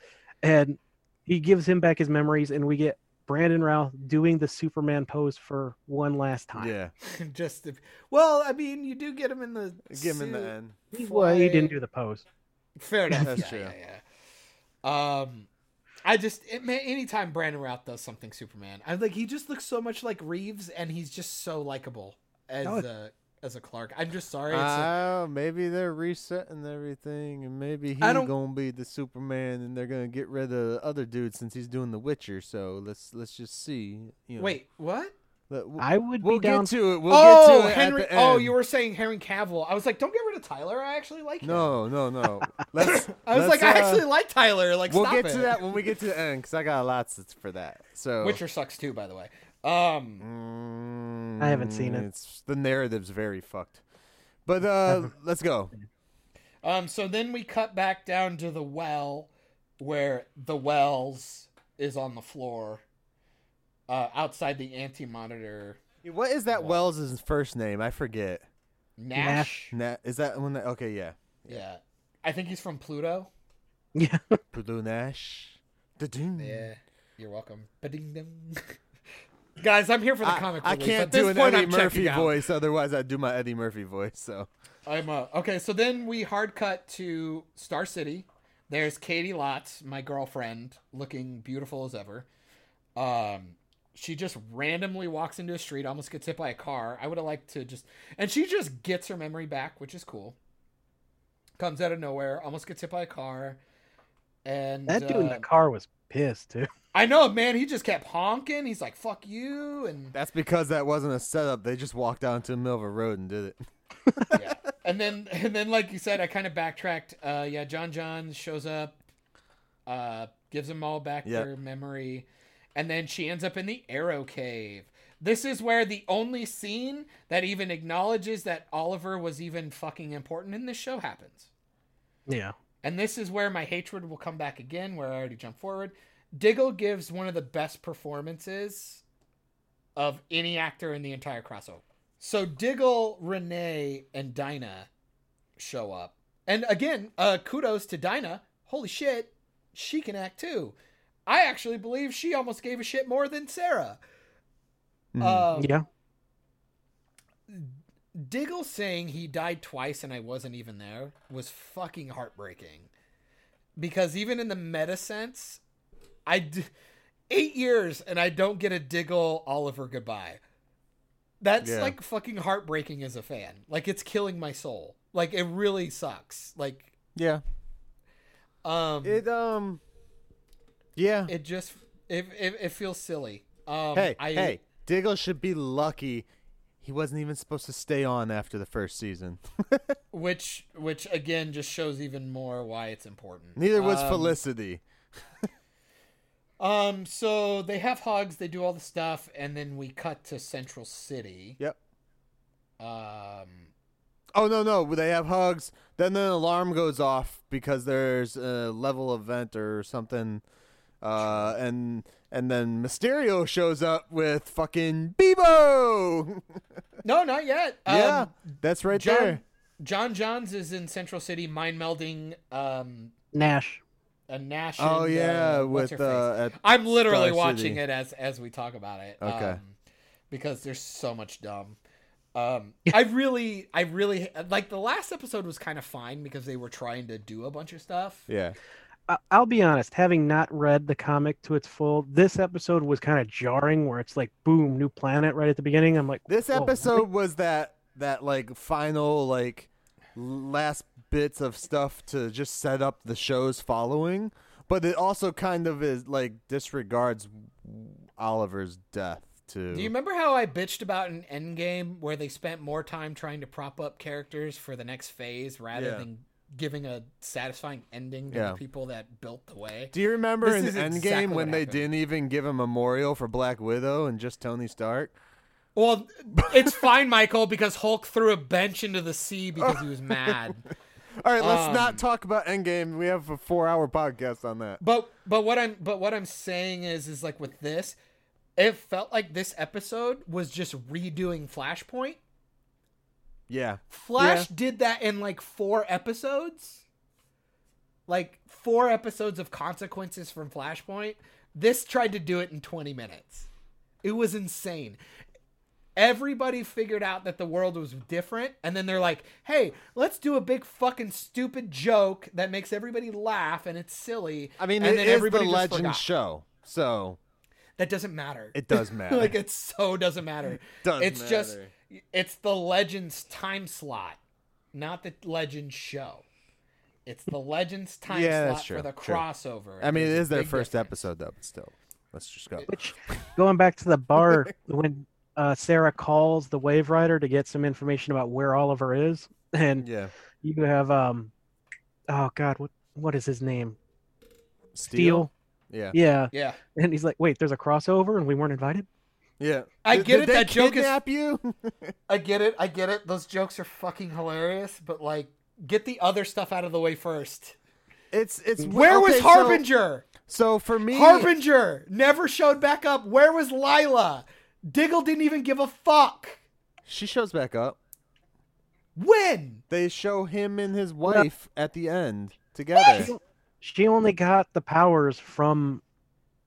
Speaker 4: and he gives him back his memories, and we get Brandon Routh doing the Superman pose for one last time.
Speaker 3: yeah,
Speaker 2: Just if, well, I mean, you do get him in the
Speaker 3: give
Speaker 2: suit.
Speaker 3: him the end.
Speaker 4: He, well, he didn't do the pose.
Speaker 2: Fair enough.
Speaker 3: That's
Speaker 2: yeah,
Speaker 3: true.
Speaker 2: yeah, yeah. Um, I just it, man, anytime Brandon Routh does something Superman, I like he just looks so much like Reeves, and he's just so likable as
Speaker 4: No, it-
Speaker 2: uh, as a Clark. I'm just sorry. It's a-
Speaker 3: Uh, maybe they're resetting everything, and maybe he's
Speaker 2: I don't-
Speaker 3: gonna be the Superman, and they're gonna get rid of the other dude since he's doing The Witcher. So let's let's just see. You know.
Speaker 2: wait, what?
Speaker 3: Let- w-
Speaker 4: I would be
Speaker 3: we'll
Speaker 4: down-
Speaker 3: get to it. We'll
Speaker 2: oh,
Speaker 3: get to it. at
Speaker 2: Henry.
Speaker 3: the
Speaker 2: Oh,
Speaker 3: end.
Speaker 2: you were saying Henry Cavill. I was like, don't get rid of Tyler. I actually like him.
Speaker 3: No, no, no. Let's.
Speaker 2: I was
Speaker 3: let's,
Speaker 2: like, I
Speaker 3: uh,
Speaker 2: actually like Tyler. Like,
Speaker 3: We'll
Speaker 2: stop
Speaker 3: get
Speaker 2: it.
Speaker 3: to that when we get to the end, because I got lots that's for that. So
Speaker 2: Witcher sucks too, by the way. Um,
Speaker 3: Mm,
Speaker 4: I haven't seen it.
Speaker 3: It's the narrative's very fucked. But uh let's go.
Speaker 2: um. So then we cut back down to the well, where the Wells is on the floor, uh, outside the anti-monitor.
Speaker 3: What is that Wells' first name? I forget.
Speaker 2: Nash.
Speaker 3: Na- is that one? That, okay, yeah.
Speaker 2: Yeah, I think he's from Pluto.
Speaker 4: Yeah.
Speaker 3: Purdue Nash. Da-doom.
Speaker 2: Yeah, you're welcome. Ba-ding-ding. Guys, I'm here for the
Speaker 3: I,
Speaker 2: comic
Speaker 3: I
Speaker 2: relief.
Speaker 3: can't
Speaker 2: At this
Speaker 3: do an
Speaker 2: point,
Speaker 3: Eddie
Speaker 2: I'm
Speaker 3: Murphy
Speaker 2: checking out.
Speaker 3: voice, otherwise I'd do my Eddie Murphy voice. So
Speaker 2: I'm uh, okay. So then we hard cut to Star City. There's Katie Lotz, my girlfriend, looking beautiful as ever. Um, she just randomly walks into a street, almost gets hit by a car. I would have liked to just, and she just gets her memory back, which is cool. Comes out of nowhere, almost gets hit by a car, and
Speaker 4: That dude in the
Speaker 2: uh,
Speaker 4: car was pissed too.
Speaker 2: I know, man. He just kept honking. He's like, "Fuck you," and
Speaker 3: that's because that wasn't a setup. They just walked down to the middle of a road and did it.
Speaker 2: yeah. And then and then like you said, I kind of backtracked. Uh yeah, John John shows up, uh gives them all back
Speaker 3: Yep.
Speaker 2: their memory, and then she ends up in the arrow cave. This is where the only scene that even acknowledges that Oliver was even fucking important in this show happens.
Speaker 4: Yeah.
Speaker 2: And this is where my hatred will come back again, where I already jumped forward. Diggle gives one of the best performances of any actor in the entire crossover. So Diggle, Renee, and Dinah show up. And again, uh, kudos to Dinah. Holy shit, she can act too. I actually believe she almost gave a shit more than Sarah.
Speaker 3: Mm-hmm. Uh,
Speaker 2: Um,
Speaker 4: Yeah.
Speaker 2: Diggle saying he died twice and I wasn't even there was fucking heartbreaking. Because even in the meta sense, I d- eight years and I don't get a Diggle Oliver goodbye. That's
Speaker 3: Yeah.
Speaker 2: like fucking heartbreaking as a fan. Like it's killing my soul. Like it really sucks. Like
Speaker 3: Yeah.
Speaker 2: um, it,
Speaker 3: It um. Yeah.
Speaker 2: just it, it it feels silly. Um,
Speaker 3: hey,
Speaker 2: I,
Speaker 3: hey, Diggle should be lucky. He wasn't even supposed to stay on after the first season.
Speaker 2: which which again just shows even more why it's important.
Speaker 3: Neither was
Speaker 2: Um,
Speaker 3: Felicity.
Speaker 2: Um, so they have hugs, they do all the stuff, and then we cut to Central City.
Speaker 3: Yep.
Speaker 2: Um,
Speaker 3: Oh no no! They have hugs. Then the alarm goes off because there's a level event or something, uh, and and then Mysterio shows up with fucking Bebo.
Speaker 2: no, not yet. Um,
Speaker 3: yeah, that's right
Speaker 2: John,
Speaker 3: there.
Speaker 2: John Johns is in Central City mind melding um
Speaker 4: Nash.
Speaker 2: a Nash.
Speaker 3: Oh
Speaker 2: and,
Speaker 3: yeah,
Speaker 2: uh, what's
Speaker 3: with
Speaker 2: her face?
Speaker 3: uh, at,
Speaker 2: I'm literally
Speaker 3: Star
Speaker 2: watching
Speaker 3: City.
Speaker 2: it as as we talk about it.
Speaker 3: Okay.
Speaker 2: Um, because there's so much dumb. Um, I really, I really like the last episode was kind of fine because they were trying to do a bunch of stuff.
Speaker 3: yeah.
Speaker 4: I- I'll be honest, having not read the comic to its full, this episode was kind of jarring where it's like, boom, new planet right at the beginning. I'm like,
Speaker 3: This
Speaker 4: "Whoa,
Speaker 3: episode
Speaker 4: really?"
Speaker 3: was that that like final like last bits of stuff to just set up the show's following, but it also kind of is like disregards Oliver's death too.
Speaker 2: Do you remember how I bitched about an Endgame where they spent more time trying to prop up characters for the next phase rather
Speaker 3: Yeah.
Speaker 2: than giving a satisfying ending to
Speaker 3: Yeah.
Speaker 2: the people that built the way?
Speaker 3: Do you remember
Speaker 2: This
Speaker 3: in
Speaker 2: is
Speaker 3: Endgame
Speaker 2: exactly
Speaker 3: when
Speaker 2: what
Speaker 3: they
Speaker 2: happened.
Speaker 3: didn't even give a memorial for Black Widow and just Tony Stark?
Speaker 2: Well, it's fine, Michael, because Hulk threw a bench into the sea because
Speaker 3: Oh,
Speaker 2: he was mad.
Speaker 3: All right, let's
Speaker 2: Um,
Speaker 3: not talk about Endgame. We have a four-hour podcast on that.
Speaker 2: But but what I'm but what I'm saying is is like with this, it felt like this episode was just redoing Flashpoint.
Speaker 3: Yeah,
Speaker 2: Flash did that in like four episodes. Like four episodes of consequences from Flashpoint. This tried to do it in 20 minutes. It was insane. Everybody figured out that the world was different, and then they're like, hey, let's do a big fucking stupid joke that makes everybody laugh and it's silly.
Speaker 3: I mean,
Speaker 2: and
Speaker 3: it is the
Speaker 2: just
Speaker 3: Legend
Speaker 2: forgot.
Speaker 3: show, so
Speaker 2: That doesn't matter.
Speaker 3: it does matter.
Speaker 2: like, it so doesn't matter.
Speaker 3: Does
Speaker 2: it's just
Speaker 3: matter.
Speaker 2: It's the Legends time slot, not the Legends show. It's the Legends time
Speaker 3: Yeah, that's
Speaker 2: slot for
Speaker 3: true,
Speaker 2: the
Speaker 3: true.
Speaker 2: crossover.
Speaker 3: I mean, it
Speaker 2: There's a
Speaker 3: is their
Speaker 2: big
Speaker 3: first
Speaker 2: difference.
Speaker 3: episode, though. But still, let's just go.
Speaker 4: Which, going back to the bar, when uh, Sarah calls the Wave Rider to get some information about where Oliver is, and
Speaker 3: Yeah,
Speaker 4: you have um, oh god, what what is his name?
Speaker 3: Steel. Yeah,
Speaker 4: Yeah,
Speaker 2: Yeah,
Speaker 4: and he's like, wait, there's a crossover, and we weren't invited.
Speaker 3: yeah.
Speaker 2: I
Speaker 3: Did-
Speaker 2: get
Speaker 3: did
Speaker 2: it,
Speaker 3: They
Speaker 2: that joke is-
Speaker 3: kidnap you.
Speaker 2: I get it. I get it. Those jokes are fucking hilarious, but like, get the other stuff out of the way first.
Speaker 3: It's it's
Speaker 2: Where was
Speaker 3: okay, so-
Speaker 2: Harbinger?
Speaker 3: So, for me,
Speaker 2: Harbinger never showed back up. Where was Lila? Diggle didn't even give a fuck.
Speaker 3: she shows back up.
Speaker 2: When?
Speaker 3: They show him and his wife at the end together.
Speaker 4: She, she only got the powers from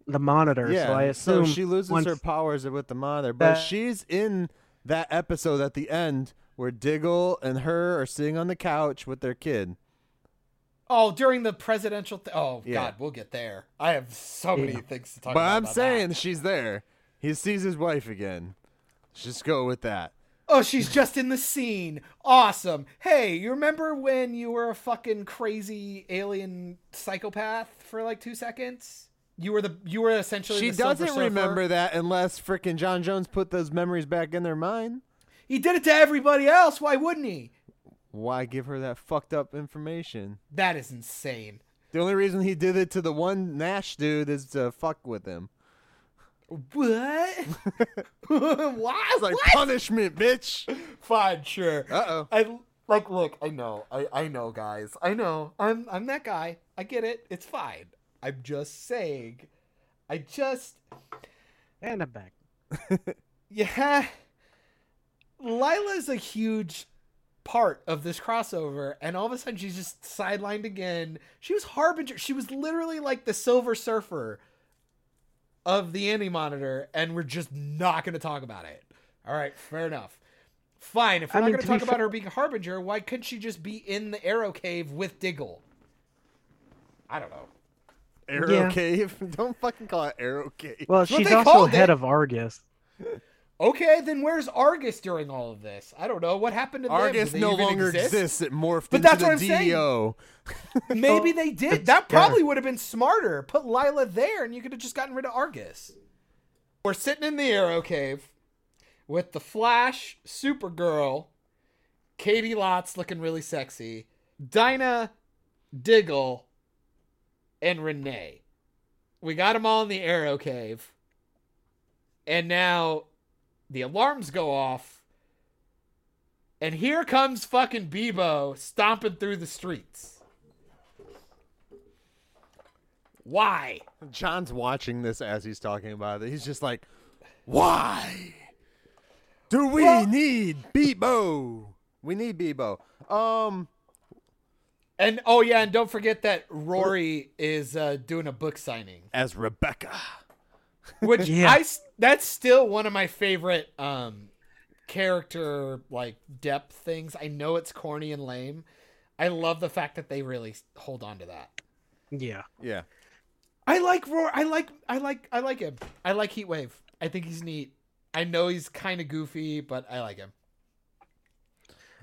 Speaker 4: the monitor,
Speaker 3: Yeah,
Speaker 4: so I
Speaker 3: so
Speaker 4: assume
Speaker 3: she loses
Speaker 4: once-
Speaker 3: her powers with the mother, but
Speaker 4: That-
Speaker 3: she's in that episode at the end where Diggle and her are sitting on the couch with their kid.
Speaker 2: Oh, during the presidential. Th- oh
Speaker 3: Yeah.
Speaker 2: God, we'll get there. I have so many
Speaker 4: Yeah.
Speaker 2: things to talk
Speaker 3: But
Speaker 2: about.
Speaker 3: I'm
Speaker 2: about
Speaker 3: saying
Speaker 2: that.
Speaker 3: she's there. He sees his wife again. Let's Just go with that.
Speaker 2: oh, she's just in the scene. Awesome. Hey, you remember when you were a fucking crazy alien psychopath for like two seconds? You were the you were essentially.
Speaker 3: She
Speaker 2: the Silver
Speaker 3: doesn't
Speaker 2: Surfer.
Speaker 3: remember that unless frickin' John Jones put those memories back in their mind.
Speaker 2: He did it to everybody else. Why wouldn't he?
Speaker 3: Why give her that fucked up information?
Speaker 2: That is insane.
Speaker 3: The only reason he did it to the one Nash dude is to fuck with him.
Speaker 2: What? Why?
Speaker 3: It's like
Speaker 2: what?
Speaker 3: punishment, bitch.
Speaker 2: Fine, sure.
Speaker 3: Uh-oh.
Speaker 2: I like look, I know. I I know, guys. I know. I'm I'm that guy. I get it. It's fine. I'm just saying. I just
Speaker 4: and I'm back.
Speaker 2: yeah. Lila's a huge part of this crossover and all of a sudden she's just sidelined again. She was harbinger. She was literally like the Silver Surfer of the Andy Monitor and we're just not going to talk about it. All right, fair enough. Fine, if we're
Speaker 4: I mean,
Speaker 2: not
Speaker 4: to
Speaker 2: going to
Speaker 4: be
Speaker 2: talk about
Speaker 4: fair-
Speaker 2: her being a harbinger, why couldn't she just be in the Arrow Cave with Diggle? I don't know.
Speaker 3: Arrow
Speaker 4: Yeah.
Speaker 3: Cave. Don't fucking call it Arrow Cave.
Speaker 4: Well,
Speaker 2: That's what
Speaker 4: she's
Speaker 2: they
Speaker 4: also
Speaker 2: called
Speaker 4: head
Speaker 2: it.
Speaker 4: of Argus.
Speaker 2: Okay, then where's Argus during all of this? I don't know what happened to them? Do
Speaker 3: Argus
Speaker 2: they
Speaker 3: no
Speaker 2: even
Speaker 3: longer
Speaker 2: exist?
Speaker 3: exists. It morphed
Speaker 2: But
Speaker 3: into
Speaker 2: that's
Speaker 3: the
Speaker 2: what I'm saying.
Speaker 3: DO.
Speaker 2: Maybe they did. That probably would have been smarter. Put Lila there, and you could have just gotten rid of Argus. We're sitting in the Arrow Cave with the Flash, Supergirl, Katie Lots looking really sexy, Dinah, Diggle, and Renee. We got them all in the Arrow Cave. And now the alarms go off. And here comes fucking Bebo stomping through the streets. Why?
Speaker 3: John's watching this as he's talking about it. He's just like, why do we
Speaker 2: Well-
Speaker 3: need Bebo? We need Bebo. Um,
Speaker 2: And oh yeah, and don't forget that Rory is uh, doing a book signing,
Speaker 3: as Rebecca.
Speaker 2: which
Speaker 4: Yeah.
Speaker 2: I s- that's still one of my favorite um, character like depth things. I know it's corny and lame. I love the fact that they really s- hold on to that.
Speaker 4: Yeah,
Speaker 3: Yeah.
Speaker 2: I like Roar. I like. I like. I like him. I like Heat Wave. I think he's neat. I know he's kind of goofy, but I like him.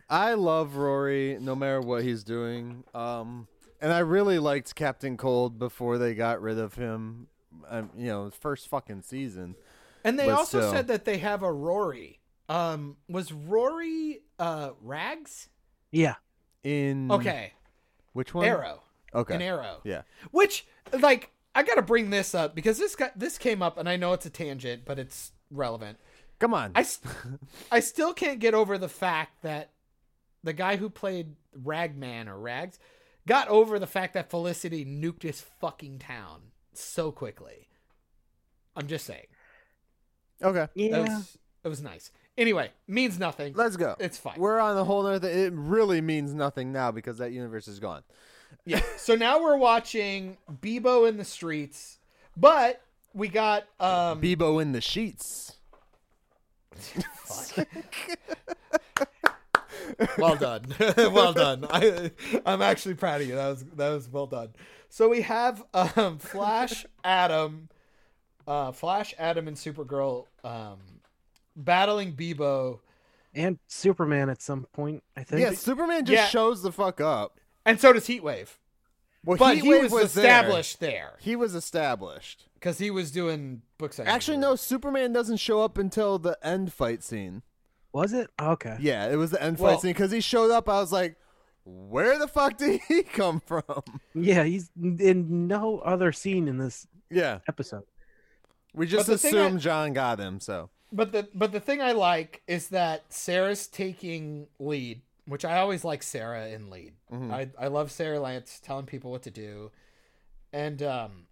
Speaker 3: I love Rory no matter what he's doing. Um, and I really liked Captain Cold before they got rid of him. Um, you know, first fucking season.
Speaker 2: And they
Speaker 3: But
Speaker 2: also
Speaker 3: still.
Speaker 2: said that they have a Rory. Um, was Rory uh Rags?
Speaker 4: yeah.
Speaker 3: In
Speaker 2: Okay,
Speaker 3: which one?
Speaker 2: Arrow.
Speaker 3: Okay.
Speaker 2: An Arrow.
Speaker 3: Yeah.
Speaker 2: Which, like, I gotta bring this up because this got this came up, and I know it's a tangent, but it's relevant.
Speaker 3: Come on.
Speaker 2: I, s- I still can't get over the fact that the guy who played Ragman or Rags got over the fact that Felicity nuked his fucking town so quickly. I'm just saying.
Speaker 3: okay.
Speaker 4: Yeah.
Speaker 2: It, was, it was nice. Anyway, means nothing.
Speaker 3: Let's go.
Speaker 2: It's fine.
Speaker 3: We're on a whole nother thing. It really means nothing now because that universe is gone.
Speaker 2: Yeah. So now we're watching Bebo in the streets, but we got um
Speaker 3: Bebo in the sheets.
Speaker 2: Fuck. well done, well done. I, I'm actually proud of you. That was that was well done. So we have um, Flash, Adam, uh, Flash, Adam, and Supergirl um, battling Bebo
Speaker 4: and Superman at some point. I think.
Speaker 3: Yeah, Superman just
Speaker 2: Yeah.
Speaker 3: shows the fuck up.
Speaker 2: and so does Heatwave.
Speaker 3: Well,
Speaker 2: But
Speaker 3: Heat
Speaker 2: he
Speaker 3: Wave
Speaker 2: was,
Speaker 3: there.
Speaker 2: established there
Speaker 3: He was established.
Speaker 2: because he was doing book signing.
Speaker 3: Actually, no. Superman doesn't show up until the end fight scene.
Speaker 4: Was it? Okay.
Speaker 3: Yeah, it was the end
Speaker 2: Well-
Speaker 3: fight scene because he showed up. I was like, where the fuck did he come from?
Speaker 4: Yeah, he's in no other scene in this
Speaker 3: Yeah,
Speaker 4: episode.
Speaker 3: we just
Speaker 2: the thing
Speaker 3: assumed
Speaker 2: I-
Speaker 3: John got him. So
Speaker 2: But the but the thing I like is that Sarah's taking lead, which I always like Sarah in lead.
Speaker 3: Mhm.
Speaker 2: I I love Sarah Lance telling people what to do, and um,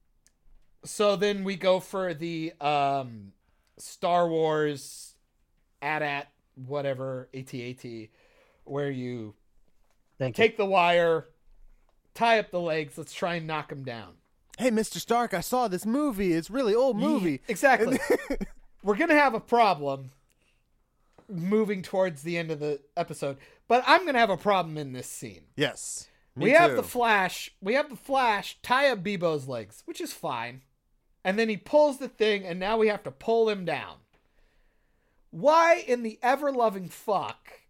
Speaker 2: so then we go for the um, Star Wars, at at whatever ATAT, where you
Speaker 4: Thank you.
Speaker 2: take the wire, tie up the legs. Let's try and knock them down.
Speaker 3: hey, Mister Stark, I saw this movie. It's really old movie.
Speaker 2: Yeah, exactly. We're gonna have a problem moving towards the end of the episode, but I'm gonna have a problem in this scene.
Speaker 3: Yes, me
Speaker 2: we have the
Speaker 3: too.
Speaker 2: flash. We have the flash tie up Bebo's legs, which is fine, and then he pulls the thing, and now we have to pull him down. Why in the ever loving fuck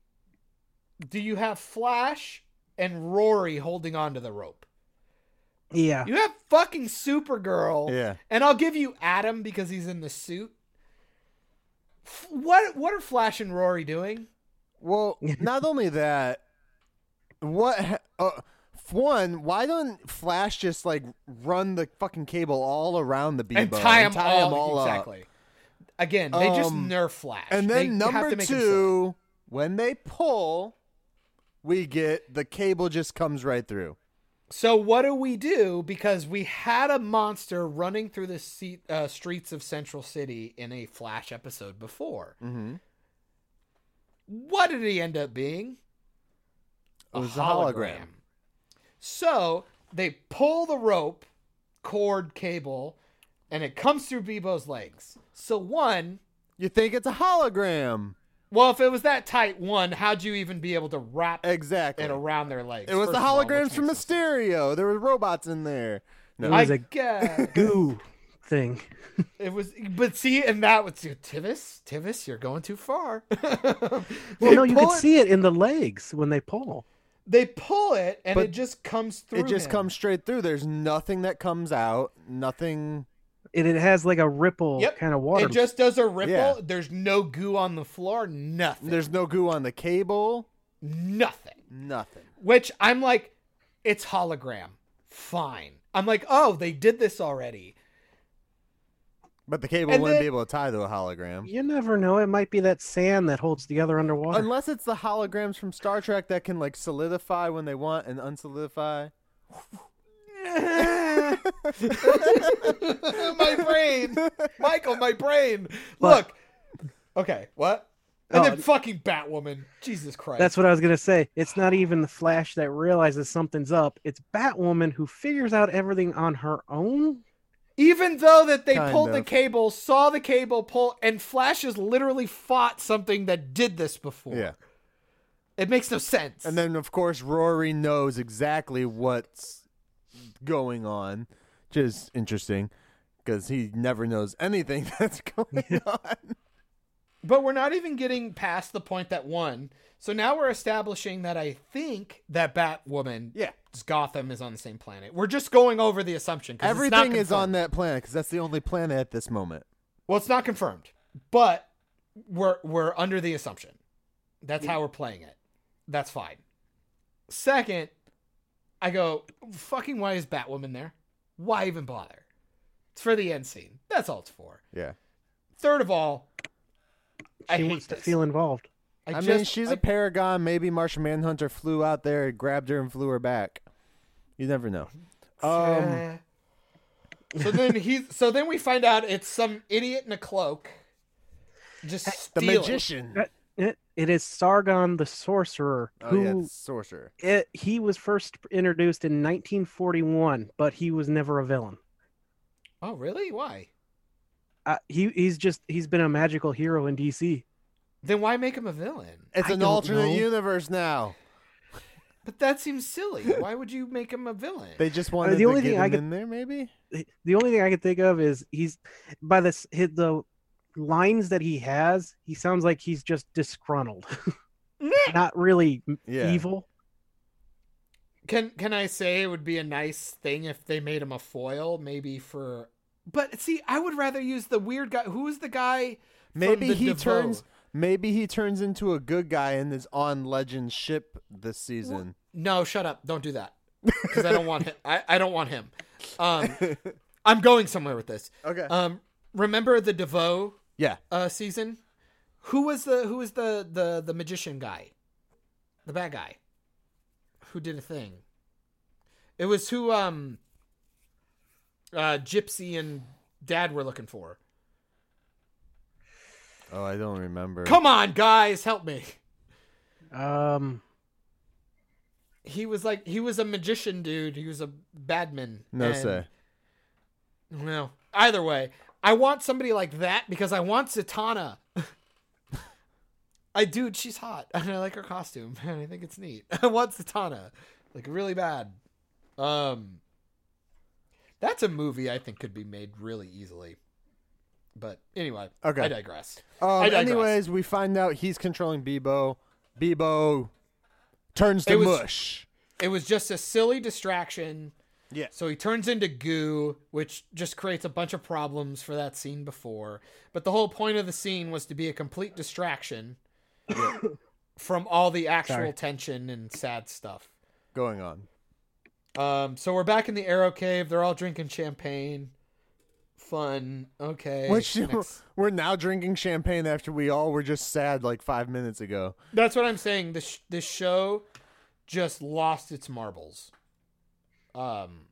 Speaker 2: do you have Flash and Rory holding onto the rope?
Speaker 4: Yeah.
Speaker 2: You have fucking Supergirl.
Speaker 3: Yeah.
Speaker 2: And I'll give you Adam because he's in the suit. F- What what are Flash and Rory doing?
Speaker 3: Well, not only that, what? ha- Uh, f- one, why don't Flash just like run the fucking cable all around the Bebo
Speaker 2: and tie
Speaker 3: and
Speaker 2: him
Speaker 3: tie
Speaker 2: all,
Speaker 3: him all up?
Speaker 2: exactly. Again, they just
Speaker 3: Um,
Speaker 2: nerf Flash.
Speaker 3: And
Speaker 2: They
Speaker 3: then
Speaker 2: have
Speaker 3: number
Speaker 2: to make him silly.
Speaker 3: two, when they pull, we get the cable just comes right through.
Speaker 2: So what do we do? Because we had a monster running through the seat, uh, streets of Central City in a Flash episode before.
Speaker 3: Mm-hmm.
Speaker 2: What did he end up being?
Speaker 3: It was a hologram.
Speaker 2: So they pull the rope, cord, cable, and it comes through Bebo's legs. So one,
Speaker 3: You think it's a hologram?
Speaker 2: well, if it was that tight, one, how'd you even be able to wrap
Speaker 3: Exactly.
Speaker 2: it around their legs?
Speaker 3: It was the
Speaker 2: first of all, which
Speaker 3: holograms from
Speaker 2: makes no
Speaker 3: Mysterio. There were robots in there. No.
Speaker 4: It
Speaker 2: sense.
Speaker 4: was
Speaker 2: I
Speaker 4: a
Speaker 2: guess
Speaker 4: goo thing.
Speaker 2: it was, but see, and that was Tivis. Tivis, you're going too far. well,
Speaker 4: Well, no, you could see it in the legs when they pull.
Speaker 2: They pull it, and
Speaker 3: But
Speaker 2: it just comes through.
Speaker 3: It just
Speaker 2: him.
Speaker 3: comes straight through. There's nothing that comes out. Nothing.
Speaker 4: And it has like a ripple
Speaker 2: Yep.
Speaker 4: kind of water.
Speaker 2: It just does a ripple.
Speaker 3: Yeah.
Speaker 2: There's no goo on the floor. Nothing.
Speaker 3: There's no goo on the cable.
Speaker 2: nothing.
Speaker 3: Nothing.
Speaker 2: Which I'm like, it's hologram. Fine. I'm like, oh, they did this already.
Speaker 3: But the cable
Speaker 2: And
Speaker 3: wouldn't
Speaker 2: then-
Speaker 3: be able to tie to a hologram.
Speaker 4: you never know. It might be that sand that holds the other underwater.
Speaker 3: Unless it's the holograms from Star Trek that can like solidify when they want and unsolidify.
Speaker 2: my brain, Michael, my brain.
Speaker 4: But-
Speaker 2: Look. Okay, what? And
Speaker 4: Oh,
Speaker 2: then fucking Batwoman. Jesus Christ.
Speaker 4: That's what I was gonna say. It's not even the Flash that realizes something's up. It's Batwoman who figures out everything on her own.
Speaker 2: Even though that they
Speaker 3: Kind
Speaker 2: pulled the
Speaker 3: of.
Speaker 2: cable, saw the cable pull, and Flash has literally fought something that did this before.
Speaker 3: Yeah.
Speaker 2: It makes no sense.
Speaker 3: And then, of course, Rory knows exactly what's going on, which is interesting because he never knows anything that's going on.
Speaker 2: But we're not even getting past the point that won. So now we're establishing that I think that Batwoman,
Speaker 3: Yeah.
Speaker 2: Gotham is on the same planet. We're just going over the assumption. 'cause it's not
Speaker 3: Everything is on
Speaker 2: confirmed.
Speaker 3: that planet because that's the only planet at this moment.
Speaker 2: Well, it's not confirmed, but we're we're under the assumption. That's how we're playing it. That's fine. Second, I go, fucking why is Batwoman there? Why even bother? It's for the end scene. That's all it's for.
Speaker 3: Yeah.
Speaker 2: Third of all, I
Speaker 4: She
Speaker 2: hate
Speaker 4: wants to
Speaker 2: this.
Speaker 4: feel involved.
Speaker 2: I,
Speaker 3: I,
Speaker 2: just,
Speaker 3: mean, she's a
Speaker 2: I-
Speaker 3: paragon. Maybe Martian Manhunter flew out there, grabbed her, and flew her back. You never know. Um,
Speaker 2: Uh, so then he so then we find out it's some idiot in a cloak just
Speaker 3: the
Speaker 2: stealing.
Speaker 3: magician.
Speaker 4: That- It, it is Sargon the Sorcerer
Speaker 3: Oh,
Speaker 4: who
Speaker 3: yeah, the sorcerer.
Speaker 4: it, he was first introduced in 1941, but he was never a villain.
Speaker 2: Oh, really? Why?
Speaker 4: Uh, he he's just he's been a magical hero in DC.
Speaker 2: Then why make him a villain?
Speaker 3: It's
Speaker 4: I
Speaker 3: an
Speaker 4: don't
Speaker 3: alternate
Speaker 4: know.
Speaker 3: universe now.
Speaker 2: But that seems silly. why would you make him a villain?
Speaker 3: They just wanted
Speaker 4: Uh, the only
Speaker 3: to get
Speaker 4: thing
Speaker 3: him
Speaker 4: I could-
Speaker 3: in there, maybe?
Speaker 4: The only thing I could think of is he's by this hit the lines that he has, he sounds like he's just disgruntled, not really
Speaker 3: Yeah.
Speaker 4: evil.
Speaker 2: Can can I say it would be a nice thing if they made him a foil, maybe for? But see, I would rather use the weird guy. Who is the guy? from
Speaker 3: Maybe
Speaker 2: the
Speaker 3: he
Speaker 2: Devoe?
Speaker 3: turns. Maybe he turns into a good guy and is on Legend ship this season.
Speaker 2: No, shut up! Don't do that because I don't want him. I, I don't want him. Um, I'm going somewhere with this.
Speaker 3: Okay.
Speaker 2: Um, remember the Devoe
Speaker 3: Uh, yeah.
Speaker 2: uh season? Who was the who was the the the magician guy, the bad guy, who did a thing? It was who um. Uh, Gypsy and Dad were looking for.
Speaker 3: Oh, I don't remember.
Speaker 2: Come on, guys, help me.
Speaker 4: Um,
Speaker 2: He was like he was a magician dude. He was a badman.
Speaker 3: No
Speaker 2: and-
Speaker 3: say.
Speaker 2: No. Either way, I want somebody like that because I want Zatanna. I dude, she's hot. And I like her costume. And I think it's neat. I want Zatanna. Like really bad. Um That's a movie I think could be made really easily. But anyway,
Speaker 3: Okay.
Speaker 2: I digress. I
Speaker 3: Um,
Speaker 2: digress.
Speaker 3: anyways, we find out he's controlling Bebo. Bebo turns to
Speaker 2: It was-
Speaker 3: mush.
Speaker 2: It was just a silly distraction.
Speaker 3: Yeah.
Speaker 2: So he turns into goo, which just creates a bunch of problems for that scene before. But the whole point of the scene was to be a complete distraction from all the actual
Speaker 4: Sorry.
Speaker 2: tension and sad stuff.
Speaker 3: Going on.
Speaker 2: Um, so we're back in the arrow cave. They're all drinking champagne. Fun. Okay.
Speaker 3: Which
Speaker 2: next.
Speaker 3: we're now drinking champagne after we all were just sad like five minutes ago.
Speaker 2: That's what I'm saying. This sh- this show just lost its marbles. Um,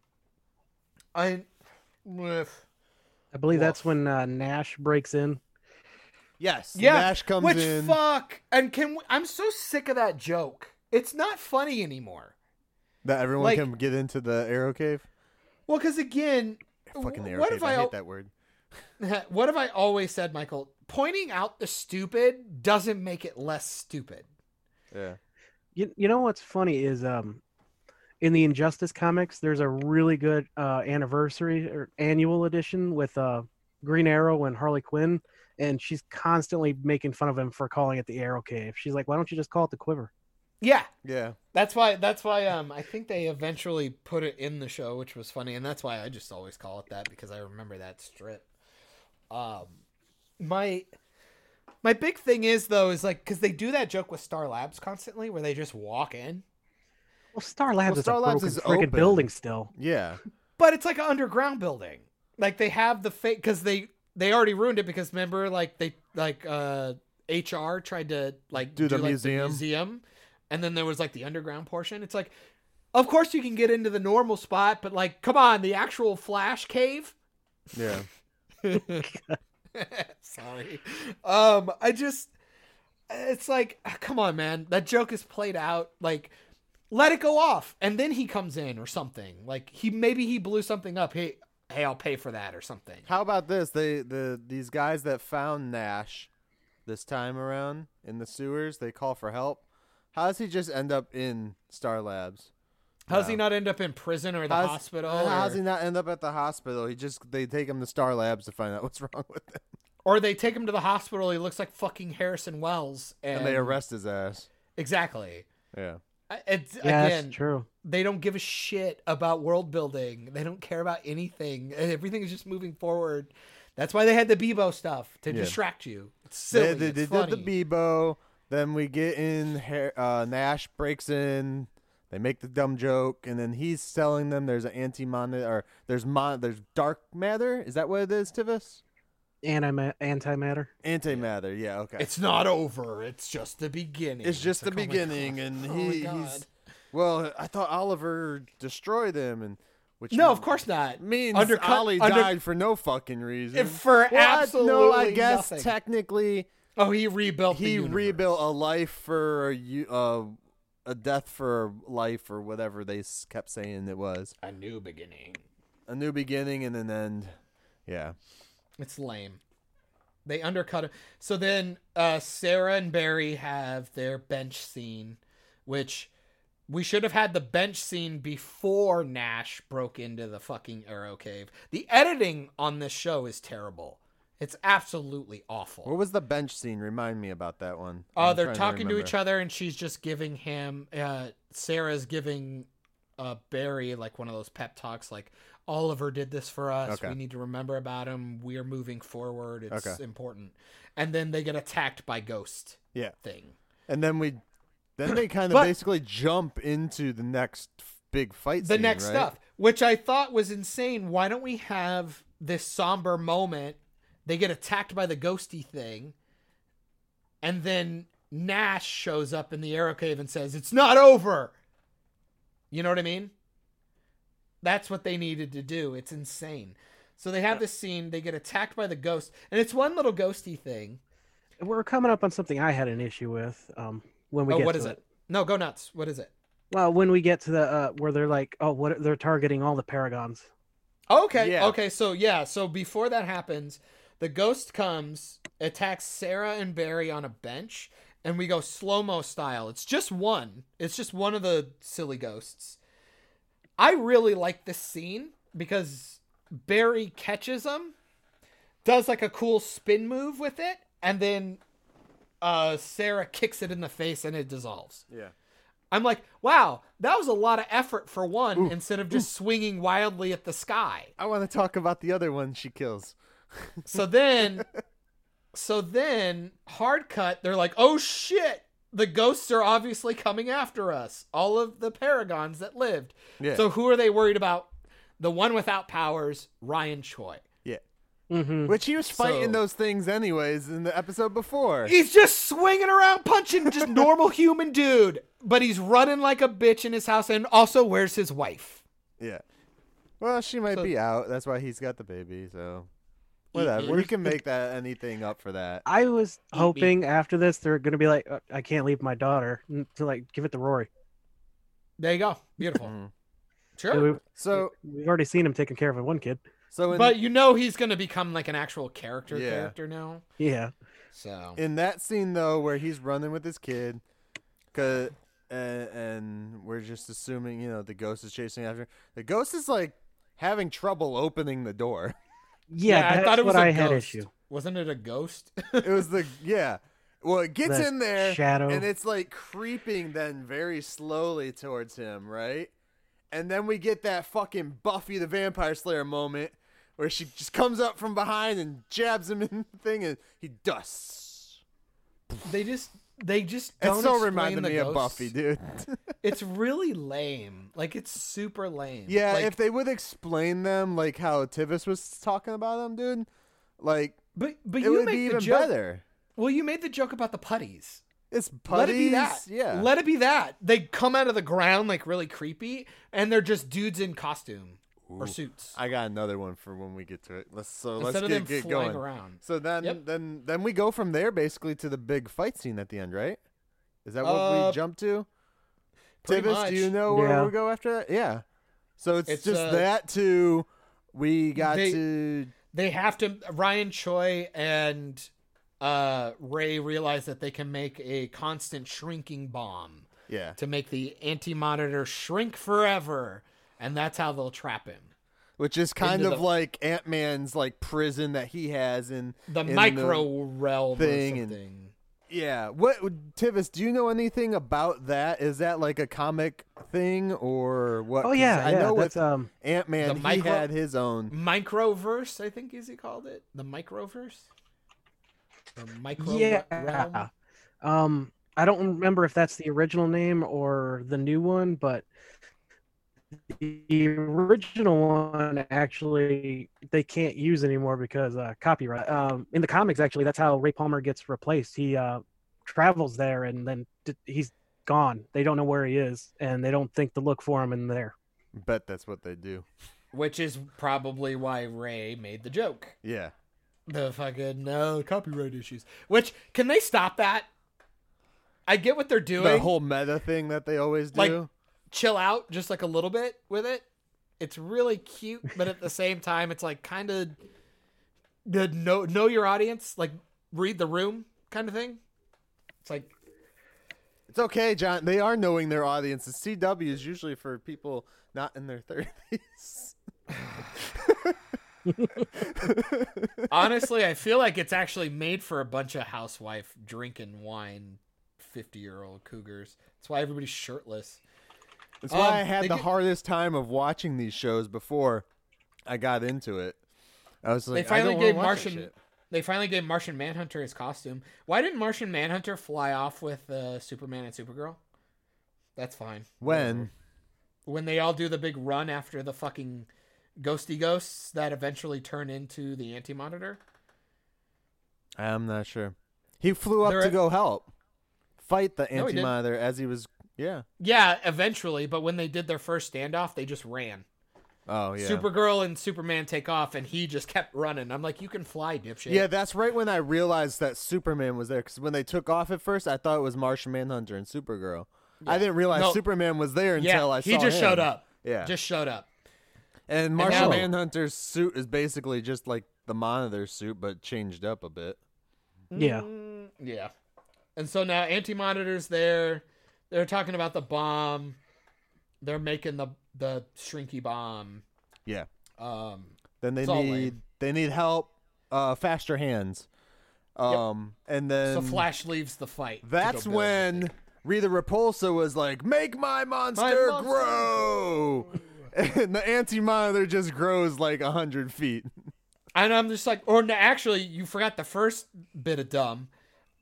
Speaker 2: I. uh,
Speaker 4: I believe that's when uh, Nash breaks in.
Speaker 3: Yes.
Speaker 2: Yeah,
Speaker 3: Nash comes
Speaker 2: which
Speaker 3: in.
Speaker 2: fuck. And can we, I'm so sick of that joke. It's not funny anymore.
Speaker 3: that everyone
Speaker 2: like-
Speaker 3: can get into the arrow cave.
Speaker 2: Well, because again,
Speaker 3: Fucking
Speaker 2: wh-
Speaker 3: arrow
Speaker 2: what
Speaker 3: cave.
Speaker 2: have
Speaker 3: I,
Speaker 2: I,
Speaker 3: hate that word.
Speaker 2: al- what have I always said, Michael? Pointing out the stupid doesn't make it less stupid.
Speaker 3: Yeah.
Speaker 4: You, you know what's funny is um, in the Injustice comics, there's a really good uh, anniversary or annual edition with uh, Green Arrow and Harley Quinn, and she's constantly making fun of him for calling it the Arrow Cave. She's like, "Why don't you just call it the Quiver?"
Speaker 2: Yeah,
Speaker 3: Yeah.
Speaker 2: that's why. That's why. Um, I think they eventually put it in the show, which was funny, and that's why I just always call it that because I remember that strip. Um, my my big thing is though is like because they do that joke with Star Labs constantly, where they just walk in.
Speaker 4: Well, Star Labs
Speaker 3: Well,
Speaker 4: is
Speaker 3: Star
Speaker 4: a
Speaker 3: Labs
Speaker 4: broken
Speaker 3: is
Speaker 4: friggin'
Speaker 3: open.
Speaker 4: building still.
Speaker 3: Yeah.
Speaker 2: But it's like an underground building. Like they have the fake because they they already ruined it because remember like they like uh HR tried to like
Speaker 3: Do the
Speaker 2: like,
Speaker 3: museum.
Speaker 2: museum, and then there was like the underground portion. It's like, of course you can get into the normal spot, but like, come on, the actual Flash cave.
Speaker 3: Yeah.
Speaker 2: Sorry. Um, I just it's like ah, come on man that joke is played out like let it go off and then he comes in or something like he maybe he blew something up hey hey i'll pay for that or something
Speaker 3: How about this? They the these guys that found Nash this time around in the sewers, they call for help. How does he just end up in Star Labs?
Speaker 2: how does he not end up in prison or the
Speaker 3: How's-
Speaker 2: hospital
Speaker 3: How does
Speaker 2: or,
Speaker 3: he not end up at the hospital? He just they take him to Star Labs to find out what's wrong with him,
Speaker 2: or they take him to the hospital he looks like fucking harrison wells and,
Speaker 3: and they arrest his ass.
Speaker 2: exactly
Speaker 3: Yeah.
Speaker 2: I- it's
Speaker 4: Yeah,
Speaker 2: again
Speaker 4: that's true.
Speaker 2: they don't give a shit about world building. They don't care about anything. Everything is just moving forward. That's why they had the Bebo stuff to
Speaker 3: Yeah.
Speaker 2: distract you. It's silly.
Speaker 3: they they,
Speaker 2: it's
Speaker 3: they
Speaker 2: funny.
Speaker 3: did the Bebo. Then we get in. Har- Uh, Nash breaks in. They make the dumb joke, and then he's telling them there's an anti mon or there's mon there's dark matter. Is that what it is, Tivis?
Speaker 4: Anti antimatter.
Speaker 3: Antimatter. Yeah. Okay.
Speaker 2: It's not over. It's just the beginning.
Speaker 3: It's just the
Speaker 2: like, oh my
Speaker 3: beginning,
Speaker 2: God.
Speaker 3: and
Speaker 2: Oh my
Speaker 3: he,
Speaker 2: God.
Speaker 3: he's. Well, I thought Oliver destroyed him, and which
Speaker 2: no, of course not.
Speaker 3: means
Speaker 2: Undercut-
Speaker 3: Ollie
Speaker 2: under-
Speaker 3: died for no fucking reason.
Speaker 2: For
Speaker 3: well, I, no, I
Speaker 2: absolutely
Speaker 3: guess
Speaker 2: nothing.
Speaker 3: technically
Speaker 2: Oh, he rebuilt. the
Speaker 3: he
Speaker 2: universe.
Speaker 3: rebuilt a life for a you- uh, a death for life or whatever they s- kept saying it was
Speaker 2: a new beginning.
Speaker 3: a new beginning and an end. Yeah,
Speaker 2: It's lame. They undercut it. So then uh, Sarah and Barry have their bench scene, which we should have had the bench scene before Nash broke into the fucking Arrow Cave. The editing on this show is terrible. It's absolutely awful.
Speaker 3: What was the bench scene? Remind me about that one.
Speaker 2: Uh, they're talking to, each other, and she's just giving him. Uh, Sarah's giving uh, Barry like one of those pep talks, like Oliver did this for us.
Speaker 3: Okay.
Speaker 2: We need to remember about him. We're moving forward. It's
Speaker 3: Okay.
Speaker 2: important. And then they get attacked by ghost
Speaker 3: Yeah,
Speaker 2: thing.
Speaker 3: and then we, then they kind of
Speaker 2: But-
Speaker 3: basically jump into the next f- big fight.
Speaker 2: the
Speaker 3: scene,
Speaker 2: next
Speaker 3: right?
Speaker 2: stuff, which I thought was insane. Why don't we have this somber moment? They get attacked by the ghosty thing, and then Nash shows up in the arrow cave and says, "It's not over." You know what I mean? That's what they needed to do. It's insane. So they have this scene. They get attacked by the ghost, and it's one little ghosty thing.
Speaker 4: We're coming up on something I had an issue with. Um, when we
Speaker 2: oh,
Speaker 4: get
Speaker 2: what
Speaker 4: to
Speaker 2: is it? No, go nuts. What is it?
Speaker 4: Well, when we get to the uh, where they're like, oh, what they're targeting all the paragons.
Speaker 2: Okay.
Speaker 3: Yeah.
Speaker 2: Okay. So yeah. So before that happens, the ghost comes, attacks Sarah and Barry on a bench, and we go slow mo style. It's just one. It's just one of the silly ghosts. I really like this scene because Barry catches him, does like a cool spin move with it, and then uh, Sarah kicks it in the face and it dissolves.
Speaker 3: Yeah.
Speaker 2: I'm like, wow, that was a lot of effort for one instead of just swinging wildly at the sky.
Speaker 3: I want to talk about the other one she kills.
Speaker 2: So then, so then, hard cut. They're like, "Oh shit! The ghosts are obviously coming after us. All of the paragons that lived.
Speaker 3: Yeah.
Speaker 2: So who are they worried about? The one without powers, Ryan Choi.
Speaker 3: Yeah.
Speaker 4: Mm-hmm.
Speaker 3: Which he was fighting
Speaker 2: So-
Speaker 3: those things anyways in the episode before.
Speaker 2: He's just swinging around, punching just normal human dude, but he's running like a bitch in his house, and also where's his wife?
Speaker 3: Yeah. Well, she might
Speaker 2: So-
Speaker 3: be out. That's why he's got the baby. So whatever.
Speaker 2: Mhm.
Speaker 3: We can make that anything up for that.
Speaker 4: I was
Speaker 2: me.
Speaker 4: hoping after this they're gonna be like, "Uh, I can't leave my daughter n- to like give it to Rory.
Speaker 2: There you go. Beautiful.
Speaker 3: Mhm.
Speaker 2: Sure.
Speaker 3: So
Speaker 4: We, have already seen him taking care of one kid.
Speaker 3: so in,
Speaker 2: But you know he's gonna become like an actual character
Speaker 3: Yeah.
Speaker 2: character now.
Speaker 4: Yeah,
Speaker 2: So
Speaker 3: in that scene though where he's running with his kid 'cause- and, and we're just assuming, you know, the ghost is chasing after. The ghost is like having trouble opening the door.
Speaker 4: yeah. that's what
Speaker 2: a
Speaker 4: I had
Speaker 2: ghost.
Speaker 4: issue.
Speaker 2: Wasn't it a ghost?
Speaker 3: it was the yeah. Well, it gets
Speaker 4: The
Speaker 3: in there
Speaker 4: shadow.
Speaker 3: and it's like creeping then very slowly towards him, right? And then we get that fucking Buffy the Vampire Slayer moment where she just comes up from behind and jabs him in the thing and he dusts.
Speaker 2: they just they just
Speaker 3: It
Speaker 2: don't
Speaker 3: so
Speaker 2: explain
Speaker 3: reminded
Speaker 2: the
Speaker 3: me of
Speaker 2: ghosts.
Speaker 3: Buffy, dude.
Speaker 2: It's really lame. Like it's super lame.
Speaker 3: yeah,
Speaker 2: Like,
Speaker 3: if they would explain them like how Tivis was talking about them, dude, like
Speaker 2: but but
Speaker 3: it
Speaker 2: you
Speaker 3: would
Speaker 2: make
Speaker 3: be
Speaker 2: the
Speaker 3: even
Speaker 2: joke.
Speaker 3: better.
Speaker 2: Well, you made the joke about the putties.
Speaker 3: It's putties,
Speaker 2: Let it be that.
Speaker 3: yeah.
Speaker 2: Let it be that. They come out of the ground like really creepy, and they're just dudes in costume or suits.
Speaker 3: I got another one for when we get to it. Let's so let's
Speaker 2: Instead of
Speaker 3: get,
Speaker 2: them
Speaker 3: get
Speaker 2: flying
Speaker 3: going.
Speaker 2: around.
Speaker 3: So then
Speaker 2: Yep.
Speaker 3: then then we go from there basically to the big fight scene at the end, right? Is that what
Speaker 2: Uh,
Speaker 3: we jump to?
Speaker 2: pretty
Speaker 3: Tibbs,
Speaker 2: much.
Speaker 3: do you know where
Speaker 4: Yeah.
Speaker 3: we'll go after that? Yeah. So it's,
Speaker 2: It's,
Speaker 3: just
Speaker 2: uh,
Speaker 3: that to we got
Speaker 2: they-
Speaker 3: to
Speaker 2: they have to Ryan Choi and uh, Ray realize that they can make a constant shrinking bomb.
Speaker 3: yeah.
Speaker 2: to make the anti-monitor shrink forever and that's how they'll trap him
Speaker 3: Which is kind
Speaker 2: into
Speaker 3: of
Speaker 2: the-
Speaker 3: like Ant Man's like prison that he has in
Speaker 2: the
Speaker 3: in
Speaker 2: micro realm
Speaker 3: thing
Speaker 2: or
Speaker 3: and-
Speaker 2: something
Speaker 3: Yeah. What Tivis, do you know anything about that? Is that like a comic thing or what?
Speaker 4: Oh
Speaker 3: 'Cause
Speaker 4: yeah,
Speaker 3: I
Speaker 4: yeah.
Speaker 3: know
Speaker 4: that's
Speaker 3: with
Speaker 4: um.
Speaker 3: Ant Man
Speaker 2: The
Speaker 3: he
Speaker 2: micro-
Speaker 3: had his own
Speaker 2: microverse i think is he called it the microverse the micro
Speaker 4: Yeah.
Speaker 2: realm
Speaker 4: Um, I don't remember if that's the original name or the new one, but the original one actually they can't use anymore because uh, copyright. Um, in the comics, actually, that's how Ray Palmer gets replaced. He uh, travels there and then d- he's gone. They don't know where he is, and they don't think to look for him in there.
Speaker 3: Bet that's what they do.
Speaker 2: which is probably why ray made the joke
Speaker 3: Yeah.
Speaker 2: the fucking no copyright issues which can they stop that i get what they're
Speaker 3: The
Speaker 2: doing
Speaker 3: whole meta thing that they always do.
Speaker 2: Like- chill out just like a little bit with it. It's really cute, but at the same time, it's like kind of the know know your audience, like read the room kind of thing. It's like
Speaker 3: it's okay, John. They are knowing their audiences. CW is usually for people not in their 30s.
Speaker 2: Honestly, I feel like it's actually made for a bunch of housewife drinking wine, fifty-year-old cougars. That's why everybody's shirtless.
Speaker 3: That's why
Speaker 2: Um,
Speaker 3: I had
Speaker 2: they
Speaker 3: the
Speaker 2: get-
Speaker 3: hardest time of watching these shows before I got into it. I was like,
Speaker 2: they finally
Speaker 3: I don't wanna
Speaker 2: gave
Speaker 3: watch this
Speaker 2: Martian.
Speaker 3: shit.
Speaker 2: They finally gave Martian Manhunter his costume. Why didn't Martian Manhunter fly off with uh, Superman and Supergirl? That's fine.
Speaker 3: When
Speaker 2: when they all do the big run after the fucking ghosty ghosts that eventually turn into the anti monitor.
Speaker 3: I'm not sure. He flew up
Speaker 2: They're
Speaker 3: to
Speaker 2: at-
Speaker 3: go help fight the
Speaker 2: No, he didn't.
Speaker 3: anti-monitor as he was. Yeah.
Speaker 2: Yeah, eventually, but when they did their first standoff, they just ran.
Speaker 3: Oh yeah.
Speaker 2: Supergirl and Superman take off, and he just kept running. I'm like, you can fly, dipshit.
Speaker 3: Yeah, that's right when I realized that Superman was there because when they took off at first, I thought it was Martian Manhunter and Supergirl. I didn't realize
Speaker 2: No.
Speaker 3: Superman was there until
Speaker 2: yeah.
Speaker 3: I saw
Speaker 2: he just
Speaker 3: him.
Speaker 2: showed up.
Speaker 3: Yeah,
Speaker 2: Just showed up.
Speaker 3: and Martian
Speaker 2: now-
Speaker 3: Manhunter's suit is basically just like the Monitor suit, but changed up a bit.
Speaker 4: Yeah.
Speaker 2: Mm, yeah. And so now Anti Monitor's there. They're talking about the bomb. They're making the the shrinky bomb.
Speaker 3: Yeah.
Speaker 2: Um,
Speaker 3: Then they
Speaker 2: It's all
Speaker 3: need
Speaker 2: lame.
Speaker 3: they need help, uh, faster hands, um, and then
Speaker 2: so Flash leaves the fight. to go build
Speaker 3: That's
Speaker 2: the
Speaker 3: when Rita Repulsa was like, "Make my monster,
Speaker 2: monster
Speaker 3: grow," and the anti-monitor just grows like a hundred feet.
Speaker 2: And I'm just like, or no, actually, you forgot the first bit of dumb.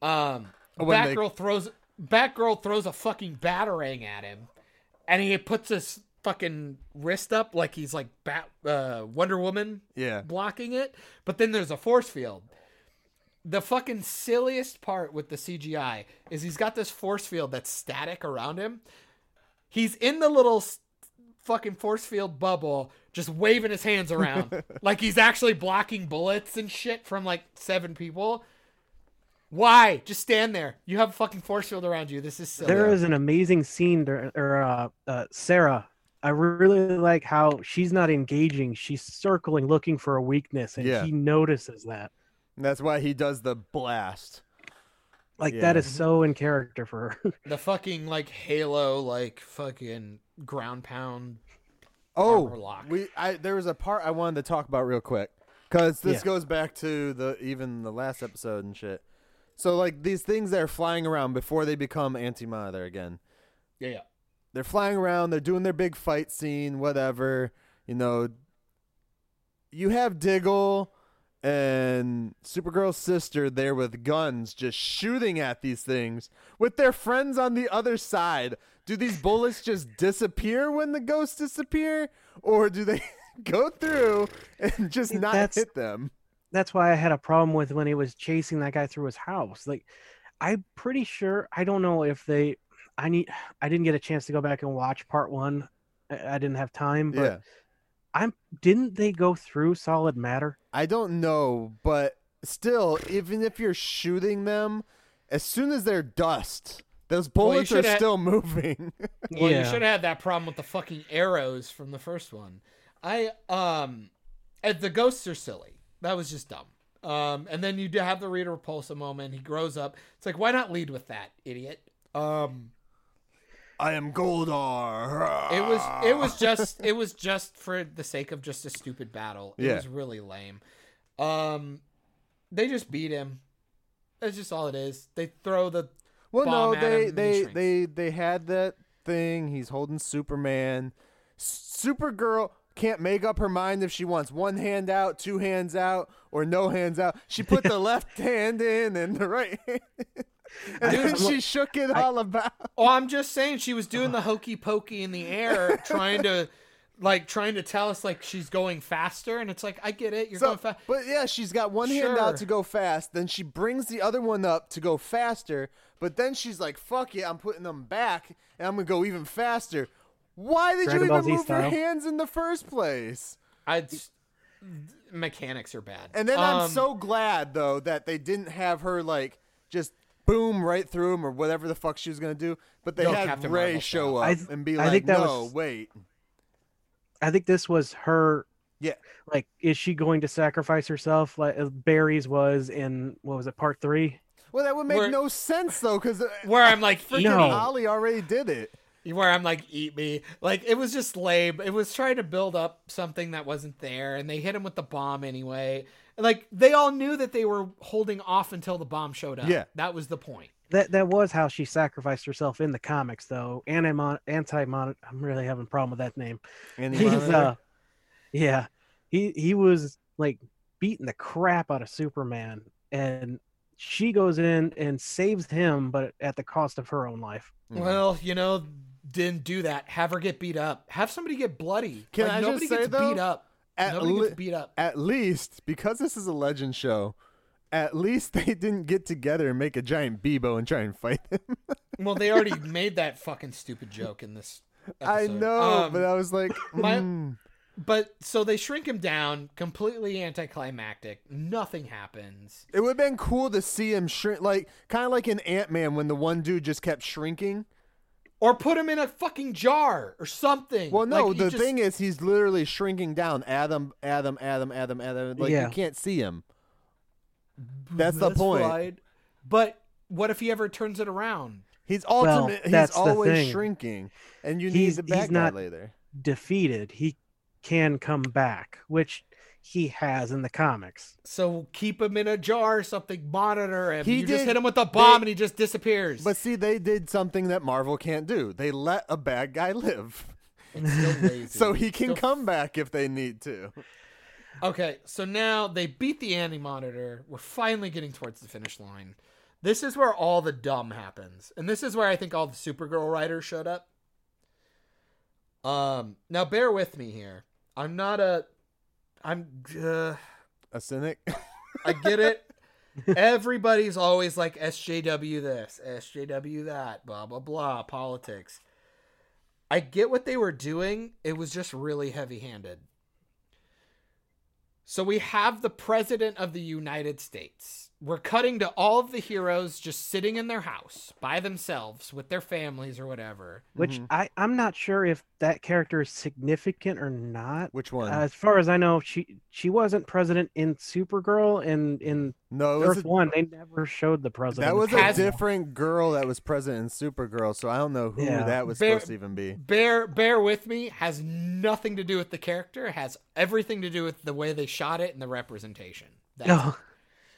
Speaker 2: Um,
Speaker 3: Oh, When they-
Speaker 2: Batgirl throws Batgirl throws a fucking batarang at him, and he puts his fucking wrist up like he's like Bat uh, Wonder Woman
Speaker 3: Yeah.
Speaker 2: blocking it. But then there's a force field. The fucking silliest part with the CGI is he's got this force field that's static around him. He's in the little s- fucking force field bubble, just waving his hands around like he's actually blocking bullets and shit from like seven people. Why? Just stand there. You have a fucking force field around you. This is silly.
Speaker 4: There is an amazing scene there, or uh, uh, Sarah. I really like how she's not engaging. She's circling, looking for a weakness, and
Speaker 3: Yeah.
Speaker 4: he notices that.
Speaker 3: And that's why he does the blast.
Speaker 4: Like that
Speaker 3: Yeah.
Speaker 4: is so in character for her.
Speaker 2: the fucking like Halo, like fucking ground pound. Armor
Speaker 3: Oh,
Speaker 2: lock.
Speaker 3: we I there was a part I wanted to talk about real quick because this
Speaker 4: Yeah.
Speaker 3: goes back to the even the last episode and shit. So like these things that are flying around before they become anti-monitor again.
Speaker 2: Yeah, yeah.
Speaker 3: they're flying around, they're doing their big fight scene, whatever. You know, you have Diggle and Supergirl's sister there with guns just shooting at these things with their friends on the other side. Do these bullets just disappear when the ghosts disappear, or do they go through and just not
Speaker 4: That's-
Speaker 3: hit them?
Speaker 4: That's why I had a problem with when he was chasing that guy through his house. Like, I'm pretty sure. I don't know if they. I need. I didn't get a chance to go back and watch part one. I, I didn't have time. But
Speaker 3: Yeah,
Speaker 4: didn't they go through solid matter?
Speaker 3: I don't know, but still, even if you're shooting them, as soon as they're dust, those
Speaker 2: you
Speaker 3: bullets are
Speaker 2: should ha-
Speaker 3: still moving.
Speaker 2: Well, you should have had that problem with the fucking arrows from the first one. I um, and the ghosts are silly. That was just dumb. Um, and then you do have the Rita Repulsa moment. He grows up. It's like, why not lead with that, idiot? Um,
Speaker 3: I am Goldar.
Speaker 2: it was it was just it was just for the sake of just a stupid battle. It
Speaker 3: Yeah.
Speaker 2: was really lame. Um, they just beat him. That's just all it is. They throw the
Speaker 3: well, no,
Speaker 2: bomb at him
Speaker 3: they
Speaker 2: and
Speaker 3: they
Speaker 2: he shrinks.
Speaker 3: they they had that thing. He's holding Superman. S- Supergirl can't make up her mind if she wants one hand out, two hands out, or no hands out. She put the left hand in and the right hand. in. and then she shook it all about.
Speaker 2: Oh, I'm just saying she was doing the hokey pokey in the air, trying to, like, trying to tell us like she's going faster, and it's like I get it, you're
Speaker 3: So-
Speaker 2: going fast.
Speaker 3: But yeah, she's got one hand out
Speaker 2: Sure.
Speaker 3: to go fast, then she brings the other one up to go faster, but then she's like, fuck it, I'm putting them back and I'm gonna go even faster. Why did
Speaker 4: Dragon
Speaker 3: you
Speaker 4: Ball
Speaker 3: even
Speaker 4: Z
Speaker 3: move your
Speaker 4: style.
Speaker 3: hands in the first place?
Speaker 2: I just- mechanics are bad.
Speaker 3: And then I'm
Speaker 2: Um,
Speaker 3: so glad though that they didn't have her like just boom right through him or whatever the fuck she was gonna do, but they
Speaker 2: No,
Speaker 3: had
Speaker 2: Captain
Speaker 3: Ray
Speaker 2: Marvel
Speaker 3: show
Speaker 2: style.
Speaker 3: up
Speaker 4: I th-
Speaker 3: and be
Speaker 4: I
Speaker 3: like,
Speaker 4: think that
Speaker 3: no,
Speaker 4: was-
Speaker 3: wait.
Speaker 4: I think this was her.
Speaker 3: Yeah.
Speaker 4: Like, is she going to sacrifice herself? Like uh, Barry's was in what was it, part three?
Speaker 3: Well, that would make
Speaker 2: Where-
Speaker 3: no sense though, because
Speaker 2: where I'm like,
Speaker 3: freaking
Speaker 2: no,
Speaker 4: No.
Speaker 3: Ollie already did it.
Speaker 2: where I'm like, eat me. Like it was just lame. It was trying to build up something that wasn't there, and they hit him with the bomb anyway. Like they all knew that they were holding off until the bomb showed up.
Speaker 3: Yeah.
Speaker 2: that was the point.
Speaker 4: That that was how she sacrificed herself in the comics, though. Anti anti I'm really having a problem with that name.
Speaker 3: Andy
Speaker 4: He's
Speaker 3: Monitor?
Speaker 4: uh, yeah, he he was like beating the crap out of Superman, and she goes in and saves him, but at the cost of her own life.
Speaker 3: Mhm.
Speaker 2: Well, you know, didn't do that. Have her get beat up. Have somebody get bloody.
Speaker 3: Can
Speaker 2: like,
Speaker 3: I just
Speaker 2: nobody
Speaker 3: say,
Speaker 2: gets
Speaker 3: though,
Speaker 2: beat up.
Speaker 3: at
Speaker 2: nobody
Speaker 3: li-
Speaker 2: gets beat up.
Speaker 3: at least because this is a legend show, at least they didn't get together and make a giant Bebo and try and fight him.
Speaker 2: Well, they already made that fucking stupid joke in this.
Speaker 3: I
Speaker 2: episode.
Speaker 3: know,
Speaker 2: Um,
Speaker 3: but I was like,
Speaker 2: my-
Speaker 3: mm.
Speaker 2: But so they shrink him down, completely anticlimactic. Nothing happens.
Speaker 3: it would have been cool to see him shrink, like kind of like in Ant Man when the one dude just kept shrinking.
Speaker 2: Or put him in a fucking jar or something.
Speaker 3: Well, no,
Speaker 2: Like, you
Speaker 3: the
Speaker 2: just-
Speaker 3: thing is, he's literally shrinking down. Adam, Adam, Adam, Adam, Adam. Like
Speaker 4: Yeah.
Speaker 3: you can't see him. That's, the point.
Speaker 2: right. But what if he ever turns it around?
Speaker 3: He's
Speaker 4: Well,
Speaker 3: ultimate. he's
Speaker 4: that's the
Speaker 3: always
Speaker 4: thing.
Speaker 3: shrinking, and you
Speaker 4: He's-
Speaker 3: need the
Speaker 4: he's
Speaker 3: bad guy
Speaker 4: not-
Speaker 3: later.
Speaker 4: Defeated, he can come back, which he has in the comics.
Speaker 2: So keep him in a jar or something. Monitor him.
Speaker 3: He
Speaker 2: you just
Speaker 3: did-
Speaker 2: hit him with a bomb
Speaker 3: they-
Speaker 2: and he just disappears.
Speaker 3: But see, they did something that Marvel can't do. They let a bad guy live,
Speaker 2: It's still lazy.
Speaker 3: so he
Speaker 2: Still-
Speaker 3: can come back if they need to.
Speaker 2: Okay, so now they beat the anti monitor. We're finally getting towards the finish line. This is where all the dumb happens. And this is where I think all the Supergirl writers showed up. Um now bear with me here. I'm not a I'm uh,
Speaker 3: A cynic.
Speaker 2: I get it. Everybody's always like SJW this, SJW that, blah blah blah, politics. I get what they were doing. It was just really heavy-handed. So we have the president of the United States. We're cutting to all of the heroes just sitting in their house by themselves with their families or whatever.
Speaker 4: Which
Speaker 3: Mhm.
Speaker 4: I I'm not sure if that character is significant or not.
Speaker 3: Which one?
Speaker 4: As far as I know, she she wasn't president in Supergirl and in
Speaker 3: no, it was
Speaker 4: Earth
Speaker 3: a,
Speaker 4: One. They never showed the president.
Speaker 3: that was a
Speaker 2: Has-
Speaker 3: different girl that was present in Supergirl. So I don't know who
Speaker 4: Yeah.
Speaker 3: that was
Speaker 2: Bear-
Speaker 3: supposed to even be.
Speaker 2: Bear bear with me has nothing to do with the character, It has everything to do with the way they shot it and the representation. That's
Speaker 4: No.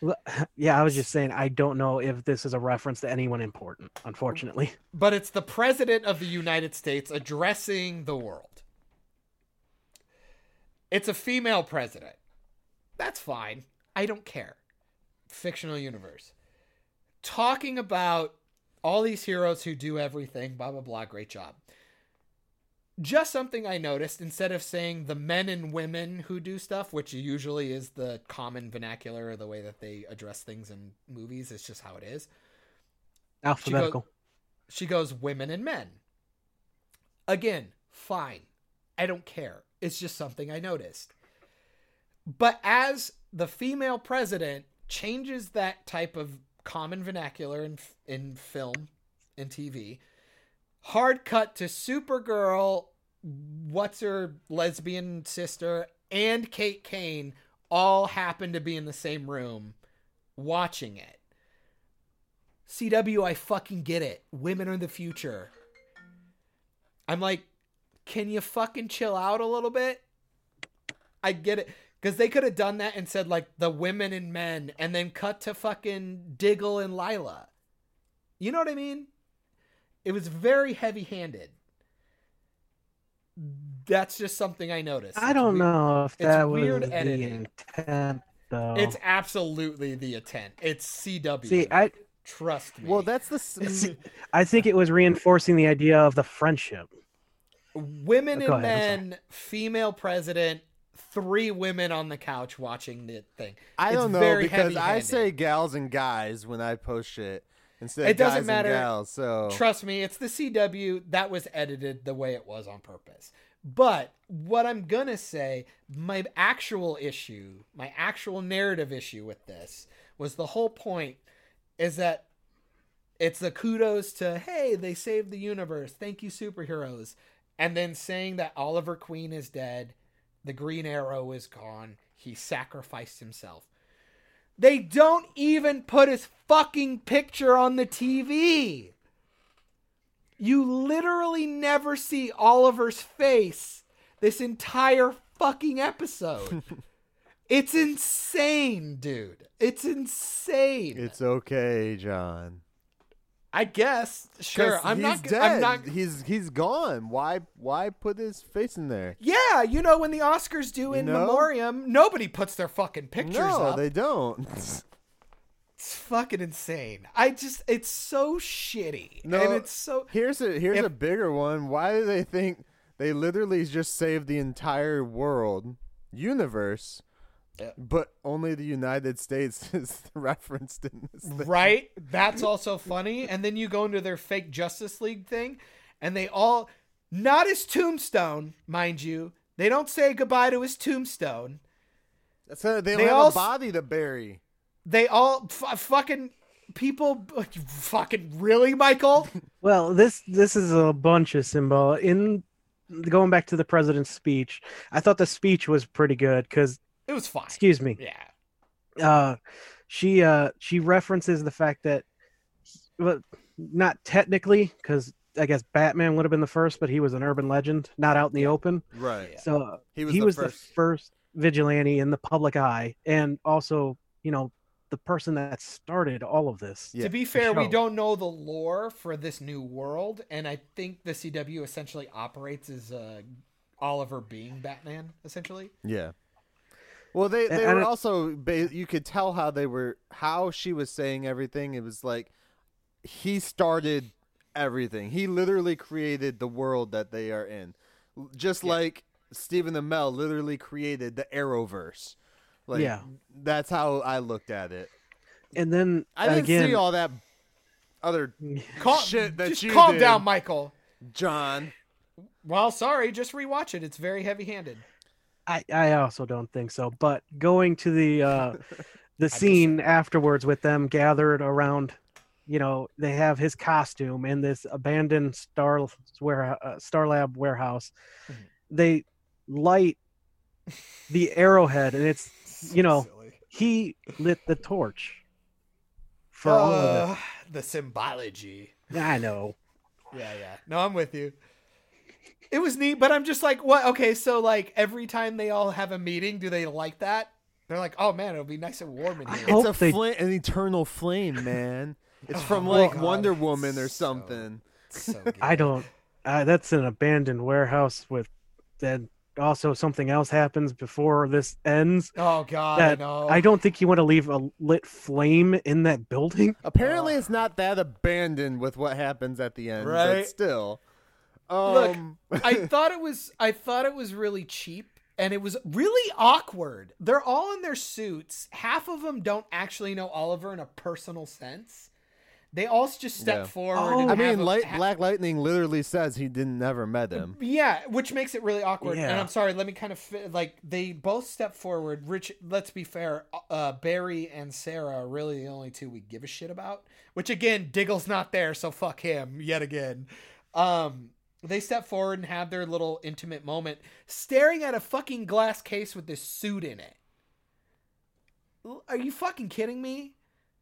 Speaker 4: Well, Yeah, I was just saying I don't know if this is a reference to anyone important, unfortunately.
Speaker 2: but it's the president of the United States addressing the world. It's a female president. That's fine. I don't care. Fictional universe. Talking about all these heroes who do everything, blah, blah, blah. Great job. Just something I noticed instead of saying the men and women who do stuff, which usually is the common vernacular or the way that they address things in movies, it's just how it is
Speaker 4: Alphabetical.
Speaker 2: she goes women and men again fine i don't care it's just something i noticed but as the female president changes that type of common vernacular in, in film and tv hard cut to supergirl what's her lesbian sister and kate kane all happen to be in the same room watching it CW, I fucking get it. Women are the future. I'm like, can you fucking chill out a little bit? I get it. Because they could have done that and said, like, the women and men, and then cut to fucking Diggle and Lila. You know what I mean? It was very heavy handed. That's just something I noticed.
Speaker 4: I
Speaker 2: It's
Speaker 4: don't
Speaker 2: weird.
Speaker 4: know if
Speaker 2: it's
Speaker 4: that was
Speaker 2: weird
Speaker 4: the
Speaker 2: editing.
Speaker 4: intent though.
Speaker 2: It's absolutely the intent. It's CW.
Speaker 4: See, I
Speaker 2: Trust me.
Speaker 3: Well, that's the s- mm,
Speaker 4: see, I think it was reinforcing the idea of the friendship.
Speaker 2: women
Speaker 4: Go
Speaker 2: and
Speaker 4: ahead, I'm
Speaker 2: men, female president, three women on the couch watching the thing.
Speaker 3: I
Speaker 2: It's
Speaker 3: don't know
Speaker 2: very
Speaker 3: because I
Speaker 2: heavy-handed.
Speaker 3: say gals and guys when I post shit instead.
Speaker 2: It
Speaker 3: of
Speaker 2: doesn't
Speaker 3: guys
Speaker 2: matter.
Speaker 3: And gals, so
Speaker 2: Trust me, it's the CW that was edited the way it was on purpose. But what I'm going to say, my actual issue, my actual narrative issue with this was the whole point is that it's the kudos to, hey, they saved the universe. Thank you, superheroes. And then saying that Oliver Queen is dead, the Green Arrow is gone, he sacrificed himself. They don't even put his fucking picture on the TV. You literally never see Oliver's face this entire fucking episode. it's insane, dude. It's insane.
Speaker 3: It's okay, John.
Speaker 2: I guess.
Speaker 3: 'Cause
Speaker 2: Sure. I'm
Speaker 3: he's
Speaker 2: not.
Speaker 3: dead.
Speaker 2: I'm not.
Speaker 3: He's he's gone. Why why put his face in there?
Speaker 2: Yeah, you know when the Oscars do in
Speaker 3: know?
Speaker 2: memoriam, nobody puts their fucking pictures
Speaker 3: no,
Speaker 2: up.
Speaker 3: they don't.
Speaker 2: It's fucking insane. I just, it's so shitty,
Speaker 3: No,
Speaker 2: and it's so.
Speaker 3: Here's a here's
Speaker 2: If-
Speaker 3: a bigger one. Why do they think they literally just saved the entire world universe?
Speaker 5: Yeah.
Speaker 3: But only the United States is referenced in this thing.
Speaker 5: Right?
Speaker 2: That's also funny. And then you go into their fake Justice League thing, and they all, not his tombstone, mind you. They don't say goodbye to his tombstone.
Speaker 3: So they don't
Speaker 2: They
Speaker 3: have
Speaker 2: all
Speaker 3: a
Speaker 2: s-
Speaker 3: body to bury.
Speaker 2: They all f- fucking people. Fucking really, Michael?
Speaker 4: Well, this this is a bunch of symbol. In going back to the president's speech, I thought the speech was pretty good because,
Speaker 2: It was fine.
Speaker 4: excuse me,
Speaker 2: Yeah.
Speaker 4: uh, she uh she references the fact that, well, not technically, because I guess Batman would have been the first, but he was an urban legend, not out in the open.
Speaker 3: Right.
Speaker 4: So uh,
Speaker 3: He was
Speaker 4: he
Speaker 3: the
Speaker 4: was
Speaker 3: first.
Speaker 4: the first vigilante in the public eye, and also you know the person that started all of this.
Speaker 3: Yeah.
Speaker 2: To be fair, we
Speaker 4: show.
Speaker 2: don't know the lore for this new world, and I think the CW essentially operates as uh, Oliver being Batman, essentially.
Speaker 3: Yeah. Well, they
Speaker 4: And-
Speaker 3: they
Speaker 4: and
Speaker 3: were
Speaker 4: it-
Speaker 3: also ba- you could tell how they were how she was saying everything. It was like he started everything. He literally created the world that they are in, L- just like Stephen Amell literally created the Arrowverse. Like,
Speaker 4: Yeah.
Speaker 3: that's how I looked at it.
Speaker 4: And then
Speaker 3: I didn't
Speaker 4: again,
Speaker 3: see all that other
Speaker 2: Cal-
Speaker 3: Shit that
Speaker 2: just
Speaker 3: you
Speaker 2: calm
Speaker 3: did.
Speaker 2: down, Michael.
Speaker 3: John.
Speaker 2: Well, sorry, just rewatch it. It's very heavy-handed.
Speaker 4: I, I also don't think so. But going to the uh, the scene afterwards with them gathered around, you know, they have his costume in this abandoned Star where uh, Star Lab warehouse. They light the arrowhead, and it's you know he lit the torch for all of
Speaker 2: Uh, the symbology.
Speaker 4: it. I know.
Speaker 2: Yeah, yeah. No, I'm with you. It was neat, but I'm just like, what? Okay, so like every time they all have a meeting, do they like that? They're like, oh man, it'll be nice and warm in
Speaker 4: I
Speaker 2: here.
Speaker 4: hope-
Speaker 3: It's a
Speaker 4: they- Oh
Speaker 3: flame, an eternal flame, man. It's from
Speaker 2: my
Speaker 3: like
Speaker 2: God.
Speaker 3: Wonder Woman or
Speaker 2: So-
Speaker 3: something.
Speaker 2: So good.
Speaker 4: I don't. Uh, that's an abandoned warehouse with. Then also something else happens before this ends.
Speaker 2: Oh god,
Speaker 4: that
Speaker 2: I know.
Speaker 4: I don't think you want to leave a lit flame in that building.
Speaker 3: Apparently, it's not that abandoned with what happens at the end,
Speaker 2: Right.
Speaker 3: But still,
Speaker 2: Look,
Speaker 3: um,
Speaker 2: I thought it was I thought it was really cheap and it was really awkward. They're all in their suits. Half of them don't actually know Oliver in a personal sense. They all just step
Speaker 3: Yeah.
Speaker 2: forward.
Speaker 4: Oh.
Speaker 2: and
Speaker 3: I
Speaker 2: have
Speaker 3: mean,
Speaker 2: a-
Speaker 3: Light,
Speaker 2: ha-
Speaker 3: Black Lightning literally says he didn't never met him.
Speaker 2: Yeah, which makes it really awkward. And
Speaker 4: Yeah.
Speaker 2: I'm sorry, let me kind of fi- like they both step forward. Rich, let's be fair, uh, Barry and Sarah are really the only two we give a shit about. Which again, Diggle's not there, so fuck him yet again. Um, they step forward and have their little intimate moment, staring at a fucking glass case with this suit in it. L- Are you fucking kidding me?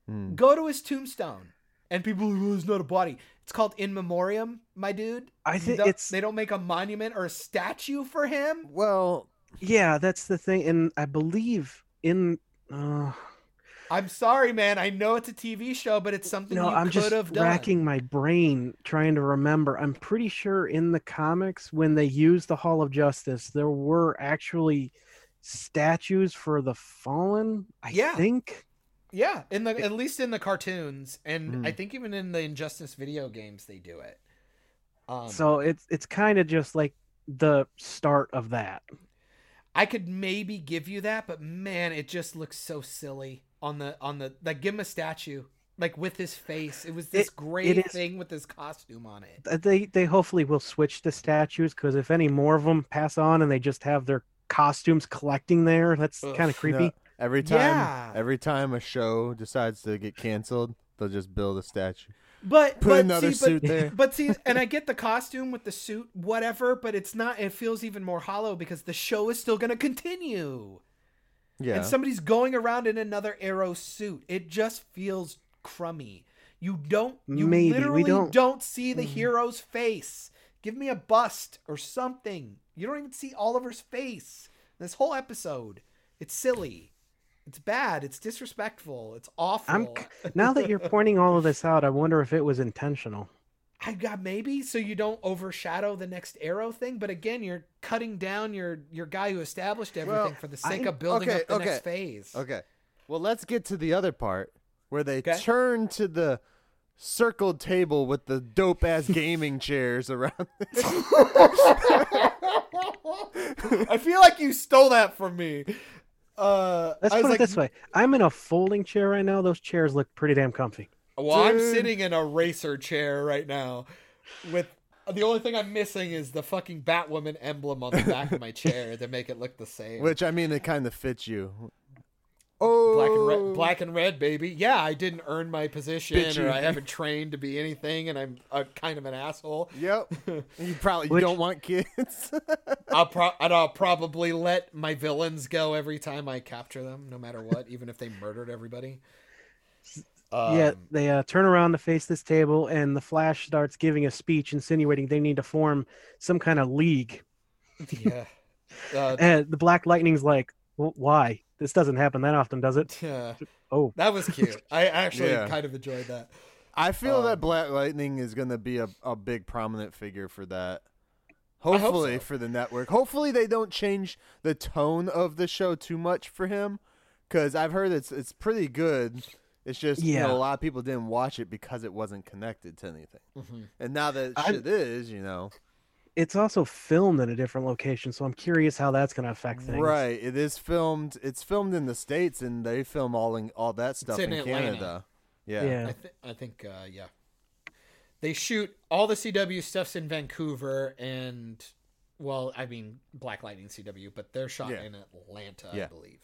Speaker 3: Hmm.
Speaker 2: Go to his tombstone, and people are like, "Oh, it's not a body. It's called in memoriam, my dude."
Speaker 4: I
Speaker 2: You
Speaker 4: think
Speaker 2: don't-
Speaker 4: it's
Speaker 2: they don't make a monument or a statue for him.
Speaker 3: Well,
Speaker 4: yeah, that's the thing, and I believe in. Uh,
Speaker 2: I'm sorry, man. I know it's a TV show, but it's something
Speaker 4: no,
Speaker 2: you
Speaker 4: I'm
Speaker 2: could
Speaker 4: just
Speaker 2: have done.
Speaker 4: racking my brain trying to remember. I'm pretty sure in the comics when they used the Hall of Justice, there were actually statues for the fallen. I
Speaker 2: Yeah.
Speaker 4: think.
Speaker 2: Yeah, in the at least in the cartoons, and
Speaker 4: Hmm.
Speaker 3: Mm.
Speaker 2: I think even in the Injustice video games they do it. Um,
Speaker 4: so it's it's kind of just like the start of that.
Speaker 2: I could maybe give you that, but man, it just looks so silly on the on the like. Give him a statue, like with his face. It was this
Speaker 4: It-
Speaker 2: great
Speaker 4: is-
Speaker 2: thing with this costume on it.
Speaker 4: Uh, they they hopefully will switch the statues because if any more of them pass on and they just have their costumes collecting there, that's
Speaker 2: Ugh.
Speaker 4: kind of creepy.
Speaker 3: no, every time,
Speaker 2: Yeah.
Speaker 3: every time a show decides to get canceled, they'll just build a statue,
Speaker 2: But
Speaker 3: put
Speaker 2: but
Speaker 3: another
Speaker 2: see, but-
Speaker 3: suit there.
Speaker 2: but see, and I get the costume with the suit, whatever, but it's not, it feels even more hollow because the show is still going to continue.
Speaker 3: Yeah,
Speaker 2: And somebody's going around in another arrow suit. It just feels crummy. You don't. You
Speaker 4: Maybe. We
Speaker 2: literally
Speaker 4: don't-
Speaker 2: see the
Speaker 4: Mhm.
Speaker 2: hero's face. Give me a bust or something. You don't even see Oliver's face. This whole episode, it's silly. It's bad. It's disrespectful. It's awful.
Speaker 4: I'm now that you're pointing all of this out, I wonder if it was intentional.
Speaker 2: I got maybe so you don't overshadow the next arrow thing, but again, you're cutting down your your guy who established everything
Speaker 3: Well,
Speaker 2: for the sake
Speaker 3: I-
Speaker 2: of building
Speaker 3: okay,
Speaker 2: up the
Speaker 3: okay,
Speaker 2: next phase.
Speaker 3: Okay. Well, let's get to the other part where they
Speaker 2: Okay.
Speaker 3: turn to the circled table with the dope ass gaming chairs around.
Speaker 2: I feel like you stole that from me. Uh,
Speaker 4: Let's
Speaker 2: I
Speaker 4: put
Speaker 2: was
Speaker 4: it
Speaker 2: like,
Speaker 4: this way: I'm in a folding chair right now. Those chairs look pretty damn comfy.
Speaker 2: Well, I'm
Speaker 3: Dude.
Speaker 2: sitting in a racer chair right now with the only thing I'm missing is the fucking Batwoman emblem on the back of my chair to make it look the same.
Speaker 3: Which I mean, it kind of fits you. Oh,
Speaker 2: black and red, black and red, baby. Yeah, I didn't earn my position,
Speaker 3: Bitchy.
Speaker 2: or I haven't trained to be anything, and I'm a, kind of an asshole.
Speaker 3: Yep. You probably
Speaker 4: Which-
Speaker 3: don't want kids.
Speaker 2: I'll pro- and I'll probably let my villains go every time I capture them, no matter what, even if they murdered everybody.
Speaker 4: yeah,
Speaker 2: Um,
Speaker 4: they uh, turn around to face this table, and the Flash starts giving a speech insinuating they need to form some kind of league.
Speaker 2: yeah. Uh,
Speaker 4: And the Black Lightning's like, "Wh- "Why? This doesn't happen that often, does it?"
Speaker 2: yeah.
Speaker 4: Oh,
Speaker 2: That was cute. I actually
Speaker 3: Yeah.
Speaker 2: kind of enjoyed that.
Speaker 3: I feel
Speaker 2: Um,
Speaker 3: that Black Lightning is going to be a, a big prominent figure for that. Hopefully
Speaker 2: so.
Speaker 3: for the network. Hopefully they don't change the tone of the show too much for him cuz I've heard it's it's pretty good. It's just you
Speaker 4: Yeah.
Speaker 3: know a lot of people didn't watch it because it wasn't connected to anything.
Speaker 2: Mhm.
Speaker 3: And now that
Speaker 4: I-
Speaker 3: shit is, you know.
Speaker 4: it's also filmed at a different location, so I'm curious how that's going to affect things.
Speaker 3: Right, it is filmed it's filmed in the states and they film all in, all that stuff
Speaker 2: in
Speaker 3: in,
Speaker 2: Atlanta.
Speaker 3: Canada. Yeah.
Speaker 4: Yeah.
Speaker 2: I, th- I think, uh, yeah. They shoot all the CW stuffs in Vancouver and, well, I mean, Black Lightning CW, but they're shot
Speaker 3: Yeah.
Speaker 2: in Atlanta, I
Speaker 3: Yeah.
Speaker 2: believe.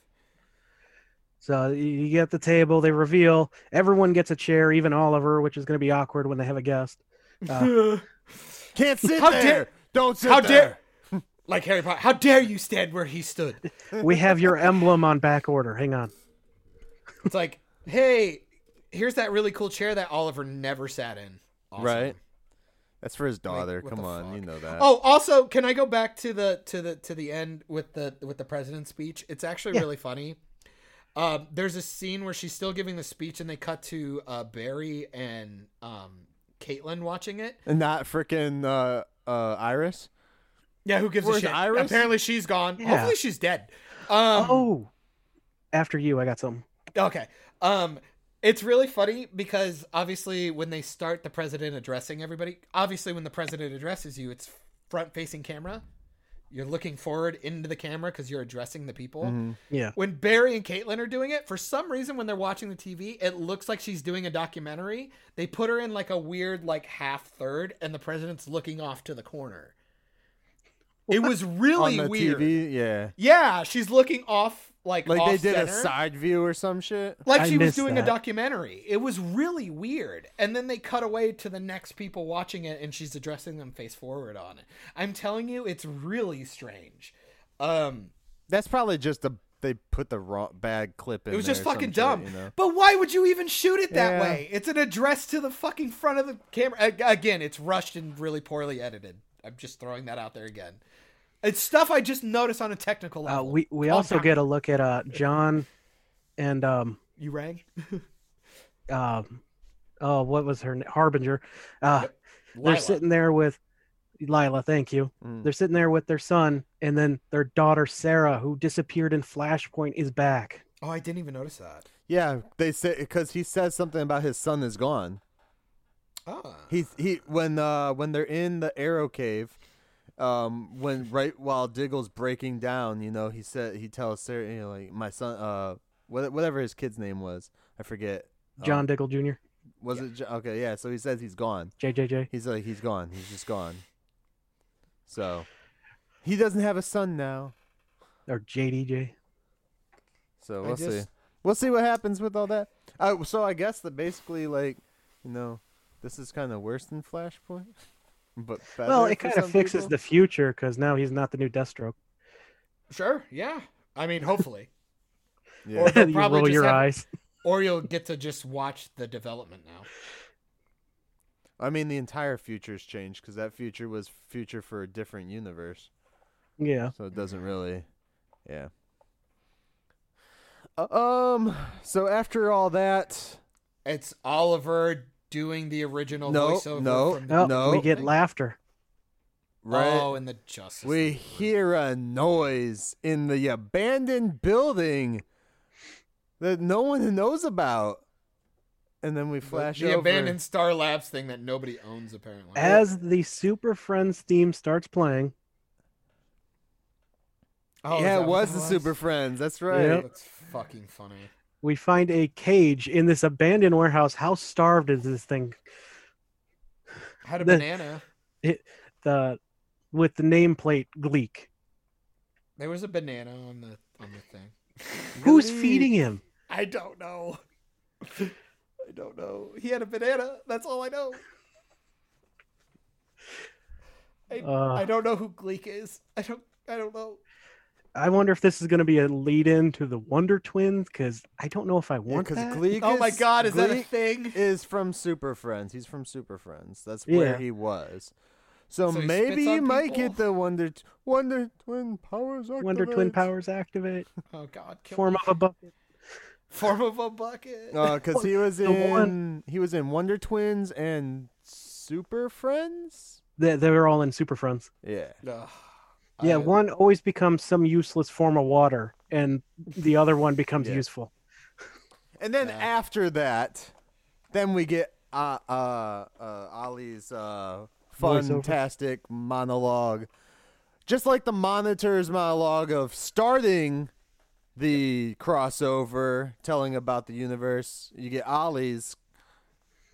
Speaker 4: So you- you get the table. They reveal everyone gets a chair, even Oliver, which is going to be awkward when they have a guest. Uh,
Speaker 3: Can't sit
Speaker 2: How
Speaker 3: there.
Speaker 2: dare-
Speaker 3: don't sit
Speaker 2: How
Speaker 3: there.
Speaker 2: dare, like Harry Potter, how dare you stand where he stood?
Speaker 4: we have your emblem on back order. Hang on.
Speaker 2: It's like, hey, here's that really cool chair that Oliver never sat in. Awesome.
Speaker 3: Right. That's for his daughter.
Speaker 2: what
Speaker 3: Come
Speaker 2: the
Speaker 3: on, you
Speaker 2: fuck?
Speaker 3: know that.
Speaker 2: Oh, also, can I go back to the to the to the end with the with the president's speech? It's actually
Speaker 4: Yeah.
Speaker 2: really funny. Um, there's a scene where she's still giving the speech, and they cut to uh, Barry and um, Caitlin watching it.
Speaker 3: And not freaking uh, uh, Iris.
Speaker 2: Yeah, who gives
Speaker 3: Where's
Speaker 2: a shit?
Speaker 3: Iris?
Speaker 2: Apparently, she's gone.
Speaker 4: Yeah.
Speaker 2: Hopefully, she's dead. Um,
Speaker 4: Oh, after you, I got something.
Speaker 2: Okay. Um it's really funny because obviously when they start the president addressing everybody, obviously when the president addresses you, it's front facing camera. You're looking forward into the camera because you're addressing the people.
Speaker 3: Mm-hmm.
Speaker 4: Yeah.
Speaker 2: When Barry and Caitlin are doing it, for some reason when they're watching the TV, it looks like she's doing a documentary. They put her in like a weird like half third and the president's looking off to the corner. It was really
Speaker 3: on the
Speaker 2: weird.
Speaker 3: TV, yeah.
Speaker 2: Yeah, she's looking off like
Speaker 3: Like they did a
Speaker 2: off-center
Speaker 3: side view or some shit.
Speaker 2: like
Speaker 4: I
Speaker 2: she was
Speaker 4: missed
Speaker 2: doing a
Speaker 4: that.
Speaker 2: documentary. It was really weird. And then they cut away to the next people watching it, and she's addressing them face forward on it. I'm telling you, it's really strange. Um,
Speaker 3: That's probably just the they put the wrong, bad clip in.
Speaker 2: it was
Speaker 3: there
Speaker 2: just
Speaker 3: or some
Speaker 2: fucking
Speaker 3: shit,
Speaker 2: dumb.
Speaker 3: you know?
Speaker 2: But why would you even shoot it that
Speaker 3: Yeah.
Speaker 2: way? It's an address to the fucking front of the camera. A- Again, it's rushed and really poorly edited. I'm just throwing that out there again. It's stuff I just noticed on a technical
Speaker 4: Uh,
Speaker 2: level.
Speaker 4: we we
Speaker 2: Oh,
Speaker 4: also
Speaker 2: God.
Speaker 4: get a look at uh, John and um,
Speaker 2: you rang.
Speaker 4: um oh, what was her name? Harbinger. Uh,
Speaker 2: Lila.
Speaker 4: They're sitting there with Lila. Thank you.
Speaker 3: Mm.
Speaker 4: They're sitting there with their son, and then their daughter Sarah, who disappeared in Flashpoint, is back.
Speaker 2: Oh, I didn't even notice that.
Speaker 3: Yeah, they say because he says something about his son is gone.
Speaker 2: Oh.
Speaker 3: He's he when uh when they're in the arrow cave, um when right while Diggle's breaking down, you know he said he tells Sarah you know, like my son uh what- whatever his kid's name was I forget
Speaker 2: Oh.
Speaker 4: John
Speaker 3: Um,
Speaker 4: Diggle Jr.
Speaker 3: was it Jo- okay yeah so he says he's gone
Speaker 4: JJJ.
Speaker 3: He's like, he's gone. He's just gone. So he doesn't have a son now.
Speaker 4: or JDJ.
Speaker 3: So
Speaker 2: I
Speaker 3: we'll see.
Speaker 2: just-
Speaker 3: We'll see what happens with all that. Uh, so I guess that basically, like, you know, this is kind of worse than Flashpoint, but better
Speaker 4: Well, it
Speaker 3: for
Speaker 4: kind of
Speaker 3: some
Speaker 4: fixes
Speaker 3: people.
Speaker 4: the future because now he's not the new Deathstroke.
Speaker 2: Sure. Yeah. I mean, hopefully.
Speaker 3: Yeah.
Speaker 2: or- They'll
Speaker 4: you
Speaker 2: probably
Speaker 4: roll
Speaker 2: just
Speaker 4: your
Speaker 2: have-
Speaker 4: eyes.
Speaker 2: or you'll get to just watch the development now.
Speaker 3: I mean, the entire future's changed because that future was future for a different universe,
Speaker 4: Yeah.
Speaker 3: so it doesn't
Speaker 2: Mm-hmm.
Speaker 3: really, yeah. Um. So after all that,
Speaker 2: It's Oliver doing the original
Speaker 3: No,
Speaker 2: voiceover.
Speaker 3: no.
Speaker 2: from
Speaker 4: Oh,
Speaker 3: No.
Speaker 4: we get laughter.
Speaker 3: right?
Speaker 2: Oh, and the Justice.
Speaker 3: We
Speaker 2: League.
Speaker 3: hear a noise in the abandoned building that no one knows about. And then we
Speaker 2: The-
Speaker 3: flash
Speaker 2: the
Speaker 3: over.
Speaker 2: abandoned Star Labs thing that nobody owns apparently.
Speaker 4: As the Super Friends theme starts playing,
Speaker 2: oh, is
Speaker 3: yeah,
Speaker 2: that what
Speaker 3: it was
Speaker 2: that
Speaker 3: the Super Friends. That's right.
Speaker 4: Yep.
Speaker 2: That's fucking funny.
Speaker 4: we find a cage in this abandoned warehouse. How starved is this thing?
Speaker 2: Had a
Speaker 4: The-
Speaker 2: banana.
Speaker 4: The with the nameplate Gleek.
Speaker 2: There was a banana on the on the thing.
Speaker 4: Who's
Speaker 3: Gleek.
Speaker 4: feeding him?
Speaker 2: I don't know. I don't know. He had a banana. That's all I know. I,
Speaker 4: Uh.
Speaker 2: I don't know who Gleek is. I don't. I don't know.
Speaker 4: I wonder if this is going to be a lead in to the Wonder Twins because I don't know if I want
Speaker 3: Because
Speaker 4: that.
Speaker 3: Gleek
Speaker 2: oh my
Speaker 3: is-
Speaker 2: God! Is that a
Speaker 3: Gleek
Speaker 2: thing?
Speaker 3: is from Super Friends. He's from Super Friends. That's where
Speaker 4: Yeah.
Speaker 3: he was. So,
Speaker 2: So he
Speaker 3: maybe
Speaker 2: spits on
Speaker 3: you might
Speaker 2: people?
Speaker 3: get the Wonder Wonder Twin powers.
Speaker 4: Wonder Twin
Speaker 3: activates.
Speaker 4: powers activate.
Speaker 2: Oh God! kill
Speaker 4: Form
Speaker 2: me.
Speaker 4: of a bucket.
Speaker 2: form of a bucket.
Speaker 3: because Uh, he was
Speaker 4: The
Speaker 3: in
Speaker 4: one-
Speaker 3: he was in Wonder Twins and Super Friends.
Speaker 4: They, they were all in Super Friends.
Speaker 3: Yeah.
Speaker 2: Ugh.
Speaker 4: yeah,
Speaker 2: I-
Speaker 4: one always becomes some useless form of water, and the other one becomes
Speaker 3: Yeah.
Speaker 4: useful.
Speaker 3: And then
Speaker 2: Yeah.
Speaker 3: after that, then we get uh, uh, uh, Ollie's uh,
Speaker 4: Voiceover.
Speaker 3: fantastic monologue, just like the monitor's monologue of starting the crossover, telling about the universe. You get Ollie's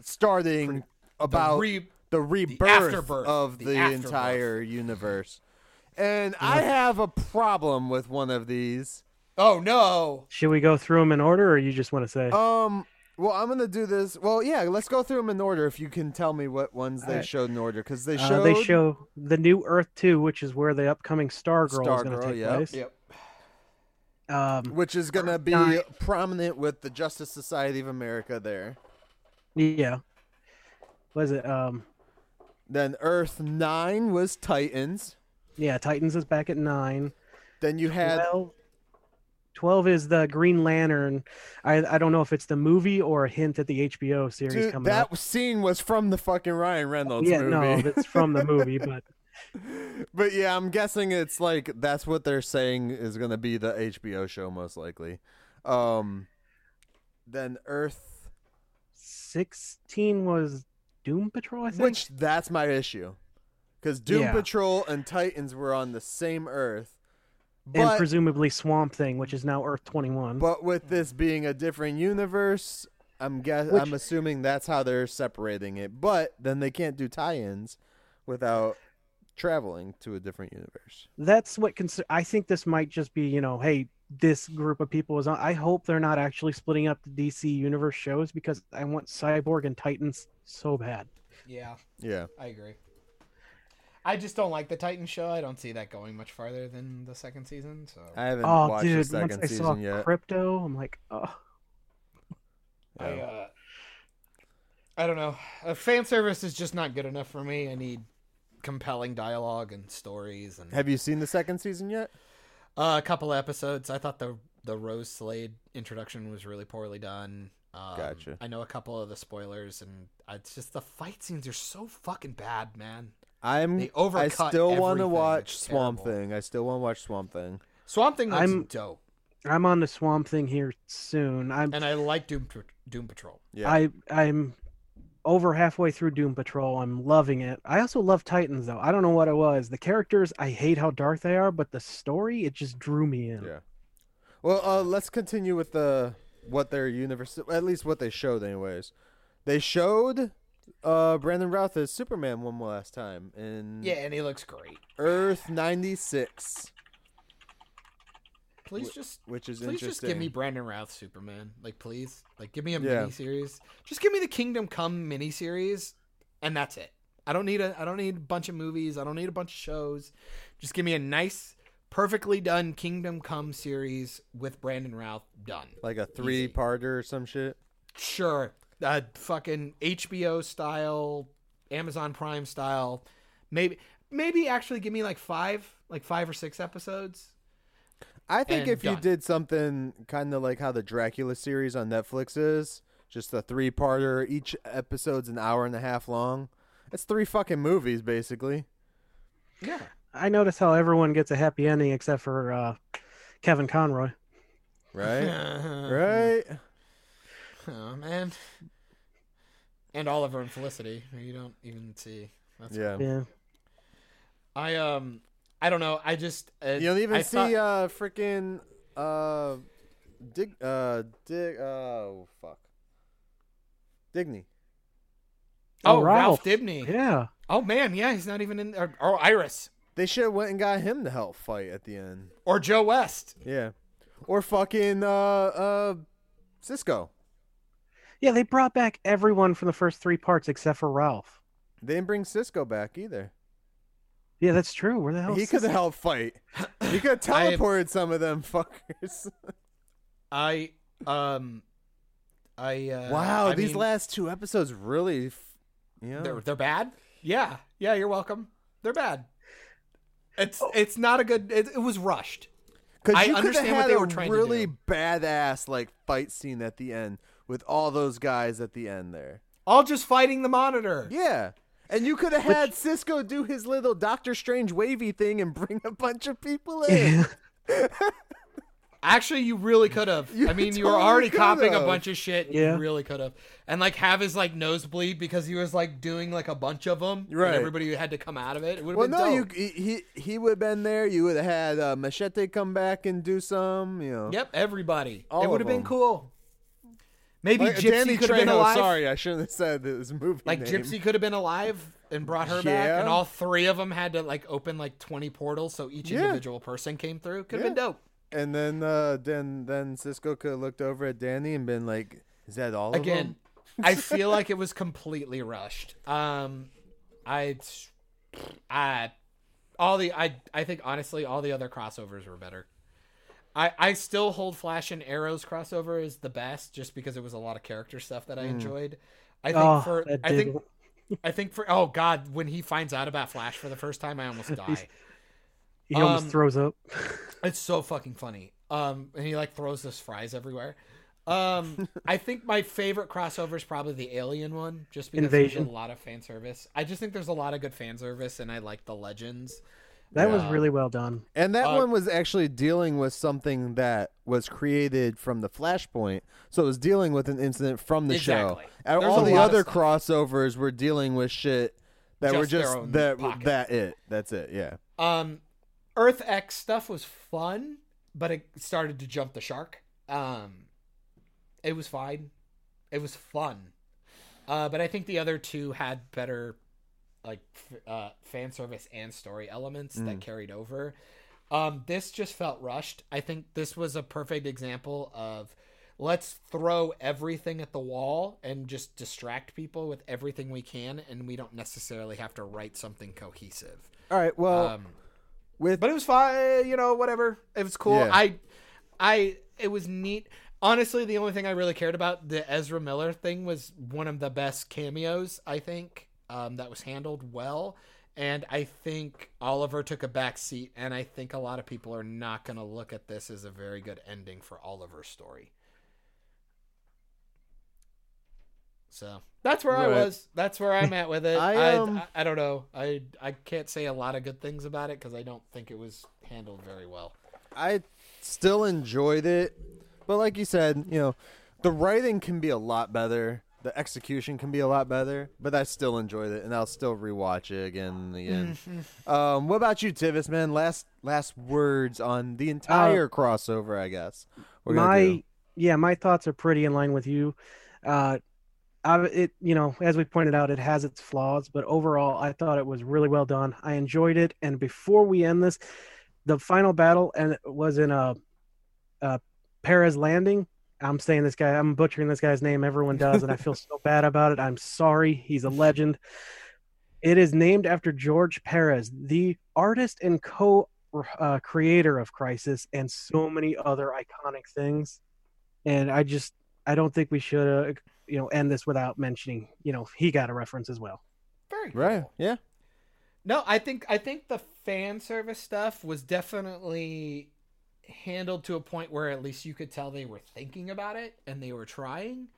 Speaker 3: starting
Speaker 2: the
Speaker 3: about
Speaker 2: re-
Speaker 3: the rebirth
Speaker 2: afterbirth,
Speaker 3: of
Speaker 2: the
Speaker 3: the,
Speaker 2: afterbirth.
Speaker 3: entire universe. And I have a problem with one of these.
Speaker 2: oh no!
Speaker 4: Should we go through them in order, or you just want to say?
Speaker 3: Um. Well, I'm gonna do this. Well, yeah. Let's go through them in order. If you can tell me what ones they
Speaker 4: Alright.
Speaker 3: showed in order, because they
Speaker 4: Uh,
Speaker 3: showed
Speaker 4: they show the new Earth two, which is where the upcoming Star Girl is going
Speaker 3: Stargirl,
Speaker 4: to take
Speaker 3: yep.
Speaker 4: place.
Speaker 2: Yep.
Speaker 4: Um,
Speaker 3: which is gonna be
Speaker 4: Nine.
Speaker 3: prominent with the Justice Society of America there.
Speaker 4: yeah. Was it? Um,
Speaker 3: Then Earth Nine was Titans.
Speaker 4: yeah, Titans is back at nine.
Speaker 3: Then you had
Speaker 4: 12, 12 is the Green Lantern. I, I don't know if it's the movie or a hint at the HBO series
Speaker 3: dude,
Speaker 4: coming
Speaker 3: that
Speaker 4: up.
Speaker 3: scene was from the fucking Ryan Reynolds
Speaker 4: yeah,
Speaker 3: movie.
Speaker 4: no, that's from the movie, but
Speaker 3: but yeah, I'm guessing it's like that's what they're saying is gonna be the HBO show most likely. Um. Then Earth,
Speaker 4: 16 was Doom Patrol, I think.
Speaker 3: Which that's my issue, because Doom
Speaker 4: Yeah.
Speaker 3: Patrol and Titans were on the same Earth,
Speaker 4: and
Speaker 3: but
Speaker 4: presumably Swamp Thing, which is now Earth 21.
Speaker 3: but with this being a different universe, I'm guess
Speaker 4: Which-
Speaker 3: I'm assuming that's how they're separating it. But then they can't do tie-ins without traveling to a different universe.
Speaker 4: that's what cons- I think this might just be, you know, hey, this group of people is on. I hope they're not actually splitting up the DC Universe shows because I want Cyborg and Titans so bad.
Speaker 2: Yeah,
Speaker 3: Yeah,
Speaker 2: I agree. I just don't like the Titan show. I don't see that going much farther than the second season. So
Speaker 3: I haven't
Speaker 4: Oh,
Speaker 3: watched the
Speaker 4: dude, once
Speaker 3: second
Speaker 4: I
Speaker 3: season
Speaker 4: saw
Speaker 3: yet.
Speaker 4: Crypto, I'm like, oh.
Speaker 2: I,
Speaker 3: Yeah.
Speaker 2: uh, I don't know. Uh, fan service is just not good enough for me. I need compelling dialogue and stories and
Speaker 3: Have you seen the second season yet?
Speaker 2: uh, a couple episodes. I thought the the Rose Slade introduction was really poorly done. Um,
Speaker 3: Gotcha.
Speaker 2: I know a couple of the spoilers, and it's just the fight scenes are so fucking bad, man.
Speaker 3: I'm.
Speaker 2: They
Speaker 3: I
Speaker 2: overcut
Speaker 3: still want to
Speaker 2: everything.
Speaker 3: watch
Speaker 2: It's
Speaker 3: Swamp
Speaker 2: terrible.
Speaker 3: Thing. I still want to watch Swamp Thing.
Speaker 2: Swamp Thing looks
Speaker 4: I'm-
Speaker 2: dope,
Speaker 4: I'm on the Swamp Thing here soon. I'm
Speaker 2: and I like Doom Pat- Doom Patrol.
Speaker 3: Yeah.
Speaker 4: I I'm over halfway through Doom Patrol. I'm loving it. I also love Titans though. I don't know what it was. The characters, I hate how dark they are, but the story, it just drew me in.
Speaker 3: Yeah. Well, uh, let's continue with the what their universe, at least what they showed, anyways. They showed uh, Brandon Routh as Superman one more last time in
Speaker 2: Yeah, and he looks great.
Speaker 3: Earth ninety six,
Speaker 2: Please
Speaker 3: Wh-
Speaker 2: just
Speaker 3: which is
Speaker 2: Please
Speaker 3: interesting.
Speaker 2: just give me Brandon Routh Superman. Like, please. Like, give me a
Speaker 3: Yeah.
Speaker 2: mini series. Just give me the Kingdom Come mini series, and that's it. I don't need a. I don't need a bunch of movies. I don't need a bunch of shows. Just give me a nice, perfectly done Kingdom Come series with Brandon Routh done.
Speaker 3: like a three parter or some shit.
Speaker 2: Sure, uh, fucking HBO style Amazon Prime style. Maybe maybe actually give me like five, like five or six episodes.
Speaker 3: I think
Speaker 2: and
Speaker 3: if you
Speaker 2: done.
Speaker 3: did something kind of like how the Dracula series on Netflix is, just a three parter, each episode's an hour and a half long. It's three fucking movies, basically.
Speaker 2: Yeah.
Speaker 4: I notice how everyone gets a happy ending except for uh, Kevin Conroy.
Speaker 3: Right? right?
Speaker 2: Oh man. And Oliver and Felicity, who you don't even see. That's
Speaker 3: Yeah.
Speaker 4: Yeah.
Speaker 2: I um I don't know. I just uh,
Speaker 3: You don't even
Speaker 2: I
Speaker 3: see
Speaker 2: thought-
Speaker 3: uh freaking uh dig uh dig oh fuck. Digney.
Speaker 2: oh,
Speaker 4: Oh,
Speaker 2: Ralph
Speaker 4: Ralph.
Speaker 2: Dibney.
Speaker 4: Yeah.
Speaker 2: Oh man, yeah, he's not even in or, or Iris
Speaker 3: They should have went and got him to help fight at the end.
Speaker 2: or Joe West.
Speaker 3: Yeah. Or fucking uh uh Cisco.
Speaker 4: Yeah, they brought back everyone from the first three parts except for Ralph.
Speaker 3: They didn't bring Cisco back either.
Speaker 4: Yeah, that's true. Where the hell
Speaker 3: he
Speaker 4: is
Speaker 3: could
Speaker 4: this-
Speaker 3: have helped fight. He could have
Speaker 2: I- Uh,
Speaker 3: teleported some of them fuckers.
Speaker 2: I um I uh
Speaker 3: wow,
Speaker 2: I
Speaker 3: these
Speaker 2: mean,
Speaker 3: last Oh. two episodes really f- yeah.
Speaker 2: they're they're bad. Yeah. Yeah, you're welcome. They're bad. It's
Speaker 3: Oh.
Speaker 2: it's not a good it, it was rushed. I
Speaker 3: Because you could have
Speaker 2: understand what
Speaker 3: had
Speaker 2: they
Speaker 3: a
Speaker 2: were trying to
Speaker 3: really
Speaker 2: do.
Speaker 3: badass like fight scene at the end with all those guys at the end there.
Speaker 2: All just fighting the monitor.
Speaker 3: Yeah, and you could have had Cisco do his little Doctor Strange wavy thing and bring a bunch of people in.
Speaker 2: Actually, you really could have.
Speaker 3: You
Speaker 2: I mean, you were
Speaker 3: totally
Speaker 2: already
Speaker 3: could
Speaker 2: copying a
Speaker 3: have.
Speaker 2: bunch of shit.
Speaker 4: Yeah.
Speaker 2: You really could have. And like have his like nosebleed because he was like doing like a bunch of them.
Speaker 3: Right.
Speaker 2: And everybody had to come out of it. It would have
Speaker 3: well,
Speaker 2: been
Speaker 3: no, you
Speaker 2: dope.
Speaker 3: he he- he would have been there. You would have had uh, Machete come back and do some. You know,
Speaker 2: Yep, everybody.
Speaker 3: All
Speaker 2: it
Speaker 3: of
Speaker 2: would have been
Speaker 3: them.
Speaker 2: cool. Maybe
Speaker 3: Like,
Speaker 2: Gypsy
Speaker 3: Danny
Speaker 2: could have been
Speaker 3: Trejo,
Speaker 2: alive.
Speaker 3: Sorry, I shouldn't have said this movie.
Speaker 2: Like
Speaker 3: name.
Speaker 2: Gypsy could have been alive and brought her back,
Speaker 3: Yeah.
Speaker 2: and all three of them had to like open like twenty portals, so each
Speaker 3: Yeah.
Speaker 2: individual person came through. Could have been
Speaker 3: Yeah.
Speaker 2: dope.
Speaker 3: and then uh, then then Cisco could have looked over at Danny and been like, "Is that all of
Speaker 2: Again,
Speaker 3: them?"
Speaker 4: Mm-hmm.
Speaker 2: I feel like it was completely rushed. Um, I, I, all the I I think honestly all the other crossovers were better. I I still hold Flash and Arrow's crossover is the best just because it was a lot of character stuff that I enjoyed. I think
Speaker 4: Oh,
Speaker 2: for
Speaker 4: Mm. that
Speaker 2: I think
Speaker 4: did-
Speaker 2: I think for oh god when he finds out about Flash for the first time I almost die.
Speaker 4: he almost
Speaker 2: um,
Speaker 4: throws up.
Speaker 2: It's so fucking funny. Um, and he like throws those fries everywhere. Um, I think my favorite crossover is probably the Alien one, just because
Speaker 4: Invasion.
Speaker 2: there's a lot of fan service. I just think there's a lot of good fan service, and I like the legends. Uh,
Speaker 4: That was
Speaker 2: Yeah.
Speaker 4: really well done.
Speaker 3: And that
Speaker 2: Uh,
Speaker 3: one was actually dealing with something that was created from the Flashpoint, so it was dealing with an incident from the
Speaker 2: Exactly.
Speaker 3: show. And
Speaker 2: There's
Speaker 3: all
Speaker 2: a
Speaker 3: the
Speaker 2: lot of
Speaker 3: other
Speaker 2: stuff.
Speaker 3: crossovers were dealing with shit that were
Speaker 2: Just their
Speaker 3: just
Speaker 2: own
Speaker 3: that
Speaker 2: pocket.
Speaker 3: that it. That's it. Yeah.
Speaker 2: Um, Earth X stuff was fun, but it started to jump the shark. Um, it was fine. It was fun. Uh, but I think the other two had better, like, f- uh, fan service and story elements that carried over. Um, this just felt rushed. I think this was a perfect example of let's throw everything at the wall and just distract people with everything we can, and we don't necessarily have to write something cohesive.
Speaker 3: All right. Well,
Speaker 2: Um,
Speaker 3: with
Speaker 2: but it was fine. You know, whatever. It was cool.
Speaker 3: Yeah.
Speaker 2: I, I, it was neat. Honestly, the only thing I really cared about the Ezra Miller thing was one of the best cameos. I think um, that was handled well, and I think Oliver took a back seat. And I think a lot of people are not going to look at this as a very good ending for Oliver's story. So that's where
Speaker 3: Right.
Speaker 2: I was. That's where I'm at with it.
Speaker 3: I,
Speaker 2: I,
Speaker 3: um,
Speaker 2: I I don't know. I I can't say a lot of good things about it because I don't think it was handled very well.
Speaker 3: I still enjoyed it, but like you said, you know, the writing can be a lot better. The execution can be a lot better, but I still enjoyed it, and I'll still rewatch it again and again. um, what about you, Tivis? Man, last last words on the
Speaker 2: Uh,
Speaker 3: entire crossover, I guess. We're gonna
Speaker 4: my
Speaker 3: do.
Speaker 4: yeah my thoughts are pretty in line with you uh I, it you know as we pointed out it has its flaws but overall i thought it was really well done i enjoyed it and before we end this the final battle and it was in a, uh perez landing i'm saying this guy i'm butchering this guy's name everyone does and i feel so bad about it i'm sorry he's a legend it is named after george perez the artist and co uh, creator of Crisis and so many other iconic things. And I just, I don't think we should, uh, you know, end this without mentioning, you know, he got a reference as well.
Speaker 2: Fair very cool.
Speaker 3: Right. Yeah.
Speaker 2: No, I think I think the fan service stuff was definitely handled to a point where at least you could tell they were thinking about it and they were trying.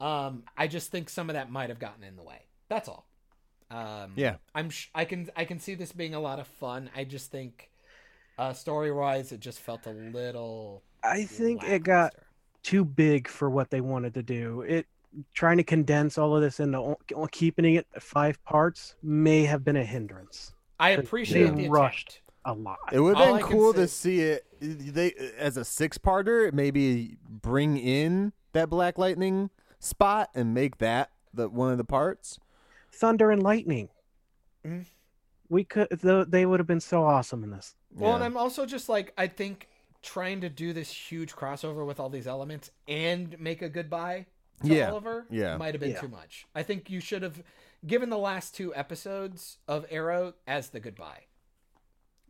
Speaker 2: Um, I just think some of that might have gotten in the way. That's all. Um,
Speaker 3: Yeah.
Speaker 2: I'm sh- I can I can see this being a lot of fun. I just think uh, story wise, it just felt a little.
Speaker 4: I think it got
Speaker 2: lackluster.
Speaker 4: too big for what they wanted to do. It trying to condense all of this into o- keeping it at five parts may have been a hindrance.
Speaker 2: I
Speaker 4: they
Speaker 2: appreciate the
Speaker 4: rushed.
Speaker 2: attempt.
Speaker 4: A lot.
Speaker 3: It would
Speaker 2: All
Speaker 3: have
Speaker 2: I
Speaker 3: been
Speaker 2: can
Speaker 3: cool to
Speaker 2: say-
Speaker 3: see it they as a six-parter, maybe bring in that Black Lightning spot and make that the one of the parts.
Speaker 4: Thunder and lightning.
Speaker 2: Mhm.
Speaker 4: We could. tho- They would have been so awesome in this.
Speaker 2: Well, and
Speaker 3: Yeah.
Speaker 2: I'm also just like I think trying to do this huge crossover with all these elements and make a goodbye to
Speaker 3: Yeah,
Speaker 2: Oliver
Speaker 3: yeah.
Speaker 2: might have been
Speaker 4: Yeah.
Speaker 2: too much. I think you should have given the last two episodes of Arrow as the goodbye.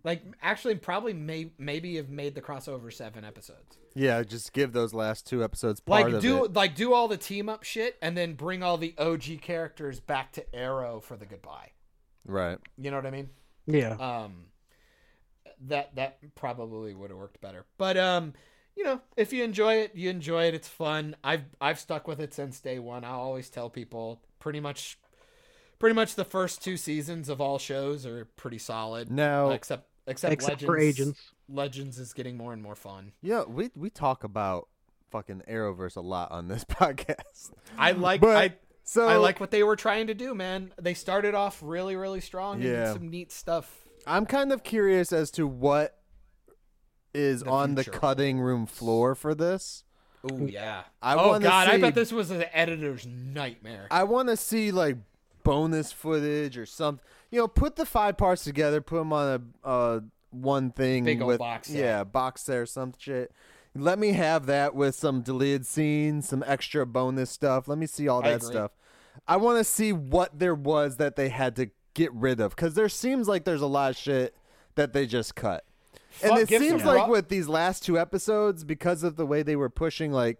Speaker 2: Like actually probably may maybe have made the crossover 7 episodes.
Speaker 3: Yeah, just give those last two episodes part
Speaker 2: Like
Speaker 3: of
Speaker 2: do
Speaker 3: it.
Speaker 2: like do all the team up shit and then bring all the OG characters back to Arrow for the goodbye.
Speaker 3: Right.
Speaker 2: You know what I mean?
Speaker 4: Yeah.
Speaker 2: um that that probably would have worked better but um you know if you enjoy it you enjoy it it's fun i've i've stuck with it since day one i always tell people pretty much pretty much the first two seasons of all shows are pretty solid
Speaker 3: Now,
Speaker 2: except except,
Speaker 4: Except
Speaker 2: legends,
Speaker 4: for agents.
Speaker 2: legends is getting more and more fun
Speaker 3: yeah, we we talk about fucking Arrowverse a lot on this podcast.
Speaker 2: i like
Speaker 3: But-
Speaker 2: i
Speaker 3: So
Speaker 2: I like what they were trying to do, man. They started off really, really strong and did
Speaker 3: Yeah.
Speaker 2: some neat stuff.
Speaker 3: I'm kind of curious as to what is
Speaker 2: The
Speaker 3: on the
Speaker 2: future.
Speaker 3: cutting room floor for this.
Speaker 2: Oh yeah.
Speaker 3: I
Speaker 2: oh
Speaker 3: wanna
Speaker 2: god, I
Speaker 3: see-
Speaker 2: bet this was an editor's nightmare.
Speaker 3: I want to see like bonus footage or something. You know, put the five parts together, put them on a uh, one thing
Speaker 2: Big old
Speaker 3: with
Speaker 2: box set.
Speaker 3: yeah, box set or some shit. Let me have that with some deleted scenes, some extra bonus stuff. Let me see all
Speaker 2: I
Speaker 3: that
Speaker 2: agree.
Speaker 3: stuff. I want to see what there was that they had to get rid of because there seems like there's a lot of shit that they just cut.
Speaker 2: Fuck,
Speaker 3: and it
Speaker 2: give some
Speaker 3: seems like
Speaker 2: Rob-
Speaker 3: with these last two episodes, because of the way they were pushing like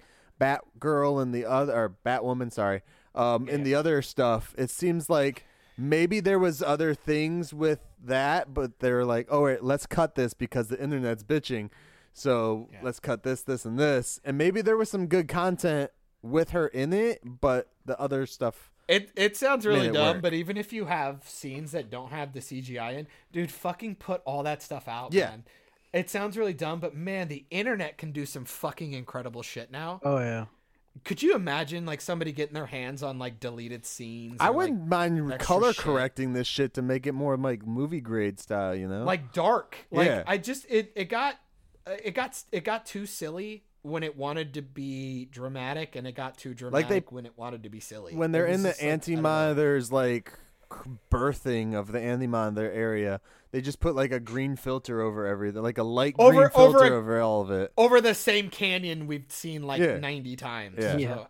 Speaker 3: Batgirl and the other or Batwoman, sorry, um, and the other stuff, it seems like maybe there was other things with that, but they're like, oh, wait, let's cut this because the internet's bitching, so let's cut this, this, and this, and maybe there was some good content with her in it, but the other stuff.
Speaker 2: It it sounds
Speaker 3: Made
Speaker 2: really
Speaker 3: it
Speaker 2: dumb,
Speaker 3: work.
Speaker 2: but even if you have scenes that don't have the CGI in, dude, fucking put all that stuff out,
Speaker 3: Yeah.
Speaker 2: man. It sounds really dumb, but man, the internet can do some fucking incredible shit now.
Speaker 4: Oh yeah.
Speaker 2: Could you imagine like somebody getting their hands on like deleted scenes? or,
Speaker 3: I
Speaker 2: like-
Speaker 3: wouldn't mind
Speaker 2: extra
Speaker 3: color
Speaker 2: shit.
Speaker 3: correcting this shit to make it more like movie grade style, you know?
Speaker 2: like dark. Like
Speaker 3: Yeah.
Speaker 2: I just it it got it got it got too silly when it wanted to be dramatic, and it got too
Speaker 3: Like
Speaker 2: dramatic
Speaker 3: they-
Speaker 2: when it wanted to be silly.
Speaker 3: when they're
Speaker 2: It was
Speaker 3: in the
Speaker 2: just, like, I don't know.
Speaker 3: anti monitor's like c- birthing of the anti monitor area, they just put like a green filter over everything, like a light
Speaker 2: Over-
Speaker 3: green filter
Speaker 2: over
Speaker 3: over,
Speaker 2: a-
Speaker 3: all of it.
Speaker 2: over the same canyon we've seen like
Speaker 3: Yeah.
Speaker 2: 90 times.
Speaker 3: Yeah.
Speaker 4: Yeah.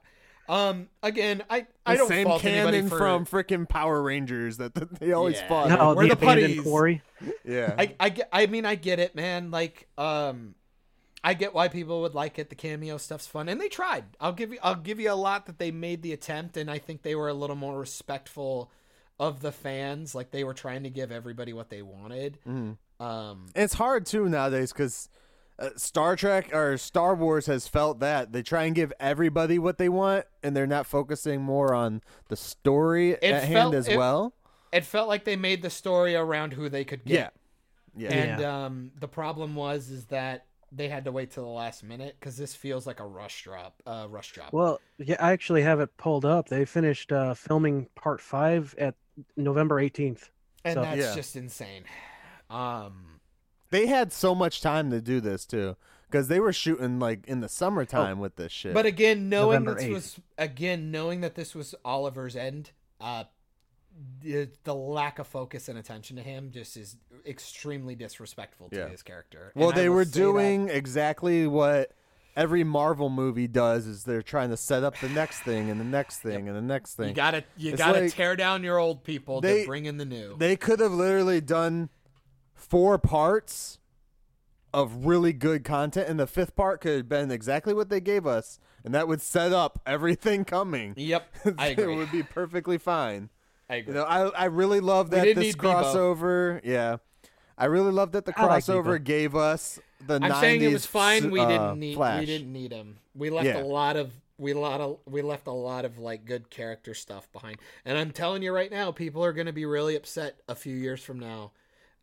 Speaker 2: So, um again, I I
Speaker 3: the
Speaker 2: don't
Speaker 3: same
Speaker 2: fault anybody
Speaker 3: cannon
Speaker 2: for
Speaker 3: from freaking Power Rangers that th- they always
Speaker 2: Yeah.
Speaker 3: fought.
Speaker 4: No,
Speaker 2: we're
Speaker 4: the,
Speaker 2: Uh, the
Speaker 4: abandoned
Speaker 2: putties.
Speaker 4: quarry.
Speaker 3: yeah,
Speaker 2: I I get, I mean I get it, man. Like um I get why people would like it. The cameo stuff's fun and they tried. I'll give you I'll give you a lot that they made the attempt and I think they were a little more respectful of the fans. Like they were trying to give everybody what they wanted. Um
Speaker 3: Mm-hmm. it's hard too nowadays because uh, Star Trek or Star Wars has felt that they try and give everybody what they want, and they're not focusing more on the story at
Speaker 2: felt-
Speaker 3: hand as
Speaker 2: it-
Speaker 3: well.
Speaker 2: it felt like they made the story around who they could get.
Speaker 3: yeah,
Speaker 2: And um, the problem was is that they had to wait till the last minute because this feels like a rush drop, uh, rush job.
Speaker 4: Well, yeah, I actually have it pulled up. They finished uh, filming part five at November eighteenth.
Speaker 2: and
Speaker 4: so-
Speaker 2: that's
Speaker 3: Yeah.
Speaker 2: just insane. Um,
Speaker 3: They had so much time to do this too, because they were shooting like in the summertime with this shit.
Speaker 2: Oh, but again, knowing
Speaker 4: November
Speaker 2: this
Speaker 4: 8th.
Speaker 2: was again knowing that this was Oliver's end, uh, the, the lack of focus and attention to him just is extremely disrespectful to
Speaker 3: Yeah.
Speaker 2: his character.
Speaker 3: well,
Speaker 2: And I
Speaker 3: they
Speaker 2: will
Speaker 3: were
Speaker 2: say that-
Speaker 3: doing exactly what every Marvel movie does: is they're trying to set up the next thing and the next thing and the next
Speaker 2: You
Speaker 3: thing.
Speaker 2: gotta, you
Speaker 3: It's
Speaker 2: gotta
Speaker 3: like
Speaker 2: tear down your old people
Speaker 3: they-
Speaker 2: to bring in the new.
Speaker 3: they could have literally done four parts of really good content, and the fifth part could have been exactly what they gave us, and that would set up everything coming.
Speaker 2: yep, I
Speaker 3: it
Speaker 2: agree.
Speaker 3: would be perfectly fine.
Speaker 2: I agree.
Speaker 3: You know, I I really love that
Speaker 2: did
Speaker 3: this
Speaker 2: need Bebo.
Speaker 3: crossover. Yeah, I really love that the
Speaker 4: I like
Speaker 3: crossover
Speaker 4: Bebo.
Speaker 3: gave us the.
Speaker 2: I'm saying it was
Speaker 3: 90s,
Speaker 2: fine. We
Speaker 3: uh,
Speaker 2: didn't need
Speaker 3: Flash.
Speaker 2: we didn't need him. We left
Speaker 3: Yeah.
Speaker 2: a lot of we lot of we left a lot of like good character stuff behind. And I'm telling you right now, people are going to be really upset a few years from now,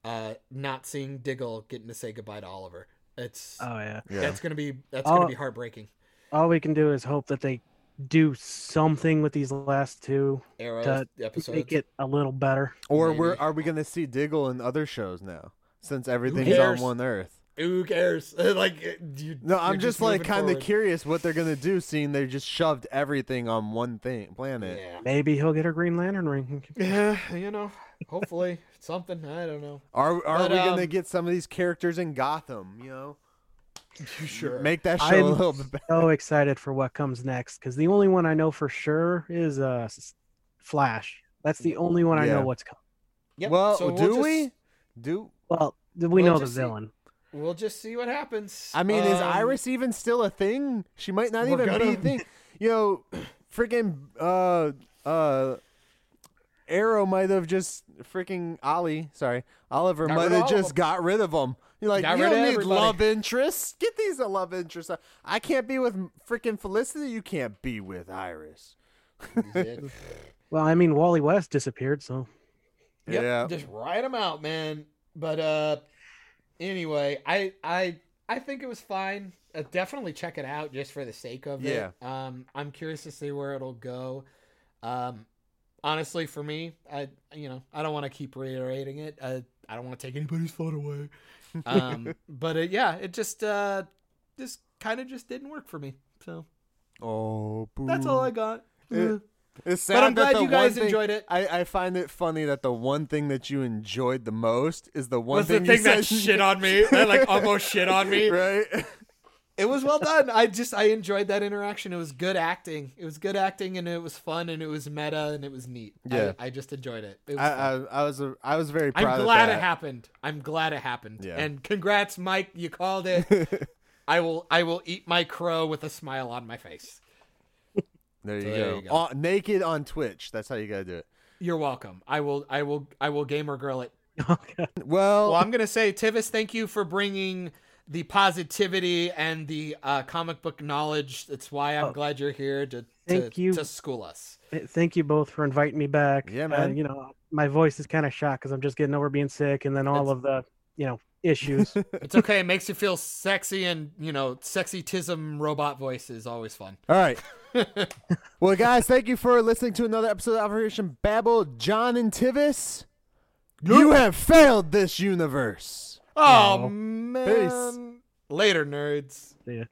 Speaker 2: uh, not seeing Diggle getting to say goodbye to Oliver. It's
Speaker 4: Oh yeah.
Speaker 3: Yeah.
Speaker 2: that's going to be that's
Speaker 4: Oh.
Speaker 2: going to be heartbreaking.
Speaker 4: All we can do is hope that they do something with these last two
Speaker 2: Arrow
Speaker 4: to
Speaker 2: episodes.
Speaker 4: make it a little better.
Speaker 3: or we're
Speaker 2: maybe.
Speaker 3: are we going to see Diggle in other shows now? Since everything's on
Speaker 2: cares?
Speaker 3: one Earth.
Speaker 2: Who cares? like you.
Speaker 3: No, I'm
Speaker 2: you're
Speaker 3: just, like
Speaker 2: moving
Speaker 3: kind of
Speaker 2: forward.
Speaker 3: curious what they're going to do, seeing they just shoved everything on one thing planet.
Speaker 2: Yeah.
Speaker 4: Maybe he'll get a Green Lantern ring.
Speaker 2: Yeah, you know, hopefully something. I don't know.
Speaker 3: Are are
Speaker 2: But,
Speaker 3: we going to
Speaker 2: um,
Speaker 3: get some of these characters in Gotham? You know,
Speaker 2: Sure.
Speaker 3: make that show a
Speaker 4: I'm
Speaker 3: little bit better.
Speaker 4: so excited for what comes next because the only one I know for sure is uh, S- Flash. That's the only one I
Speaker 3: Yeah.
Speaker 4: know what's coming.
Speaker 2: Yep,
Speaker 3: well,
Speaker 2: so
Speaker 3: do
Speaker 2: we'll
Speaker 3: we?
Speaker 2: just-
Speaker 3: Do
Speaker 4: Well, th- we
Speaker 2: We'll
Speaker 4: know the
Speaker 2: just see.
Speaker 4: villain.
Speaker 2: We'll just see what happens.
Speaker 3: I mean, is
Speaker 2: Um,
Speaker 3: Iris even still a thing? She might not
Speaker 2: we're
Speaker 3: even be a
Speaker 2: gonna-
Speaker 3: thing. You know, freaking uh uh Arrow might have just freaking Ollie, sorry, Oliver
Speaker 2: Got
Speaker 3: might
Speaker 2: rid
Speaker 3: have
Speaker 2: of
Speaker 3: just
Speaker 2: all of 'em.
Speaker 3: got rid of them. You're like,
Speaker 2: Got
Speaker 3: you
Speaker 2: rid
Speaker 3: don't
Speaker 2: of
Speaker 3: need
Speaker 2: everybody."
Speaker 3: love interests. Get these a love interest. I can't be with freaking Felicity. You can't be with Iris.
Speaker 2: Yep,
Speaker 4: Well, I mean, Wally West disappeared, so
Speaker 3: Yeah.
Speaker 2: Just write them out, man. But uh, anyway, I I I think it was fine. Uh, definitely check it out just for the sake of
Speaker 3: Yeah.
Speaker 2: it. Um, I'm curious to see where it'll go. Um, honestly, for me, I you know I don't want to keep reiterating it. I I don't want to take anybody's fun away. Um, but uh, yeah, it just uh, this kind of just didn't work for me. So
Speaker 3: Oh, boo.
Speaker 2: that's all I got.
Speaker 3: It- It's sad
Speaker 2: But I'm
Speaker 3: that
Speaker 2: glad
Speaker 3: the
Speaker 2: you guys
Speaker 3: one thing-
Speaker 2: enjoyed it.
Speaker 3: I, I find it funny that the one thing that you enjoyed the most is the one
Speaker 2: was
Speaker 3: thing
Speaker 2: the thing
Speaker 3: you
Speaker 2: that
Speaker 3: said-
Speaker 2: shit on me that like almost shit on me
Speaker 3: right?
Speaker 2: it was well done i just i enjoyed that interaction it was good acting it was good acting and it was fun and it was meta and it was neat I-
Speaker 3: Yeah.
Speaker 2: i, just enjoyed it, it was
Speaker 3: I,
Speaker 2: fun.
Speaker 3: I, I was a, I was very proud.
Speaker 2: i'm glad it
Speaker 3: of that.
Speaker 2: happened i'm glad it happened
Speaker 3: Yeah.
Speaker 2: and congrats mike you called it i will i will eat my crow with a smile on my face
Speaker 3: There you
Speaker 2: So
Speaker 3: go.
Speaker 2: there you go.
Speaker 3: Uh, naked on Twitch. That's how you gotta do it.
Speaker 2: you're welcome i will i will i will gamer girl it
Speaker 4: Oh, God.
Speaker 3: Well,
Speaker 2: well i'm gonna say tivis thank you for bringing the positivity and the uh, comic book knowledge that's why i'm
Speaker 4: Oh.
Speaker 2: glad you're here to
Speaker 4: Thank
Speaker 2: to,
Speaker 4: you.
Speaker 2: to school us
Speaker 4: Th- Eh, thank you both for inviting me back.
Speaker 3: Yeah,
Speaker 4: Uh,
Speaker 3: man.
Speaker 4: you know, my voice is kind of shot because I'm just getting over being sick and then all
Speaker 2: That's-
Speaker 4: of the you know issues.
Speaker 2: It's okay. It makes you feel sexy, and you know, sexy tism robot voice is always fun.
Speaker 3: all right. well, guys, thank you for listening to another episode of Operation Babel. John and Tivis, you have failed this universe.
Speaker 2: Oh
Speaker 4: No.
Speaker 2: man! Later, nerds.
Speaker 4: See ya.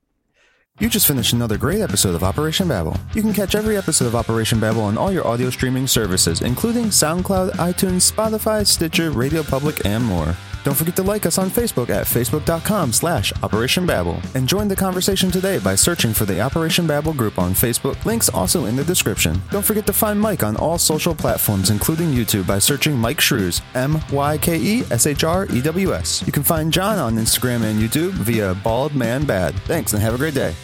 Speaker 6: You just finished another great episode of Operation Babel. You can catch every episode of Operation Babel on all your audio streaming services, including SoundCloud, iTunes, Spotify, Stitcher, Radio Public, and more. Don't forget to like us on Facebook at facebook.com slash Operation Babel. And join the conversation today by searching for the Operation Babel group on Facebook. Links also in the description. Don't forget to find Mike on all social platforms, including YouTube, by searching Mike Shrews, E M-Y-K-E-S-H-R-E-W-S. You can find John on Instagram and YouTube via Bald Man Bad. Thanks and have a great day.